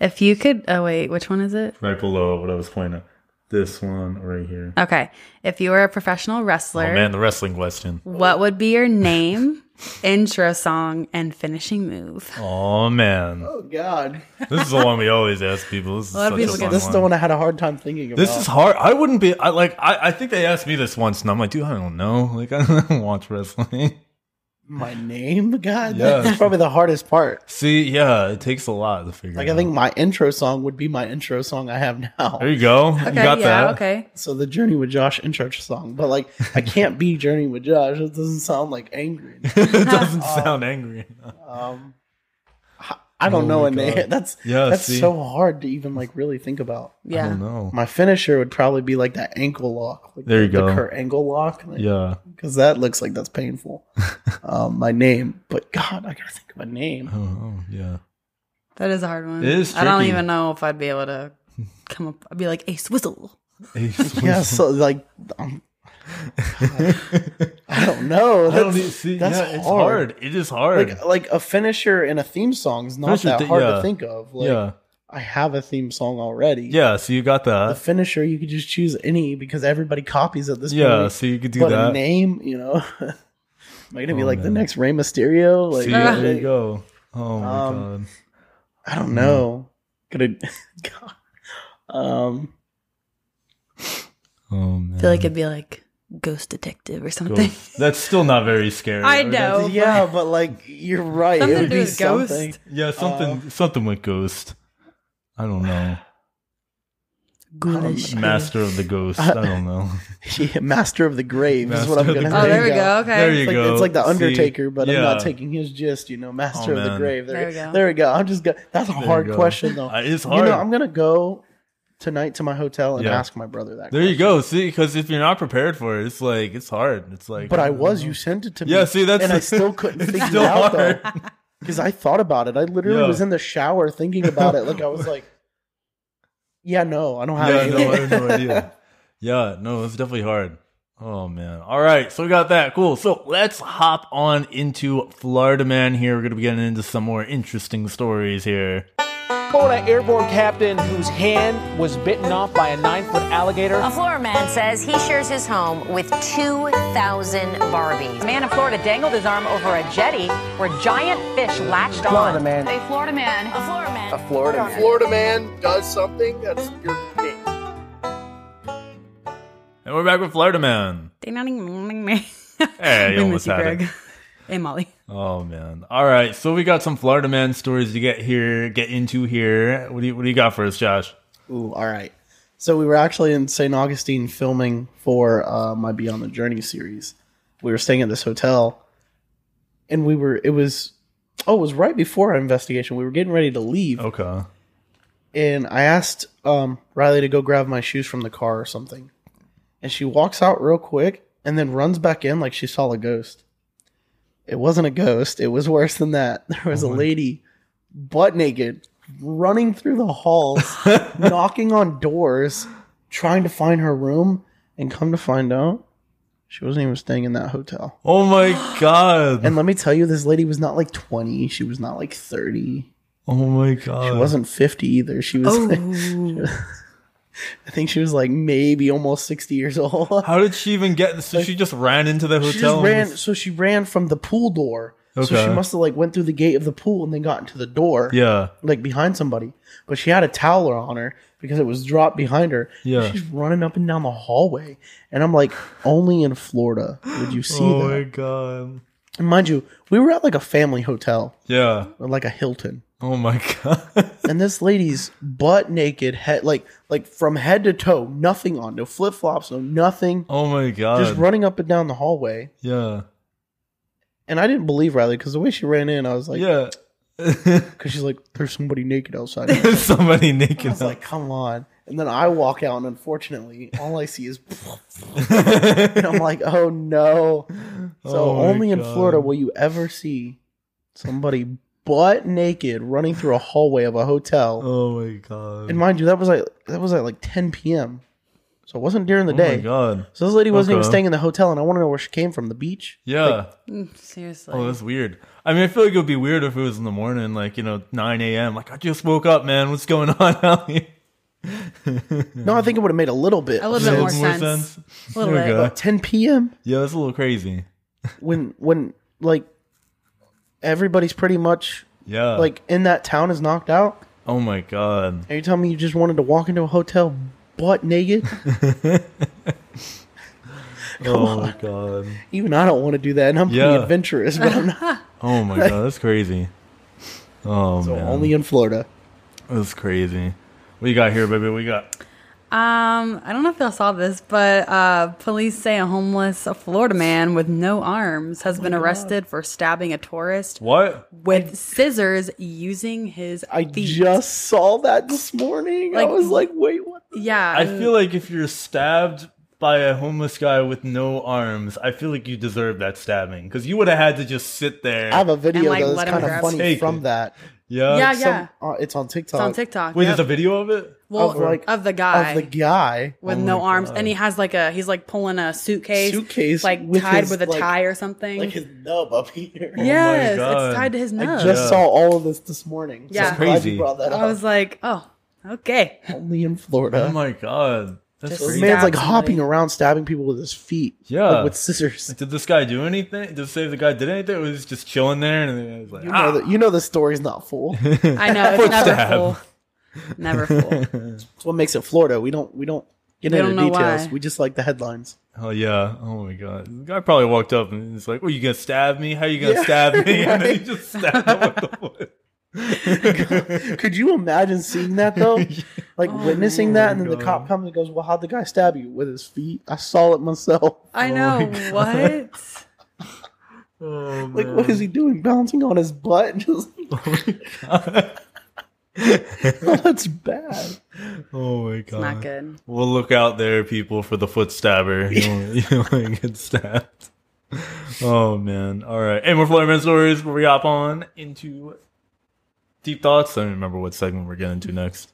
B: if you could. Oh wait. Which one is it?
F: Right below what I was pointing at. This one right here.
B: Okay. If you were a professional wrestler,
F: Oh man, the wrestling question.
B: what would be your name, intro song, and finishing move?
F: Oh man,
I: oh God,
F: this is the one we always ask people. This is
B: A lot of
F: such a
B: people get-
F: fun
I: this is the
F: one.
I: one I had a hard time thinking about.
F: This is hard. I wouldn't be. I like. I, I think they asked me this once, and I'm like, dude, I don't know. Like, I don't watch wrestling.
I: my name. God,
F: Yeah.
I: that's probably the hardest part.
F: See, yeah, it takes a lot to figure.
I: Like
F: it
I: I think
F: out.
I: my intro song would be my intro song I have now.
F: There you go. you
B: Okay.
F: got
B: yeah.
F: that.
B: Okay.
I: So the Journey with Josh intro song, but like I can't be Journey with Josh. It doesn't sound like angry.
F: it doesn't
B: Oh.
F: sound angry.
I: Um, I- I don't
F: Oh
I: know
F: my
I: a name.
F: God.
I: That's
F: Yeah,
I: that's
F: see?
I: so hard to even like really think about.
F: I
B: Yeah.
F: don't know.
I: My finisher would probably be like that ankle lock. Like
F: There you
I: the, The
F: go.
I: Kurt Angle lock.
F: Yeah.
I: Because that looks like that's painful. um, my name, but God, I gotta think of a name.
F: Oh, oh, yeah.
B: That is a hard one.
F: It is
B: I don't
F: tricky.
B: even know if I'd be able to come up. I'd be like Ace Whistle.
F: Ace
I: Yeah,
F: was-
I: so like, um, I don't know.
F: I don't
I: That's-
F: even see.
I: that's
F: yeah, it's
I: hard.
F: hard. It is hard.
I: like like a finisher and a theme song is not
F: Finisher
I: that
F: thi-
I: hard to
F: yeah.
I: think of. oh, Like,
F: yeah.
I: I have a theme song already.
F: Yeah. So you got
I: The
F: that.
I: finisher, you could just choose any because everybody copies at this
F: Yeah.
I: point.
F: So you could do
I: but a
F: that.
I: name, you know. Am I gonna be
F: Oh,
I: like the
F: man.
I: next Rey Mysterio? Like
F: See,
B: Ah.
F: there you go. Oh my
I: Um,
F: god.
I: I don't know.
F: Mm.
I: Gonna God. um
F: Oh man. Oh,
B: I feel like it'd be like ghost detective or something.
F: Mm. Ghost. That's still not very scary.
B: I
F: mean, that's-
B: know.
I: yeah, but like you're right.
B: Oh, Something
I: it would
B: to do
I: be
B: with ghosts.
I: something. Uh,
F: Yeah, something something with ghost. I don't know.
B: Ghoulish.
F: Master of the ghost. I don't know.
I: Yeah, Master of the Grave is what
F: Master
I: I'm
F: of the
I: gonna.
B: Oh,
F: Grave.
B: there we go. Okay.
F: There you
I: It's like,
F: go.
I: it's like the
F: See?
I: Undertaker, but I'm not
F: Yeah.
I: taking his gist. You know, Master
F: Oh,
I: of the
F: man.
I: Grave.
B: There we go.
I: There we go. I'm just. Go- That's a
F: There you
I: hard
F: go.
I: question though.
F: Uh, It's
I: You
F: hard.
I: know, I'm gonna go tonight to my hotel and
F: Yeah.
I: ask my brother that.
F: there you
I: question.
F: go. See, because if you're not prepared for it, it's like it's hard. It's like.
I: But I
F: don't
I: was.
F: know.
I: You sent it to me.
F: Yeah. See, that's
I: and I still couldn't
F: it's
I: figure
F: still
I: it out
F: hard.
I: though because I thought about it. I literally
F: Yeah.
I: was in the shower thinking about it. Like I was like, yeah, no, I don't have.
F: yeah,
I: any.
F: no, I have no idea. Yeah, no, it's definitely hard. Oh man. All right, so we got that. Cool. So let's hop on into Florida Man here. We're gonna be getting into some more interesting stories here.
A: Kona airborne captain whose hand was bitten off by a nine foot alligator.
G: A Florida man says he shares his home with 2,000 Barbies. A man in Florida dangled his arm over a jetty where giant fish latched
A: Florida
G: on.
A: man.
G: A Florida man. A Florida man.
A: Florida
C: Florida man does something that's your thing.
F: And we're back with Florida Man.
B: They not even- Hey,
F: Hey,
B: we
F: you
B: miss
F: almost
B: you,
F: had
B: Greg.
F: it.
B: Hey, Molly.
F: Oh man. All right, so we got some Florida Man stories to get here, get into here. What do you what do you got for us, Josh?
I: Ooh, all right. So we were actually in St. Augustine filming for uh, my Beyond the Journey series. We were staying at this hotel, and we were. It was, oh, it was right before our investigation. We were getting ready to leave,
F: Okay.
I: and I asked um, Riley to go grab my shoes from the car or something, and she walks out real quick and then runs back in like she saw a ghost. It wasn't a ghost. It was worse than that. There was a lady, butt naked, running through the halls, knocking on doors, trying to find her room, and come to find out, she wasn't even staying in that hotel.
F: Oh my god.
I: And let me tell you, this lady was not like twenty. She was not like thirty.
F: oh my
I: She
F: god.
I: wasn't fifty either. She was.
B: Oh,
I: I think she was like maybe almost 60 years old.
F: How did she even get so she just ran into the hotel?
I: she just
F: and
I: ran
F: was-
I: so she ran from the pool door. So she
F: Okay.
I: must have like went through the gate of the pool and then got into the door.
F: Yeah.
I: Like behind somebody. But she had a towel on her because it was dropped behind her.
F: Yeah.
I: She's running up and down the hallway. And I'm like, only in Florida would you see
F: Oh my
I: that.
F: god.
I: And mind you, we were at like a family hotel,
F: Yeah.
I: or like a Hilton.
F: Oh my god.
I: and this lady's butt naked, head like like from head to toe, nothing on, no flip flops, no nothing.
F: Oh my god.
I: just running up and down the hallway.
F: Yeah.
I: And I didn't believe Riley because the way she ran in, I was like,
F: yeah.
I: because she's like, there's somebody naked outside. I
F: Somebody naked.
I: was like, come on. And then I walk out, and unfortunately, all I see is, and I'm like, oh no. So
F: Oh my
I: only in
F: God.
I: Florida will you ever see somebody butt naked running through a hallway of a hotel.
F: oh my god.
I: And mind you, that was like that was at like 10 p.m. So it wasn't during the
F: oh
I: day.
F: my god.
I: So this lady wasn't even
F: Okay.
I: staying in the hotel, and I want to know where she came from. The beach.
F: Yeah.
B: Mm, Seriously.
F: oh, that's weird. I mean, I feel like it would be weird if it was in the morning, like you know, nine a.m. Like I just woke up, man. What's going on out here?
I: No, I think it would have made a little bit.
B: a
I: of
B: little bit more
F: Makes more
B: sense.
F: sense.
B: A little
F: There we
B: bit.
F: go.
I: sense. 10 p.m.
F: Yeah, that's a little crazy.
I: when when like everybody's pretty much
F: Yeah.
I: like in that town is knocked out.
F: Oh my god.
I: Are you telling me you just wanted to walk into a hotel butt naked?
F: Oh my god.
I: Even I don't want to do that, and I'm
F: Yeah.
I: pretty adventurous, but I'm not.
F: Oh my god. That's crazy. Oh
I: So
F: man.
I: only in Florida.
F: that's crazy. What you got here, baby? What you got?
B: Um, I don't know if y'all saw this, but uh, police say a homeless Florida man with no arms
I: Oh
B: has been arrested for stabbing a tourist
F: What?
B: with scissors using his
I: I
B: feet.
I: just saw that this morning. I
B: Like-
I: was like, wait, what? The?
B: yeah,
F: I
B: and-
F: feel like if you're stabbed by a homeless guy with no arms, I feel like you deserve that stabbing because you would have had to just sit there.
I: I have a video
B: like,
I: that
B: let him
I: is kind of
B: grab
I: funny
F: Take
I: from
F: it.
I: that.
F: yeah.
B: yeah,
I: Some-
B: Ah, yeah.
I: uh, it's on TikTok.
B: It's on TikTok.
F: Wait,
B: yep.
F: there's a video of it.
B: well,
I: of, like,
B: of the guy
I: Of the guy.
B: with
F: Oh
B: no
F: my
B: arms,
F: God.
B: and he has like a he's like pulling a suitcase,
I: Suitcase
B: like
I: with
B: tied
I: his,
B: with a
I: like-
B: tie or something.
I: Like his nub up here.
B: yes,
F: Oh God.
B: it's tied to his
I: I
B: nose.
I: just
F: Yeah.
I: saw all of this this morning.
B: Yeah.
I: I'm glad you
F: Crazy.
I: brought that up.
B: I was like, oh, okay.
I: only in Florida.
F: Oh my god, that's
B: Just
I: This
F: crazy.
B: stab
I: man's like
B: somebody.
I: hopping around, stabbing people with his feet.
F: Yeah.
I: like with scissors.
F: Did this guy do anything? Did it say the guy did anything? Or was he just chilling there and then he was like,
I: You know
F: ah.
I: that you know the story's not full. That's
B: I know it's never
F: stab.
B: full, never full.
I: what makes it Florida. We don't we don't Get
B: They
I: into
B: don't know
I: details.
B: why.
I: We just like the headlines.
F: Oh yeah! Oh my god! The guy probably walked up and he's like, "Well, you gonna stab me? How you gonna
I: Yeah,
F: stab me?" And then he
I: right.
F: just stabbed him with the wood.
I: Could you imagine seeing that though? Like
B: Oh
I: witnessing that, and then the
F: God.
I: cop comes and goes, "Well, how'd the guy stab you with his feet?" I saw it myself.
B: I
F: Oh
B: know what.
I: Like, what is he doing? Bouncing on his butt? Just oh, that's bad.
F: Oh my god!
B: not good.
F: We'll look out there, people, for the foot stabber. You don't- you don't wanna get stabbed. Oh man! All right, any more Florida Man stories before we hop on into deep thoughts? I don't remember what segment we're getting to next.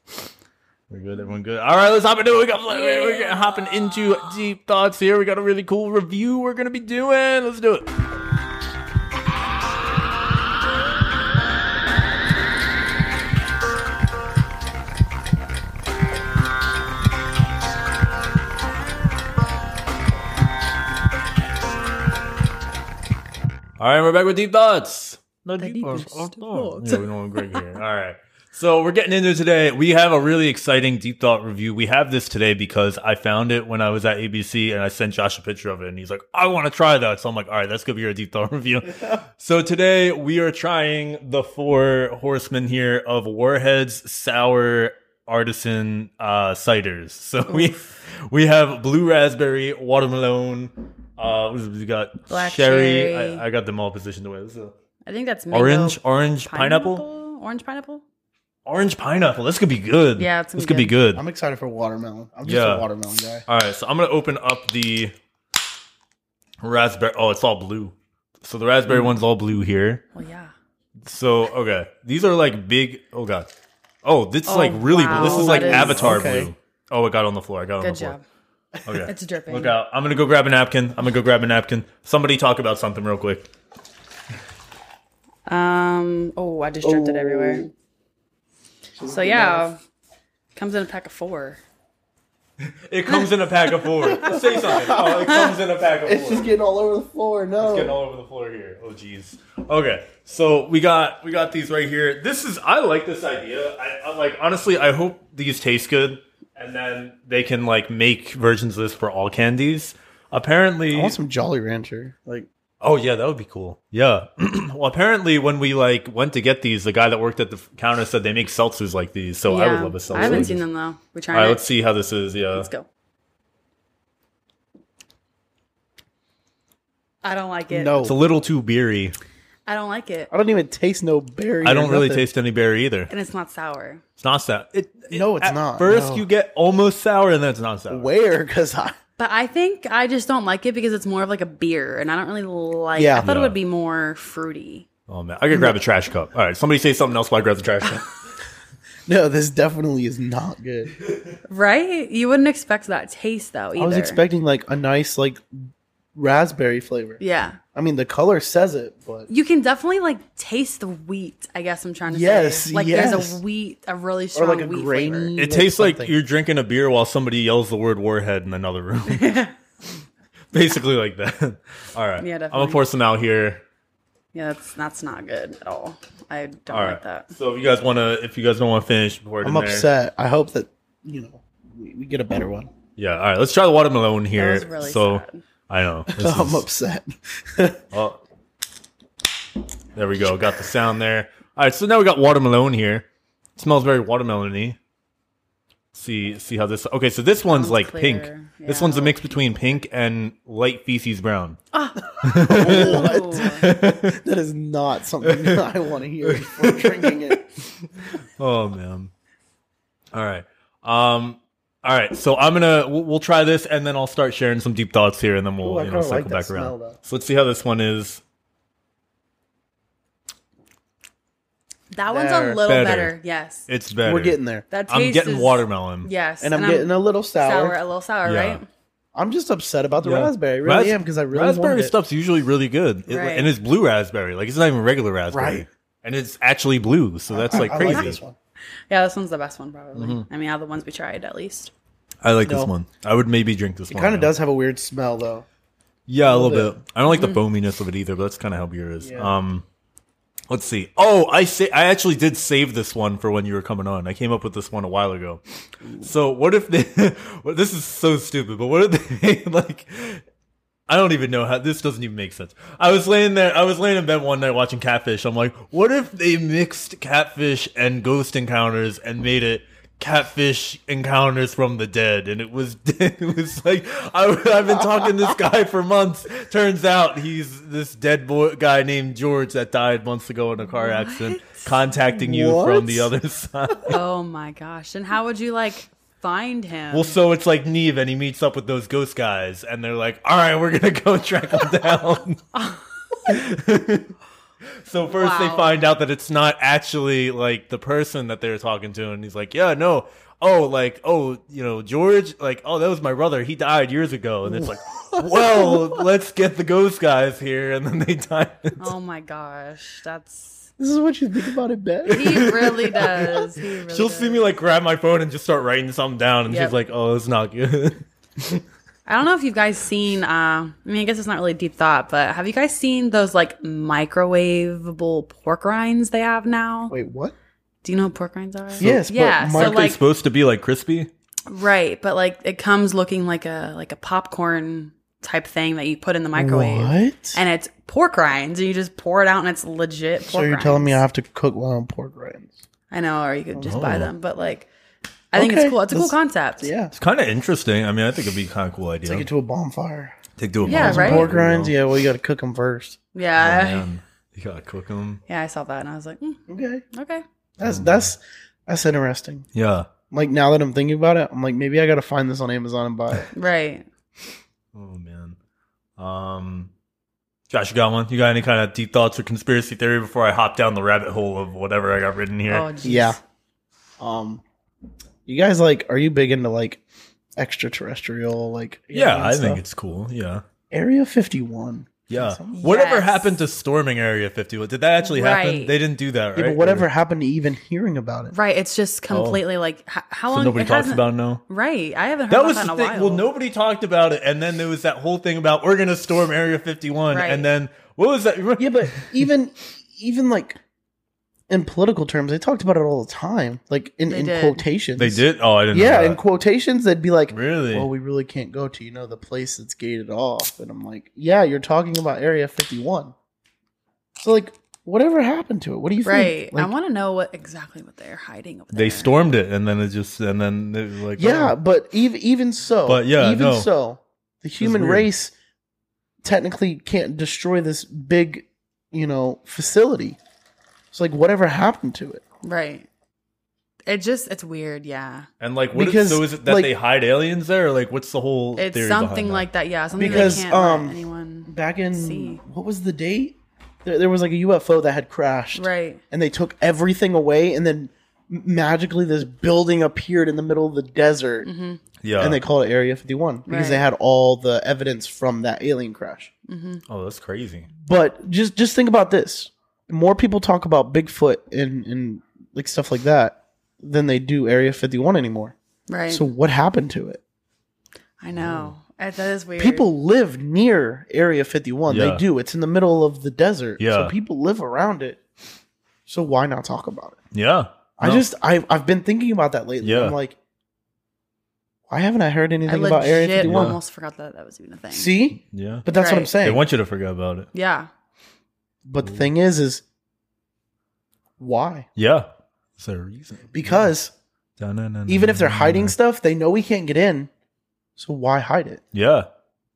F: We're good. Everyone good. All right, let's hop into it. We got Florida Man. We're getting- hopping into deep thoughts here. We got a really cool review we're gonna be doing. Let's do it. All right, we're back with deep thoughts. No deep, thoughts. oh, Yeah, we don't agree here. All right. So we're getting into today. We have a really exciting deep thought review. We have this today because I found it when I was at ABC and I sent Josh a picture of it and he's like, I want to try that. So I'm like, all right, that's gonna be our deep thought review. so today we are trying the four horsemen here of Warhead's sour artisan uh ciders. So we we have blue raspberry, watermelon, uh we got
B: Black
F: cherry.
B: cherry.
F: I, I got them all positioned away. So
B: I think that's mango
F: orange, orange, pineapple?
B: Orange pineapple.
F: Orange pineapple. This could be good.
B: Yeah, it's gonna
F: this
B: be
F: could be
B: good.
F: good.
I: I'm excited for watermelon. I'm just
F: yeah.
I: a watermelon guy.
F: All right, so I'm gonna open up the raspberry. Oh, it's all blue. So the raspberry
B: Mm.
F: one's all blue here.
B: Well, yeah.
F: So okay, these are like big. Oh god. Oh, this is
B: Oh,
F: like really blue. This
B: wow.
F: is like
B: That is-
F: avatar
B: okay.
F: blue. Oh, it got on the floor. I got on
B: Good
F: the floor.
B: job.
F: Okay.
B: It's dripping.
F: Look out. I'm going to go grab a napkin. I'm going to go grab a napkin. Somebody talk about something real quick.
B: Um. Oh, I just dripped it everywhere.
F: Oh,
B: So yeah, comes in a pack of four.
F: It comes in a pack of four. Say something. Oh, it comes in a pack of four.
I: It's just getting all over the floor. No,
B: Oh.
F: It's getting all over the floor here. Oh jeez. Okay, so we got we got these right here. This is I like this idea. I, I like honestly. I hope these taste good, and then they can like make versions of this for all candies. Apparently,
I: I want some Jolly Rancher. Like,
F: Oh yeah, that would be cool. Yeah. well, apparently when we like went to get these, the guy that worked at the counter said they make seltzers like these. So Oh, I would
B: Yeah.
F: love a seltzer.
B: I haven't
F: like
B: seen
F: this.
B: them though. We
F: All
B: trying
F: right,
B: it.
F: let's see how this is. Yeah.
B: Let's go. I don't like it.
F: It's a little too beery.
B: I don't like it,
I: I don't even taste no berry.
F: I
I: or
F: don't really
I: nothing.
F: taste any berry either.
B: and it's not sour.
F: It's not sour. It,
I: no, it's not.
F: First,
I: no.
F: you get almost sour, and then it's not sour.
I: where because I
B: But I think I just don't like it because it's more of like a beer, and I don't really like.
F: Yeah.
B: I thought
F: Yeah.
B: it would be more fruity.
F: Oh man, I could grab a trash cup. All right, somebody say something else while I grab the trash cup.
I: no. This definitely is not good.
B: Right? You wouldn't expect that taste though either.
I: I was expecting like a nice like raspberry flavor.
B: Yeah.
I: I mean the color says it, but
B: You can definitely like taste the wheat. I guess I'm trying to
I: Yes,
B: say. Like there's
I: yes.
B: a wheat, a really strong
I: a
B: wheat
I: grainy-
B: flavor.
F: It tastes like you're drinking a beer while somebody yells the word warhead in another room. Basically like that. All right.
B: Yeah,
F: I'm gonna
B: definitely.
F: pour some out here.
B: Yeah, that's that's not good at all. I don't
F: All
B: like
F: right.
B: that.
F: So if you guys wanna, if you guys don't want to finish, pour it
I: I'm
F: in there.
I: upset. I hope that you know we, we get a better one.
F: Yeah. All right. Let's try the watermelon here.
I: was really
F: so I know. This
I: I'm
F: is-
I: upset.
F: well, Oh. there we go. Got the sound there. All right. So now we got watermelon here. It smells very watermelony. See, see how this. Okay. So this one's like pink.
B: clear.
F: This one's a mix between pink and light feces brown.
I: what? that is not something I want to hear before drinking it.
F: oh man all right um all right so i'm gonna we'll, we'll try this and then i'll start sharing some deep thoughts here and then
I: Ooh,
F: we'll
I: I
F: you know
I: kinda like
F: cycle
I: that
F: back
I: smell,
F: around
I: though.
F: so let's see how this one is
B: That one's a little better. Yes.
F: it's better
I: We're getting there.
B: That
F: i'm
B: taste
F: getting
B: is-
F: watermelon
B: Yes.
I: And I'm getting a little sour.
B: Sour, a little sour,
F: Yeah.
B: right?
I: I'm just upset about the
F: Yeah.
I: raspberry. I really
F: Ras-
I: am because I really
F: raspberry
I: wanted it.
F: stuff's usually really good It-
B: Right.
F: and it's blue raspberry like it's not even regular raspberry
I: Right.
F: and it's actually blue so that's like crazy
I: one.
B: Yeah, this one's the best one probably.
F: Mhm.
B: I mean, out of the ones we tried at least.
F: i like
I: No.
F: this one i would maybe drink this
I: It
F: one
I: kind of
F: now.
I: does have a weird smell though.
F: Yeah, a
I: little
F: little bit.
I: bit.
F: I don't like the
I: Mm.
F: foaminess of it either, but that's kind of how beer is.
I: Yeah.
F: Um, Let's see. Oh, I say I actually did save this one for when you were coming on. I came up with this one a while ago. So what if they? well, this is so stupid. But what if they like? I don't even know how this doesn't even make sense. I was laying there. I was laying in bed one night watching Catfish. I'm like, what if they mixed Catfish and Ghost Encounters and made it Catfish Encounters from the Dead? And it was it was like I, I've been talking to this guy for months. Turns out he's this dead boy guy named George that died months ago in a car accident. Contacting you
B: What?
F: from the other side.
B: oh my gosh. And how would you like find him?
F: Well, so it's like Neve, and he meets up with those ghost guys, and they're like, "All right, we're gonna go track him down." so first they
B: Wow.
F: find out that it's not actually like the person that they're talking to, and he's like, "Yeah, no, oh, like, oh, you know, George, like, oh, that was my brother. He died years ago." And it's like, "Well, let's get the ghost guys here," and then they die.
B: oh my gosh. That's
I: This is what you think about it, Ben.
B: he really does. He really
F: She'll see me like grab my phone and just start writing something down, and
B: Yep.
F: she's like, "Oh, it's not good."
B: I don't know if you guys seen. Uh, I mean, I guess it's not really deep thought, but have you guys seen those like microwavable pork rinds they have now?
I: Wait, what?
B: Do you know what pork rinds are?
F: So-
B: yeah. so
F: aren't they
B: like,
F: supposed to be like crispy?
B: right, but like it comes looking like a like a popcorn type thing that you put in the microwave,
I: What?
B: and it's pork rinds, and you just pour it out, and it's legit. Pork
I: So you're
B: rinds.
I: telling me I have to cook while I'm pork rinds?
B: I know, or you could just
F: Oh.
B: buy them, but like, I think
I: Okay,
B: it's cool. It's a cool
I: that's-
B: concept.
I: Yeah.
F: It's kind of interesting. I mean, I think it'd be kind of cool idea.
I: Take it to a bonfire.
F: Take to a
B: Yeah,
F: bonfire,
B: right?
I: Pork
F: you know?
I: rinds? Yeah, well, you got to cook them first.
B: Yeah.
F: Man, you gotta cook them.
B: Yeah, I saw that and I was like, mm,
I: okay,
B: okay.
I: That's
F: Mm.
I: that's that's interesting.
F: Yeah.
I: Like now that I'm thinking about it, I'm like maybe I got to find this on Amazon and buy it.
B: Right.
F: Oh man. Um, Josh, you got one? You got any kind of deep thoughts or conspiracy theory before I hop down the rabbit hole of whatever I got written here?
B: Oh, geez.
I: Yeah. Um, you guys like? Are you big into like extraterrestrial? Like
F: Yeah,
I: alien
F: I
I: stuff?
F: think it's cool. Yeah.
I: Area 51.
F: Yeah. Whatever happened to storming Area 51? Did that actually happen?
B: Right.
F: They didn't do that, right?
I: Yeah, but whatever happened to even hearing about it?
B: Right. It's just completely like how, how
F: Oh. So
B: long
F: nobody
B: it
F: talks
B: hasn't-
F: about it now?
B: Right. I haven't heard
F: That
B: about
F: was
B: that
F: the
B: in a
F: thing.
B: while.
F: Well, nobody talked about it, and then there was that whole thing about we're gonna storm Area 51,
B: Right.
F: and then what was that?
I: Yeah, but even even like in political terms, they talked about it all the time. Like in,
B: They
I: in
B: did.
I: quotations.
F: They did. Oh, I didn't.
I: yeah,
F: know
I: in
F: that.
I: quotations, they'd be like,
F: Really?
I: Well, we really can't go to, you know, the place that's gated off. And I'm like, yeah, you're talking about Area 51. So, like, whatever happened to it? What do you
B: right.
I: think? Like,
B: I want to know what exactly what they're hiding. over
F: they stormed it, and then it just, and then it was like,
I: yeah,
F: oh.
I: but even, even so,
F: But yeah,
I: even
F: no.
I: so, the human
F: weird.
I: race technically can't destroy this big, you know, facility. So, like, whatever happened to it?
B: there. Right. It just it's weird. Yeah.
F: And like, what is
I: Because,
F: so is it that
I: like-
F: they hide aliens there? Or like, what's the whole?
B: It's
F: theory
B: something
F: behind
B: like that. Yeah. Something
I: because
B: they can't
I: um
B: let anyone
I: back in
B: see.
I: what was the date there, there was like a ufo that had crashed
B: Right.
I: and they took everything away and then m- magically this building appeared in the middle of the desert
F: that? Yeah.
I: and they called it area 51 because they
B: Mm-hmm. Right.
I: had all the evidence from that alien crash
F: oh, that's crazy.
I: but just just think about this more people talk about bigfoot and and like stuff like that than they do area 51 anymore
B: Right.
I: so what happened to it
B: I know. That that is weird.
I: people live near area 51
F: Yeah.
I: they do it's in the middle of the desert
F: Yeah.
I: so people live around it so why not talk about it
F: Yeah.
I: i
F: No.
I: just I've, I've been thinking about that lately
F: Yeah.
I: i'm like why haven't i heard
B: I
I: anything about area
B: legit
I: 51
B: almost forgot that that was even a thing.
I: see
F: Yeah.
I: but that's what i'm
B: Right.
F: They
I: saying
F: want you to forget about it.
B: Yeah.
I: but the thing is is why
F: Yeah. Is there a reason?
I: because
F: Mm.
I: even if they're hiding stuff they know we can't get in so why hide it
F: Yeah.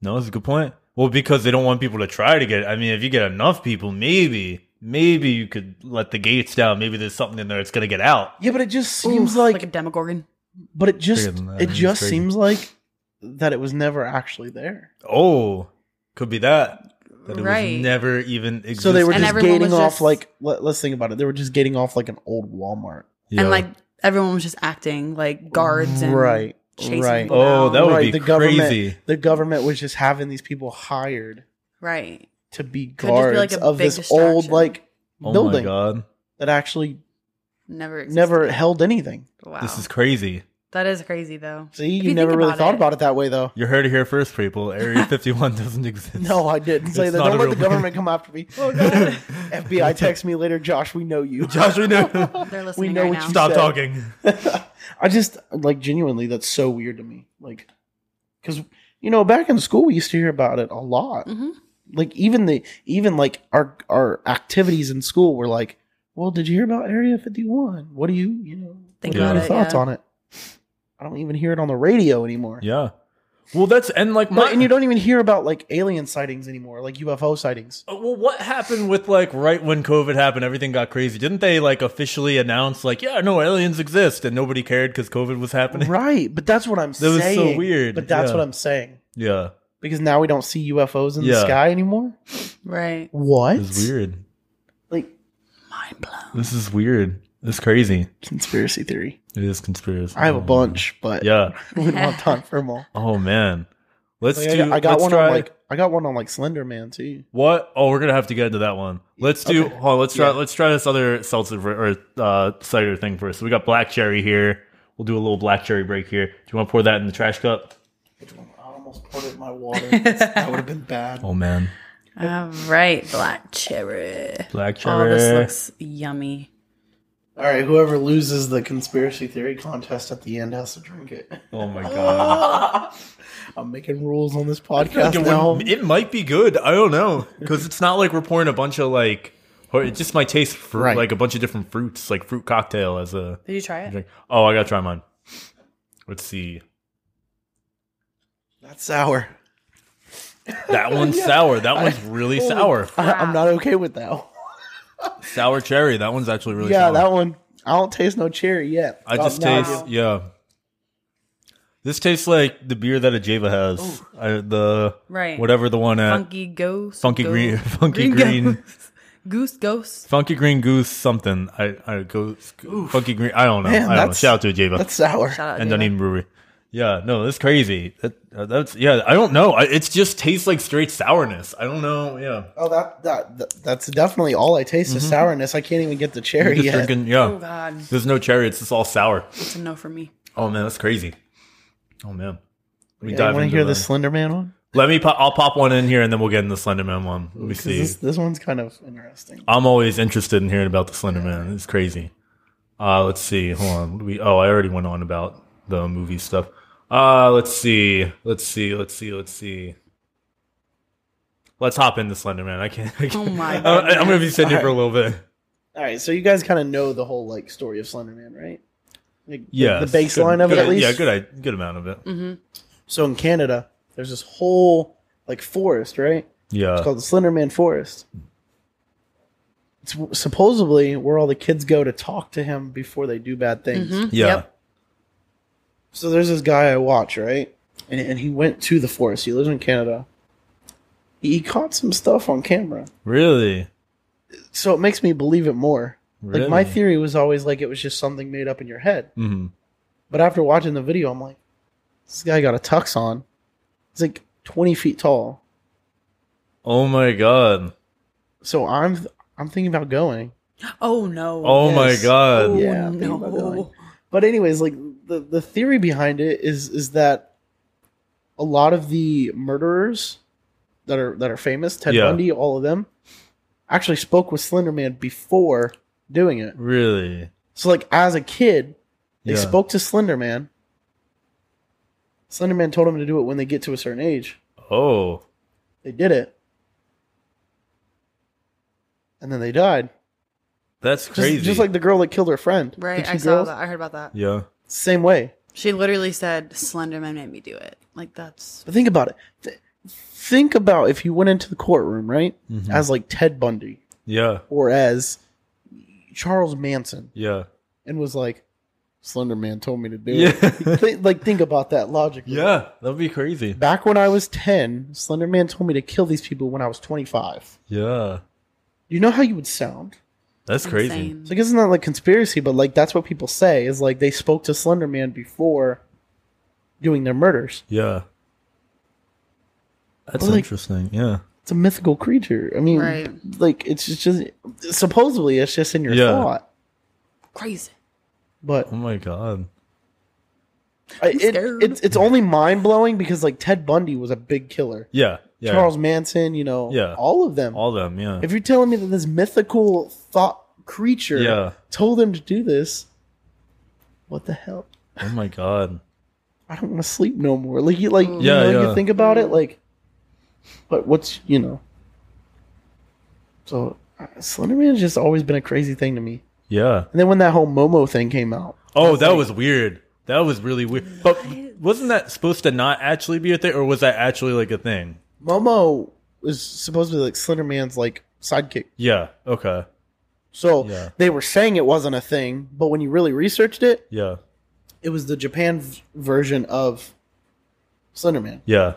F: No, that's a good point. Well, because they don't want people to try to get it. I mean, if you get enough people, maybe, maybe you could let the gates down. Maybe there's something in there that's gonna get out.
I: yeah but it just seems
B: Oof,
I: like,
B: like a demogorgon.
I: but it just
F: Bigger than that,
I: it
F: that's
I: just
F: crazy.
I: seems like that it was never actually there
F: Oh, could be that. That it
B: Right.
F: was never even existed.
I: So they were
B: And
I: just
B: everyone
I: gating
B: was
I: off
B: just-
I: like let, us think about it. They were just gating off like an old Walmart.
F: Yeah.
B: And like everyone was just acting like guards and
I: Right,
B: chasing
I: right.
B: people
F: Oh, that
B: down.
F: would
I: right,
F: be
I: the government
F: crazy.
I: the government was just having these people hired
B: right.
I: to be
B: Could just be,
I: guards
B: like, a
I: of
B: big
I: this old
B: distraction.
I: like
F: Oh my
I: building
F: god.
I: that actually
B: Never existed.
I: never held anything.
B: Wow.
F: This is crazy.
B: That is crazy though.
I: See,
B: If
I: you,
B: think
I: never really
B: about
I: thought
B: it.
I: about it that way, though.
F: You heard it here first, people. Area 51 doesn't exist.
I: No, I Oh, didn't say
F: It's
I: that.
F: not
I: Don't
F: a
I: let the
F: real-
I: government come after me.
B: Oh,
I: FBI, text me later, Josh. We know you.
F: Josh, we know.
B: They're
I: we
B: listening
I: know
B: right
I: what
B: now.
I: you
F: Stop
I: said.
F: talking.
I: I just like genuinely. That's so weird to me. Like, because you know, back in school, we used to hear about it a lot.
B: Mm-hmm.
I: Like even the even like our our activities in school were like, well, did you hear about Area Fifty One? What do you you know?
B: Think
I: what are
B: about
I: your
B: it,
I: thoughts
B: yeah.
I: on it? I don't even hear it on the radio anymore.
F: Yeah. Well, that's and like
I: and you don't even hear about like alien sightings anymore, like UFO sightings.
F: Uh, Well, what happened with like right when COVID happened, everything got crazy. Didn't they like officially announce like, yeah, no aliens exist, and nobody cared because COVID was happening?
I: Right, but that's what I'm
F: That was so
I: saying.
F: weird,
I: But that's
F: yeah.
I: what I'm saying
F: Yeah,
I: because now we don't see UFOs in the
F: Yeah.
I: sky anymore.
B: Right.
I: What?
F: it's weird.
I: Like,
F: This is weird. This is crazy.
I: Conspiracy theory.
F: It is conspiracy.
I: I have a bunch, but
F: Yeah.
I: we don't have time for them all.
F: Oh man, let's
I: Like, I
F: do.
I: got- I got
F: let's
I: one
F: try,
I: on like I got one on like Slender Man too.
F: what? Oh, we're gonna have to get into that one. Let's do.
I: Okay.
F: Hold on, let's try.
I: Yeah.
F: Let's try this other seltzer for, or uh, cider thing first. So we got black cherry here. We'll do a little black cherry break here. Do you want to pour that in the trash cup?
I: Almost poured it in my water. that would have been bad.
F: Oh man.
B: All right, black cherry.
F: Black
B: Oh, this
F: cherry.
B: looks yummy.
I: All right, whoever loses the conspiracy theory contest at the end has to drink it.
F: Oh my
I: I'm making rules on this
F: I feel like
I: podcast
F: it,
I: now.
F: would- it might be good. I don't know because it's not like we're pouring a bunch of like. Or it just might taste fru-
I: Right.
F: like a bunch of different fruits, like fruit cocktail as a
B: Did you try it?
F: drink. Oh, I gotta try mine. Let's see.
I: That's sour.
F: That one's sour. That one's really
I: Holy
F: sour.
I: I, I'm not okay with that. one.
F: Sour cherry. That one's actually really
I: yeah,
F: sour.
I: that one. I don't taste no cherry yet.
F: I just
I: Oh, no,
F: taste yeah. This tastes like the beer that a Java has. I, the
B: Right.
F: whatever the one at
B: Funky goose.
F: funky
B: goose-
F: green funky green
B: goose. goose ghost.
F: Funky Green Goose something. I I go Funky Green. I don't know.
I: Man,
F: I don't know.
I: that's-
F: Shout out to Java.
I: that's sour.
B: Shout out
F: and
B: Java.
F: Dunedin Brewery. Yeah, no, that's crazy. That uh, that's yeah. I don't know. I, it's just tastes like straight sourness. I don't know. Yeah,
I: Oh, that, that that- that's definitely all I taste is sourness. I can't even get the
F: You're
I: cherry
F: Mm-hmm. just
I: yet.
F: drinking. Yeah,
B: Oh, God.
F: there's no cherry. It's just all sour.
B: It's a no for me.
F: Oh man, that's crazy. Oh man, let me
I: Yeah,
F: dive
I: you want
F: into
I: to hear the
F: that.
I: Slender Man one?
F: Let me. Pop, I'll pop one in here, and then we'll get in the Slenderman one. Let me
I: 'Cause
F: see.
I: This, this one's kind of interesting.
F: I'm always interested in hearing about the Slender Man. It's crazy. Uh, let's see. Hold on. What do we? Oh, I already went on about the movie stuff. Uh, let's see. Let's see. Let's see. Let's see. Let's hop into Slender Man. I can't. I can't.
B: Oh my
F: I, I'm gonna be sitting here for a little bit.
I: All right, so you guys kind of know the whole like story of Slender Man, right? Like, the-
F: Yeah.
I: the baseline of it at least.
F: Yeah. Good. I- Good amount of
B: Mm-hmm.
F: it.
I: So in Canada, there's this whole like forest, right?
F: Yeah.
I: It's called the Slender Man Forest. It's w- supposedly where all the kids go to talk to him before they do bad things.
F: yeah.
B: Mm-hmm. Yep.
I: So there's this guy I watch, right? And, and he went to the forest. He lives in Canada. He caught some stuff on camera.
F: Really.
I: So it makes me believe it more. Like my
F: Really?
I: theory was always like it was just something made up in your head.
F: hmm
I: But after watching the video, I'm like, this guy got a tux on. He's like 20 feet tall.
F: Oh my god.
I: So I'm I'm thinking about going.
B: Oh no.
F: Oh
I: Yes.
F: my god.
I: yeah, I'm thinking about going. But anyways, like the the theory behind it is is that a lot of the murderers that are that are famous, Ted
F: Yeah.
I: Bundy, all of them, actually spoke with Slender Man before doing it.
F: Really.
I: So like as a kid, they
F: Yeah.
I: spoke to Slender Man. Slender Man told him to do it when they get to a certain age.
F: Oh.
I: They did it. And then they died.
F: That's
I: Just,
F: crazy.
I: just like the girl that killed her friend.
B: Right.
I: The
B: I
I: two
B: saw
I: girls.
B: that. I heard about that.
F: Yeah.
I: Same way.
B: She literally said, "Slenderman made me do it." Like that's.
I: But think about it. Th- think about if you went into the courtroom, right?
F: Mhm.
I: As like Ted Bundy
F: Yeah.
I: or as Charles Manson
F: Yeah.
I: and was like, Slender Man told me to do
F: Yeah.
I: it. Thi- like, think about that logically.
F: Yeah. That'd be crazy.
I: Back when I was 10, Slender Man told me to kill these people when I was 25.
F: Yeah.
I: You know how you would sound?
F: That's crazy.
B: insane.
I: So I guess it's not like conspiracy, but like that's what people say is like they spoke to Slender Man before doing their murders.
F: Yeah. That's
I: Well, like-
F: interesting. Yeah.
I: It's a mythical creature. I mean,
B: Right.
I: like it's just, just supposedly it's just in your
F: Yeah.
I: thought,
B: Crazy.
I: but
F: Oh my god.
I: I- It, it's it's only mind blowing because like Ted Bundy was a big killer.
F: Yeah, yeah.
I: Charles Manson, you know,
F: Yeah.
I: all of them.
F: All of them, yeah.
I: If you're telling me that this mythical thought creature
F: Yeah.
I: told him to do this, what the hell?
F: oh my god.
I: I don't want to sleep no more. Like you like you
F: Yeah,
I: know,
F: yeah.
I: you think about it like but what's you know. So uh, Slenderman's just always been a crazy thing to me.
F: Yeah.
I: And then when that whole Momo thing came out,
F: Oh, that was weird. That was really weird. But wasn't that supposed to not actually be a thing, or was that actually like a thing?
I: Momo was supposedly like Slenderman's like sidekick.
F: Yeah. Okay.
I: So
F: Yeah.
I: they were saying it wasn't a thing, but when you really researched it,
F: Yeah.
I: it was the Japan v- version of Slenderman.
F: Yeah.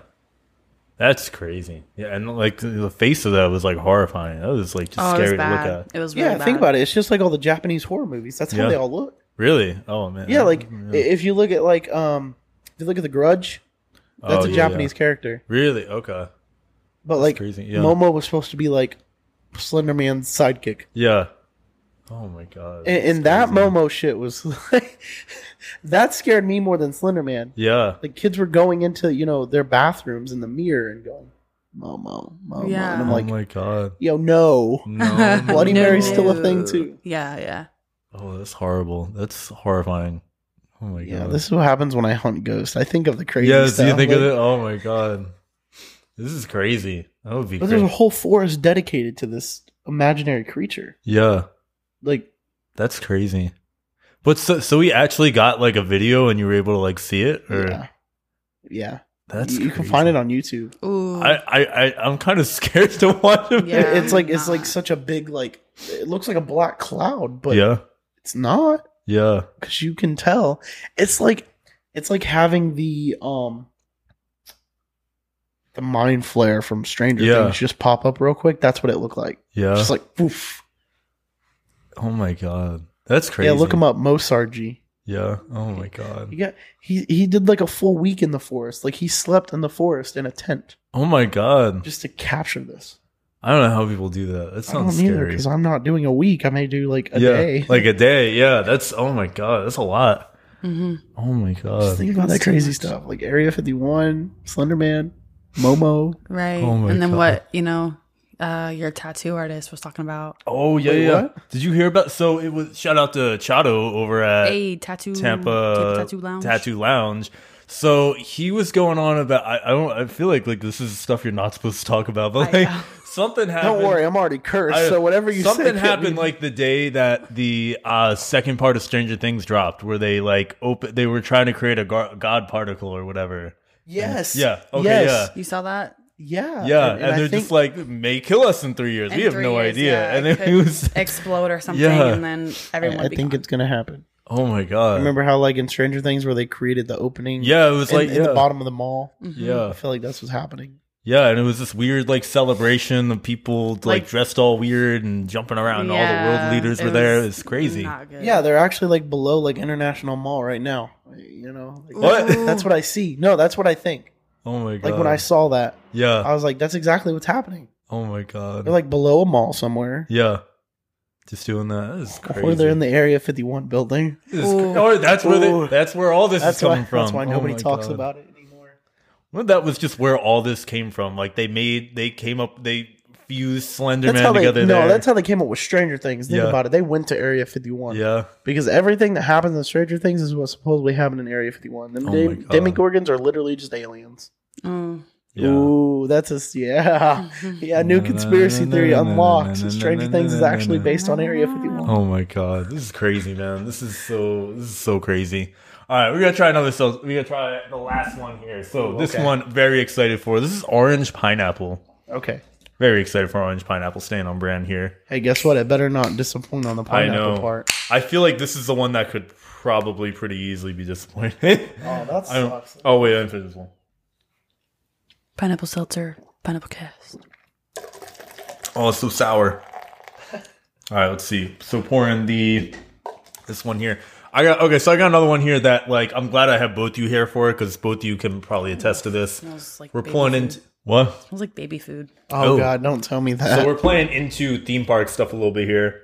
F: That's crazy. Yeah, and like the face of that was like horrifying. That was like just
I: Oh, it was
F: scary to
I: bad.
F: look at.
B: It was
I: yeah,
B: really
I: think
B: bad.
I: about it. It's just like all the Japanese horror movies. That's how
F: Yeah.
I: they all look.
F: Really? Oh man.
I: Yeah, like i if you look at like um, if you look at the Grudge, that's
F: Oh,
I: a
F: yeah,
I: Japanese
F: yeah.
I: character.
F: Really? Okay.
I: But
F: That's
I: like
F: crazy, yeah.
I: Momo was supposed to be like Slenderman's sidekick.
F: Yeah. Oh my god.
I: And, and that Momo shit was like, that scared me more than Slender Man.
F: Yeah.
I: The kids were going into, you know, their bathrooms in the mirror and going, Momo, Momo. And I'm
F: oh
I: like,
F: my god.
I: yo, no.
F: No.
I: Bloody Mary's still a thing, too.
B: Yeah, yeah.
F: Oh, that's horrible. That's horrifying. Oh my god.
I: Yeah, this is what happens when I hunt ghosts. I think of the crazy
F: Yes,
I: stuff.
F: you think of
I: like-
F: it. Oh my god, this is crazy. That would be
I: But there's a
F: crazy.
I: whole forest dedicated to this imaginary creature.
F: Yeah,
I: Like,
F: that's crazy. But so, so we actually got like a video, and you were able to like see it. Or
I: Yeah. yeah.
F: That's
I: you, you can find it on YouTube.
B: Ooh.
F: I, I, I, I'm kind of scared to watch it.
I: It- it's like it's like such a big like it looks like a black cloud, but
F: yeah,
I: it's not.
F: yeah,
I: because you can tell it's like it's like having the um the mind flare from Stranger
F: Yeah.
I: Things just pop up real quick. That's what it looked like.
F: Yeah.
I: just like poof.
F: Oh my god, that's crazy.
I: Yeah, look him up, Mosarg. He
F: Yeah. Oh my god.
I: got he he did like a full week in the forest. Like he slept in the forest in a tent
F: Oh my god.
I: just to capture this.
F: I don't know how people do that. That
I: I don't
F: sounds
I: either
F: scary.
I: because I'm not doing a week. I may do like a
F: yeah,
I: day.
F: like a day. Yeah, that's. Oh my god, that's a lot.
B: Mhm.
F: Oh my god.
I: Just think about that crazy stuff, like Area 51, Slenderman, Momo.
B: Right.
F: Oh my
B: and then
F: God.
B: what, you know, uh, your tattoo artist was talking about.
F: Oh yeah,
B: Wait,
F: yeah.
B: what?
F: Did you hear about? So it was shout out to Chato over at
B: Hey, tattoo-
F: Uh, Tampa,
B: Mm, Tampa Tattoo Lounge.
F: Tattoo Lounge. So he was going on about. I, I don't. I feel like like this is stuff you're not supposed to talk about, but like something happened.
I: Don't worry, I'm already cursed.
F: I-
I: so whatever you
F: something
I: say, can't
F: happened
I: be-
F: like the day that the uh, second part of Stranger Things dropped, where they like open. They were trying to create a gar- god particle or whatever.
I: Yes.
F: Yeah. Okay. Yeah.
B: You saw that?
I: Yeah.
F: Yeah,
B: And-
F: and,
B: and I
F: they're
B: think-
F: just like may kill us in three years.
B: In
F: we have
B: three
F: no
B: years,
F: idea,
B: yeah,
F: and
B: it
F: then
B: could
F: he was
B: explode or something,
F: Yeah.
B: and then everyone
I: I,
B: would
I: I
B: be
I: think it's gonna happen.
F: Oh my god!
I: Remember how like in Stranger Things where they created the opening?
F: Yeah, it was
I: in-
F: like-
I: in
F: yeah.
I: the bottom of the mall.
F: Mhm.
B: Mm-hmm.
F: Yeah.
I: I feel like that's what's happening.
F: Yeah, and it was this weird like celebration of people like, dressed all weird and jumping around. and all the
I: Yeah,
F: world leaders
I: it
F: were there.
I: was
F: It's crazy.
I: Yeah, they're actually like below like International Mall right now. You know, like,
F: What?
I: That's what I see. No, that's what I think.
F: Oh my god!
I: Like when I saw that,
F: Yeah.
I: I was like, that's exactly what's happening.
F: oh my god!
I: They're like below a mall somewhere,
F: yeah, just doing that. That is crazy.
I: or they're in the Area 51 building.
F: This is cra- or that's where they,
I: Ooh.
F: that's where all this
I: That's
F: is coming
I: why-
F: from.
I: That's why
F: Oh
I: nobody
F: my
I: talks
F: God.
I: about it anymore.
F: Well, that was just where all this came from. Like they made they came up they fused Slender
I: That's how
F: Man
I: they
F: together.
I: no.
F: there.
I: That's how they came up with Stranger Things. Think
F: Yeah.
I: about it. They went to Area 51.
F: Yeah.
I: because everything that happens in Stranger Things is what's supposedly happened in Area 51. Them
F: Oh
I: dem-
F: my God.
I: demigorgons are literally just aliens.
B: Mm.
F: Yeah.
I: Ooh, that's a yeah, yeah. New conspiracy theory unlocked. Stranger Things is actually based on Area 51.
F: Oh my god, this is crazy, man. This is so this is so crazy. All right, we're gonna try another. So we're gonna try the last one here. So
I: Ooh,
F: this
I: okay.
F: one, very excited for. This is orange pineapple.
I: Okay.
F: Very excited for orange pineapple. Staying on brand here.
I: Hey, guess what? It better not disappoint on the pineapple
F: I know.
I: part.
F: I feel like this is the one that could probably pretty easily be disappointed.
I: Oh, that
F: I don't-
I: sucks.
F: Oh wait, I didn't finish this one.
B: Pineapple seltzer, pineapple cast.
F: Oh, it's so sour. All right, let's see. So pouring the this one here. I got okay. So I got another one here that like I'm glad I have both you here for it because both you can probably attest to this.
B: Smells like
F: we're
B: baby
F: pulling
B: food.
F: into what?
B: It was like baby food.
I: Oh,
F: Oh.
I: God, don't tell me that.
F: So we're playing into theme park stuff a little bit here.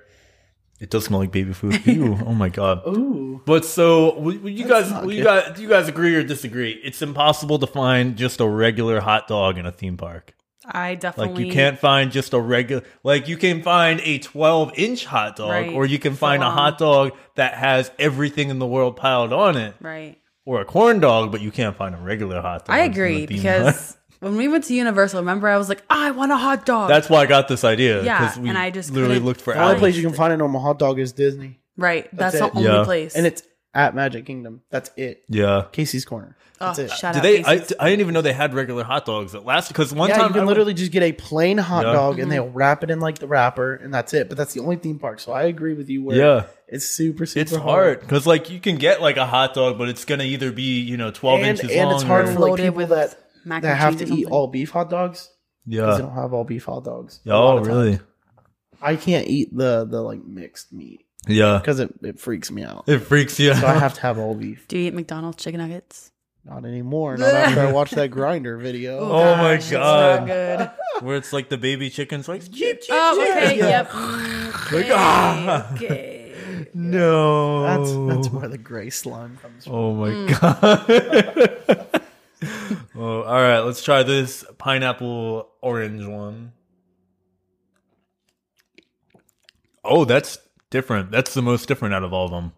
F: It does smell like baby food. Ew, oh my god.
I: Ooh.
F: But so, will, will you
I: That's
F: guys,
I: not
F: will you
I: good.
F: guys, do you guys agree or disagree? It's impossible to find just a regular hot dog in a theme park.
B: I definitely
F: Like you can't find just a regular. Like you can find a 12 inch hot dog,
B: Right,
F: or you can
B: so
F: find a
B: long.
F: hot dog that has everything in the world piled on it,
B: Right.
F: or a corn dog, but you can't find a regular hot dog.
B: I agree because when we went to Universal, remember I was like, I want a hot dog.
F: that's why I got this idea.
B: Yeah,
F: 'cause we
B: and I just
F: literally
B: couldn't
F: looked for
I: the only
F: hours.
I: place you can find a normal hot dog is Disney.
B: right. That's,
I: it.
B: the only place.
I: and it's at Magic Kingdom. That's it.
F: Yeah,
I: Casey's Corner. That's
B: Oh,
I: it.
B: shout
F: Do
B: out,
F: they? I,
B: Casey's.
F: I didn't even know they had regular hot dogs at last because one
I: yeah,
F: time
I: you can
F: I-
I: literally just get a plain hot
F: Yeah.
B: Mm-hmm.
I: dog and they'll wrap it in like the wrapper and that's it. But that's the only theme park. So I agree with you. Where
F: Yeah.
I: it's super super
F: it's hard because like you can get like a hot dog, but it's gonna either be you know twelve
I: and,
F: inches
I: and
F: long.
I: it's hard
F: or-
I: for like
B: Loaded
I: people
B: with
I: that
B: mac
I: that
B: and cheese
I: have to
B: or
I: eat
B: something.
I: all beef hot dogs. 'cause
F: Yeah.
I: they don't have all beef hot dogs. a lot
F: oh
I: of times.
F: really?
I: I can't eat the the like mixed meat
F: Yeah,
I: because it, it freaks me out.
F: it freaks you.
I: So I
F: out.
I: have to have all beef.
B: Do you eat McDonald's chicken nuggets?
I: Not anymore. Not after I watched that grinder video.
F: Oh my
B: Gosh, it's not
F: god!
B: good.
F: Where it's like the baby chickens like cheep cheep.
B: oh, okay.
F: Yeah.
B: Yep.
F: Like, ah.
B: Okay.
F: No,
I: That's that's where the gray slime comes from.
F: Oh my
B: Mm.
F: god. oh, all right, let's try this pineapple orange one. Oh, that's different. That's the most different out of all of them.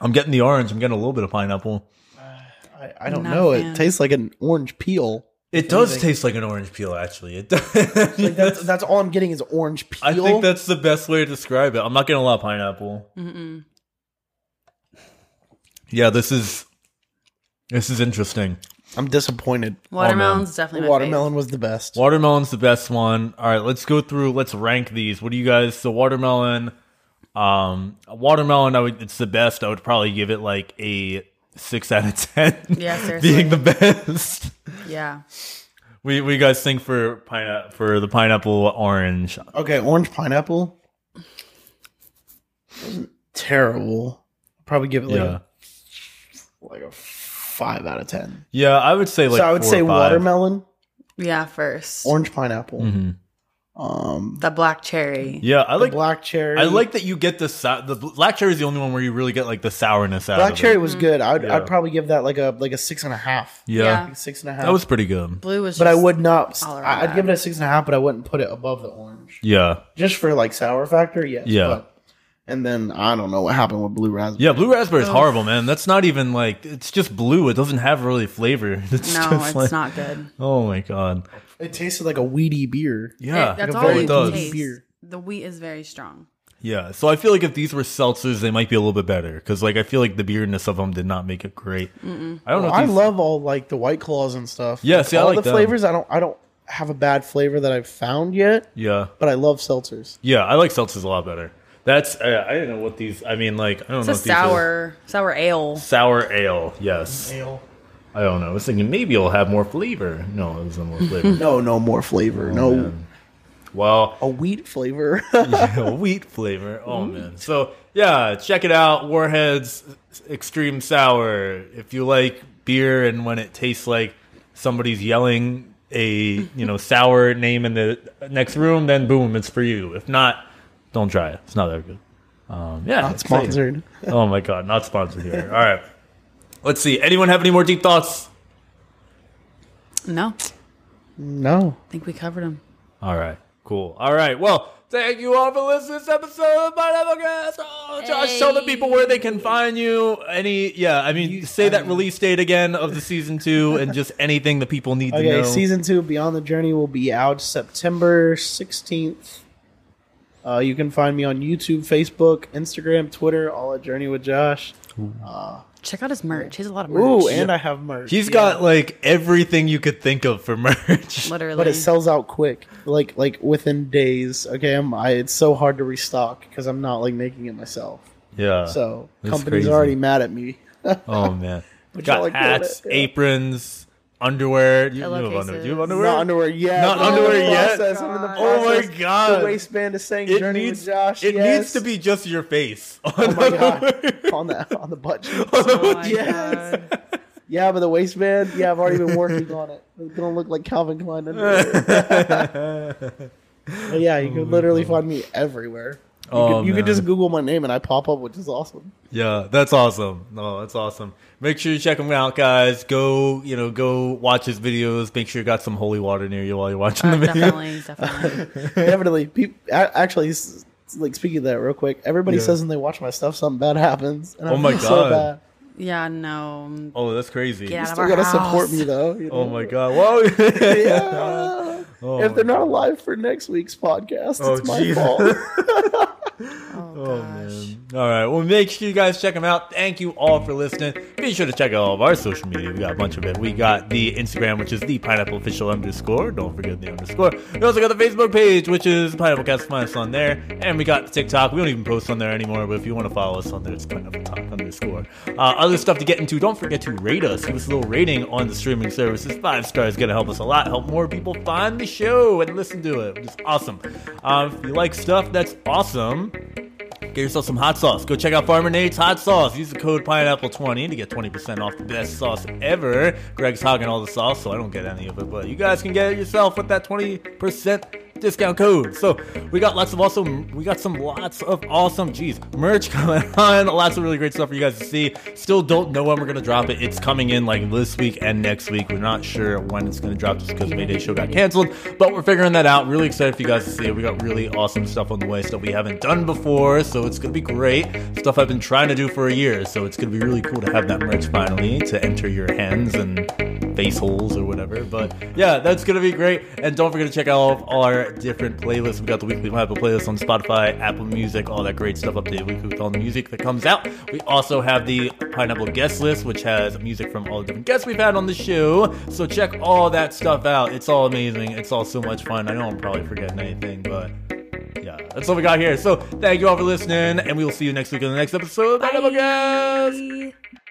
F: I'm getting the orange. I'm getting a little bit of pineapple. Oh.
I: I, I don't
B: Not a
I: know.
B: fan.
I: It tastes like an orange peel.
F: It
I: If
F: does
I: anything.
F: taste like an orange peel, actually. It does.
I: Like that's, that's all I'm getting is orange peel.
F: I think that's the best way to describe it. I'm not getting a lot of pineapple.
B: Mm-mm.
F: Yeah, this is this is interesting.
I: I'm disappointed.
B: Watermelon's definitely my
I: Watermelon was the best.
F: Watermelon's the best one. All right, let's go through. Let's rank these. What do you guys? So watermelon, um, watermelon. I would. It's the best. I would probably give it like a six out of ten.
B: Yeah, seriously.
F: being the best.
B: favorite. Yeah.
F: we we guys think for pine for the pineapple orange.
I: Okay, orange pineapple. Terrible. Probably give it like
F: Yeah,
I: a, like a five out of ten.
F: yeah. I would say like.
I: so I would
F: four or
I: say
F: five.
I: watermelon,
B: Yeah. First,
I: orange pineapple,
F: Mhm.
I: um,
B: the black cherry.
F: Yeah, I
I: the
F: like.
I: black cherry.
F: I like that you get the sou- the bl- black cherry is the only one where you really get like the sourness out.
I: black
F: of
I: cherry
F: It.
B: Mm-hmm.
I: was good. I'd,
F: Yeah.
I: I'd probably give that like a like a six and a half.
F: Yeah.
B: Yeah.
I: Like six and a half.
F: that was pretty good.
B: Blue was.
I: but I
B: just-
I: would not.
B: all around
I: I- I'd
B: bad.
I: give it a six and a half, but I wouldn't put it above the orange.
F: Yeah,
I: just for like sour factor. Yes,
F: Yeah.
I: But, and then I don't know what happened with blue raspberry.
F: Yeah, blue raspberry is
B: Oh.
F: horrible, man. That's not even like it's just blue. It doesn't have really flavor. It's
B: No,
F: just
B: it's
F: like-
B: not good.
F: Oh my god.
I: It tasted like a weedy beer.
F: Yeah,
B: It- that's
I: a
B: all
I: very
B: you
F: does.
B: can taste.
I: Beer.
B: The wheat is very strong.
F: Yeah. So I feel like if these were seltzers, they might be a little bit better because like I feel like the beardness of them did not make it great. I don't know.
I: Well,
F: if
I: I
F: these-
I: love all like the white claws and stuff.
F: Yeah, see, I
I: all
F: like
I: the
F: them.
I: flavors. I don't. I don't have a bad flavor that I've found yet.
F: Yeah,
I: But I love seltzers.
F: yeah. I like seltzers a lot better. That's uh, I don't know what these. I mean, like I don't
B: It's
F: know.
B: a
F: if these are-
B: sour, sour ale.
F: sour ale. Yes.
I: Ale.
F: I don't know. I was thinking maybe it'll have more flavor. No, it was no more flavor.
I: No, no more flavor.
F: Oh,
I: no,
F: well,
I: a wheat flavor.
F: Yeah, wheat flavor. Oh man. So yeah, check it out. Warheads Extreme Sour. If you like beer and when it tastes like somebody's yelling a you know sour name in the next room, then boom, it's for you. If not, don't try it. It's not that good. Um, yeah,
I: Not
F: it's safe.
I: sponsored.
F: oh my god, not sponsored here. All right. Let's see. Anyone have any more deep thoughts?
B: No, I
I: no.
B: think we covered them.
F: All right. Cool. All right. Well, thank you all for listening to this episode of Pineapple Cast. Oh, Josh, tell the people where they can find you. Any, yeah, I mean, say that release date again of the season two and just anything the people need to
I: Okay,
F: know.
I: season two Beyond the Journey will be out September sixteenth. Uh, you can find me on YouTube, Facebook, Instagram, Twitter, all at Journey with Josh.
B: Check out his merch. He has a lot of merch.
I: Ooh, and I have merch.
F: He's
I: He's
F: got like everything you could think of for merch.
B: literally.
I: but it sells out quick, like like within days. Okay, I'm, I it's so hard to restock because I'm not like making it myself.
F: Yeah.
I: So
F: Uh, that's
I: companies
F: crazy.
I: are already mad at me.
F: oh, man.
I: Which I
F: Got
I: like doing
F: hats,
I: it, yeah.
F: aprons, underwear. You, you have
B: Pillowcases.
F: underwear. Do you have underwear?
I: Not underwear yet.
F: Not
I: I'm in the
F: underwear yet?
I: process, I'm in the
F: Oh my
I: process.
F: God.
I: The waistband is saying
F: It
I: Journey
F: needs,
I: with Josh.
F: it needs
I: yes.
F: to be just your face.
I: Oh my god! on the on the butt. cheeks.
B: Oh my
I: Yes.
B: God.
I: Yeah, but the waistband. Yeah, I've already been working on it. It's gonna look like Calvin Klein underwear. but yeah, you can literally find me everywhere. You,
F: Oh,
I: could, you could
F: man.
I: just Google my name and I pop up, which is awesome.
F: Yeah, that's awesome. No, that's awesome. Make sure you check him out, guys. Go, you know, go watch his videos. Make sure you got some holy water near you while you're watching the video.
B: Uh, definitely,
I: definitely. Peop a- actually, s- like speaking of that, real quick, everybody
F: Yeah.
I: says when they watch my stuff, something bad happens. And I
F: Oh my
I: feel so
F: God.
I: bad.
B: Yeah, no. mm,
F: Oh, that's crazy.
B: Get out of
I: Still
B: our
I: gotta
B: house.
I: support me though. you
F: Oh
I: know?
F: my god! Whoa!
I: Yeah.
F: Oh my
I: if they're not alive for next week's podcast,
F: Oh,
I: it's my
F: Jesus.
I: fault.
F: Oh, man. All right. Well, make sure you guys check them out. Thank you all for listening. Be sure to check out all of our social media. We got a bunch of it. We got the Instagram, which is the pineapple official underscore. Don't forget the underscore. We also got the Facebook page, which is pineapple cast find us on there. And we got the TikTok. We don't even post on there anymore, but if you want to follow us on there, it's pineapple talk underscore. Uh, other stuff to get into. Don't forget to rate us. Give us a little rating on the streaming services. Five stars is going to help us a lot. Help more people find the show and listen to it, which is awesome. Um, if you like stuff, that's awesome. Get yourself some hot sauce. Go check out Farmer Nate's hot sauce. Use the code Pineapple20 to get 20% off the best sauce ever. Greg's hogging all the sauce, so I don't get any of it, but you guys can get it yourself with that 20% discount code. So we got lots of awesome, we got some lots of awesome, geez, merch coming on. Lots of really great stuff for you guys to see. Still don't know when we're gonna drop it. It's coming in like this week and next week. We're not sure when it's gonna drop just because Mayday Show got canceled, but we're figuring that out. Really excited for you guys to see it. We got really awesome stuff on the way, stuff we haven't done before, so it's gonna be great. Stuff I've been trying to do for a year, so it's gonna be really cool to have that merch finally to enter your hands and face holes or whatever. But yeah, that's gonna be great. And don't forget to check out all of our different playlists. We got the weekly Apple playlist on Spotify, Apple Music, all that great stuff updated weekly with all the music that comes out. We also have the Pineapple Guest List, which has music from all the different guests we've had on the show. So check all that stuff out. It's all amazing. It's all so much fun. I know I'm probably forgetting anything, but yeah, that's all we got here. So thank you all for listening, and we will see you next week on the next episode. of Pineapple Guest.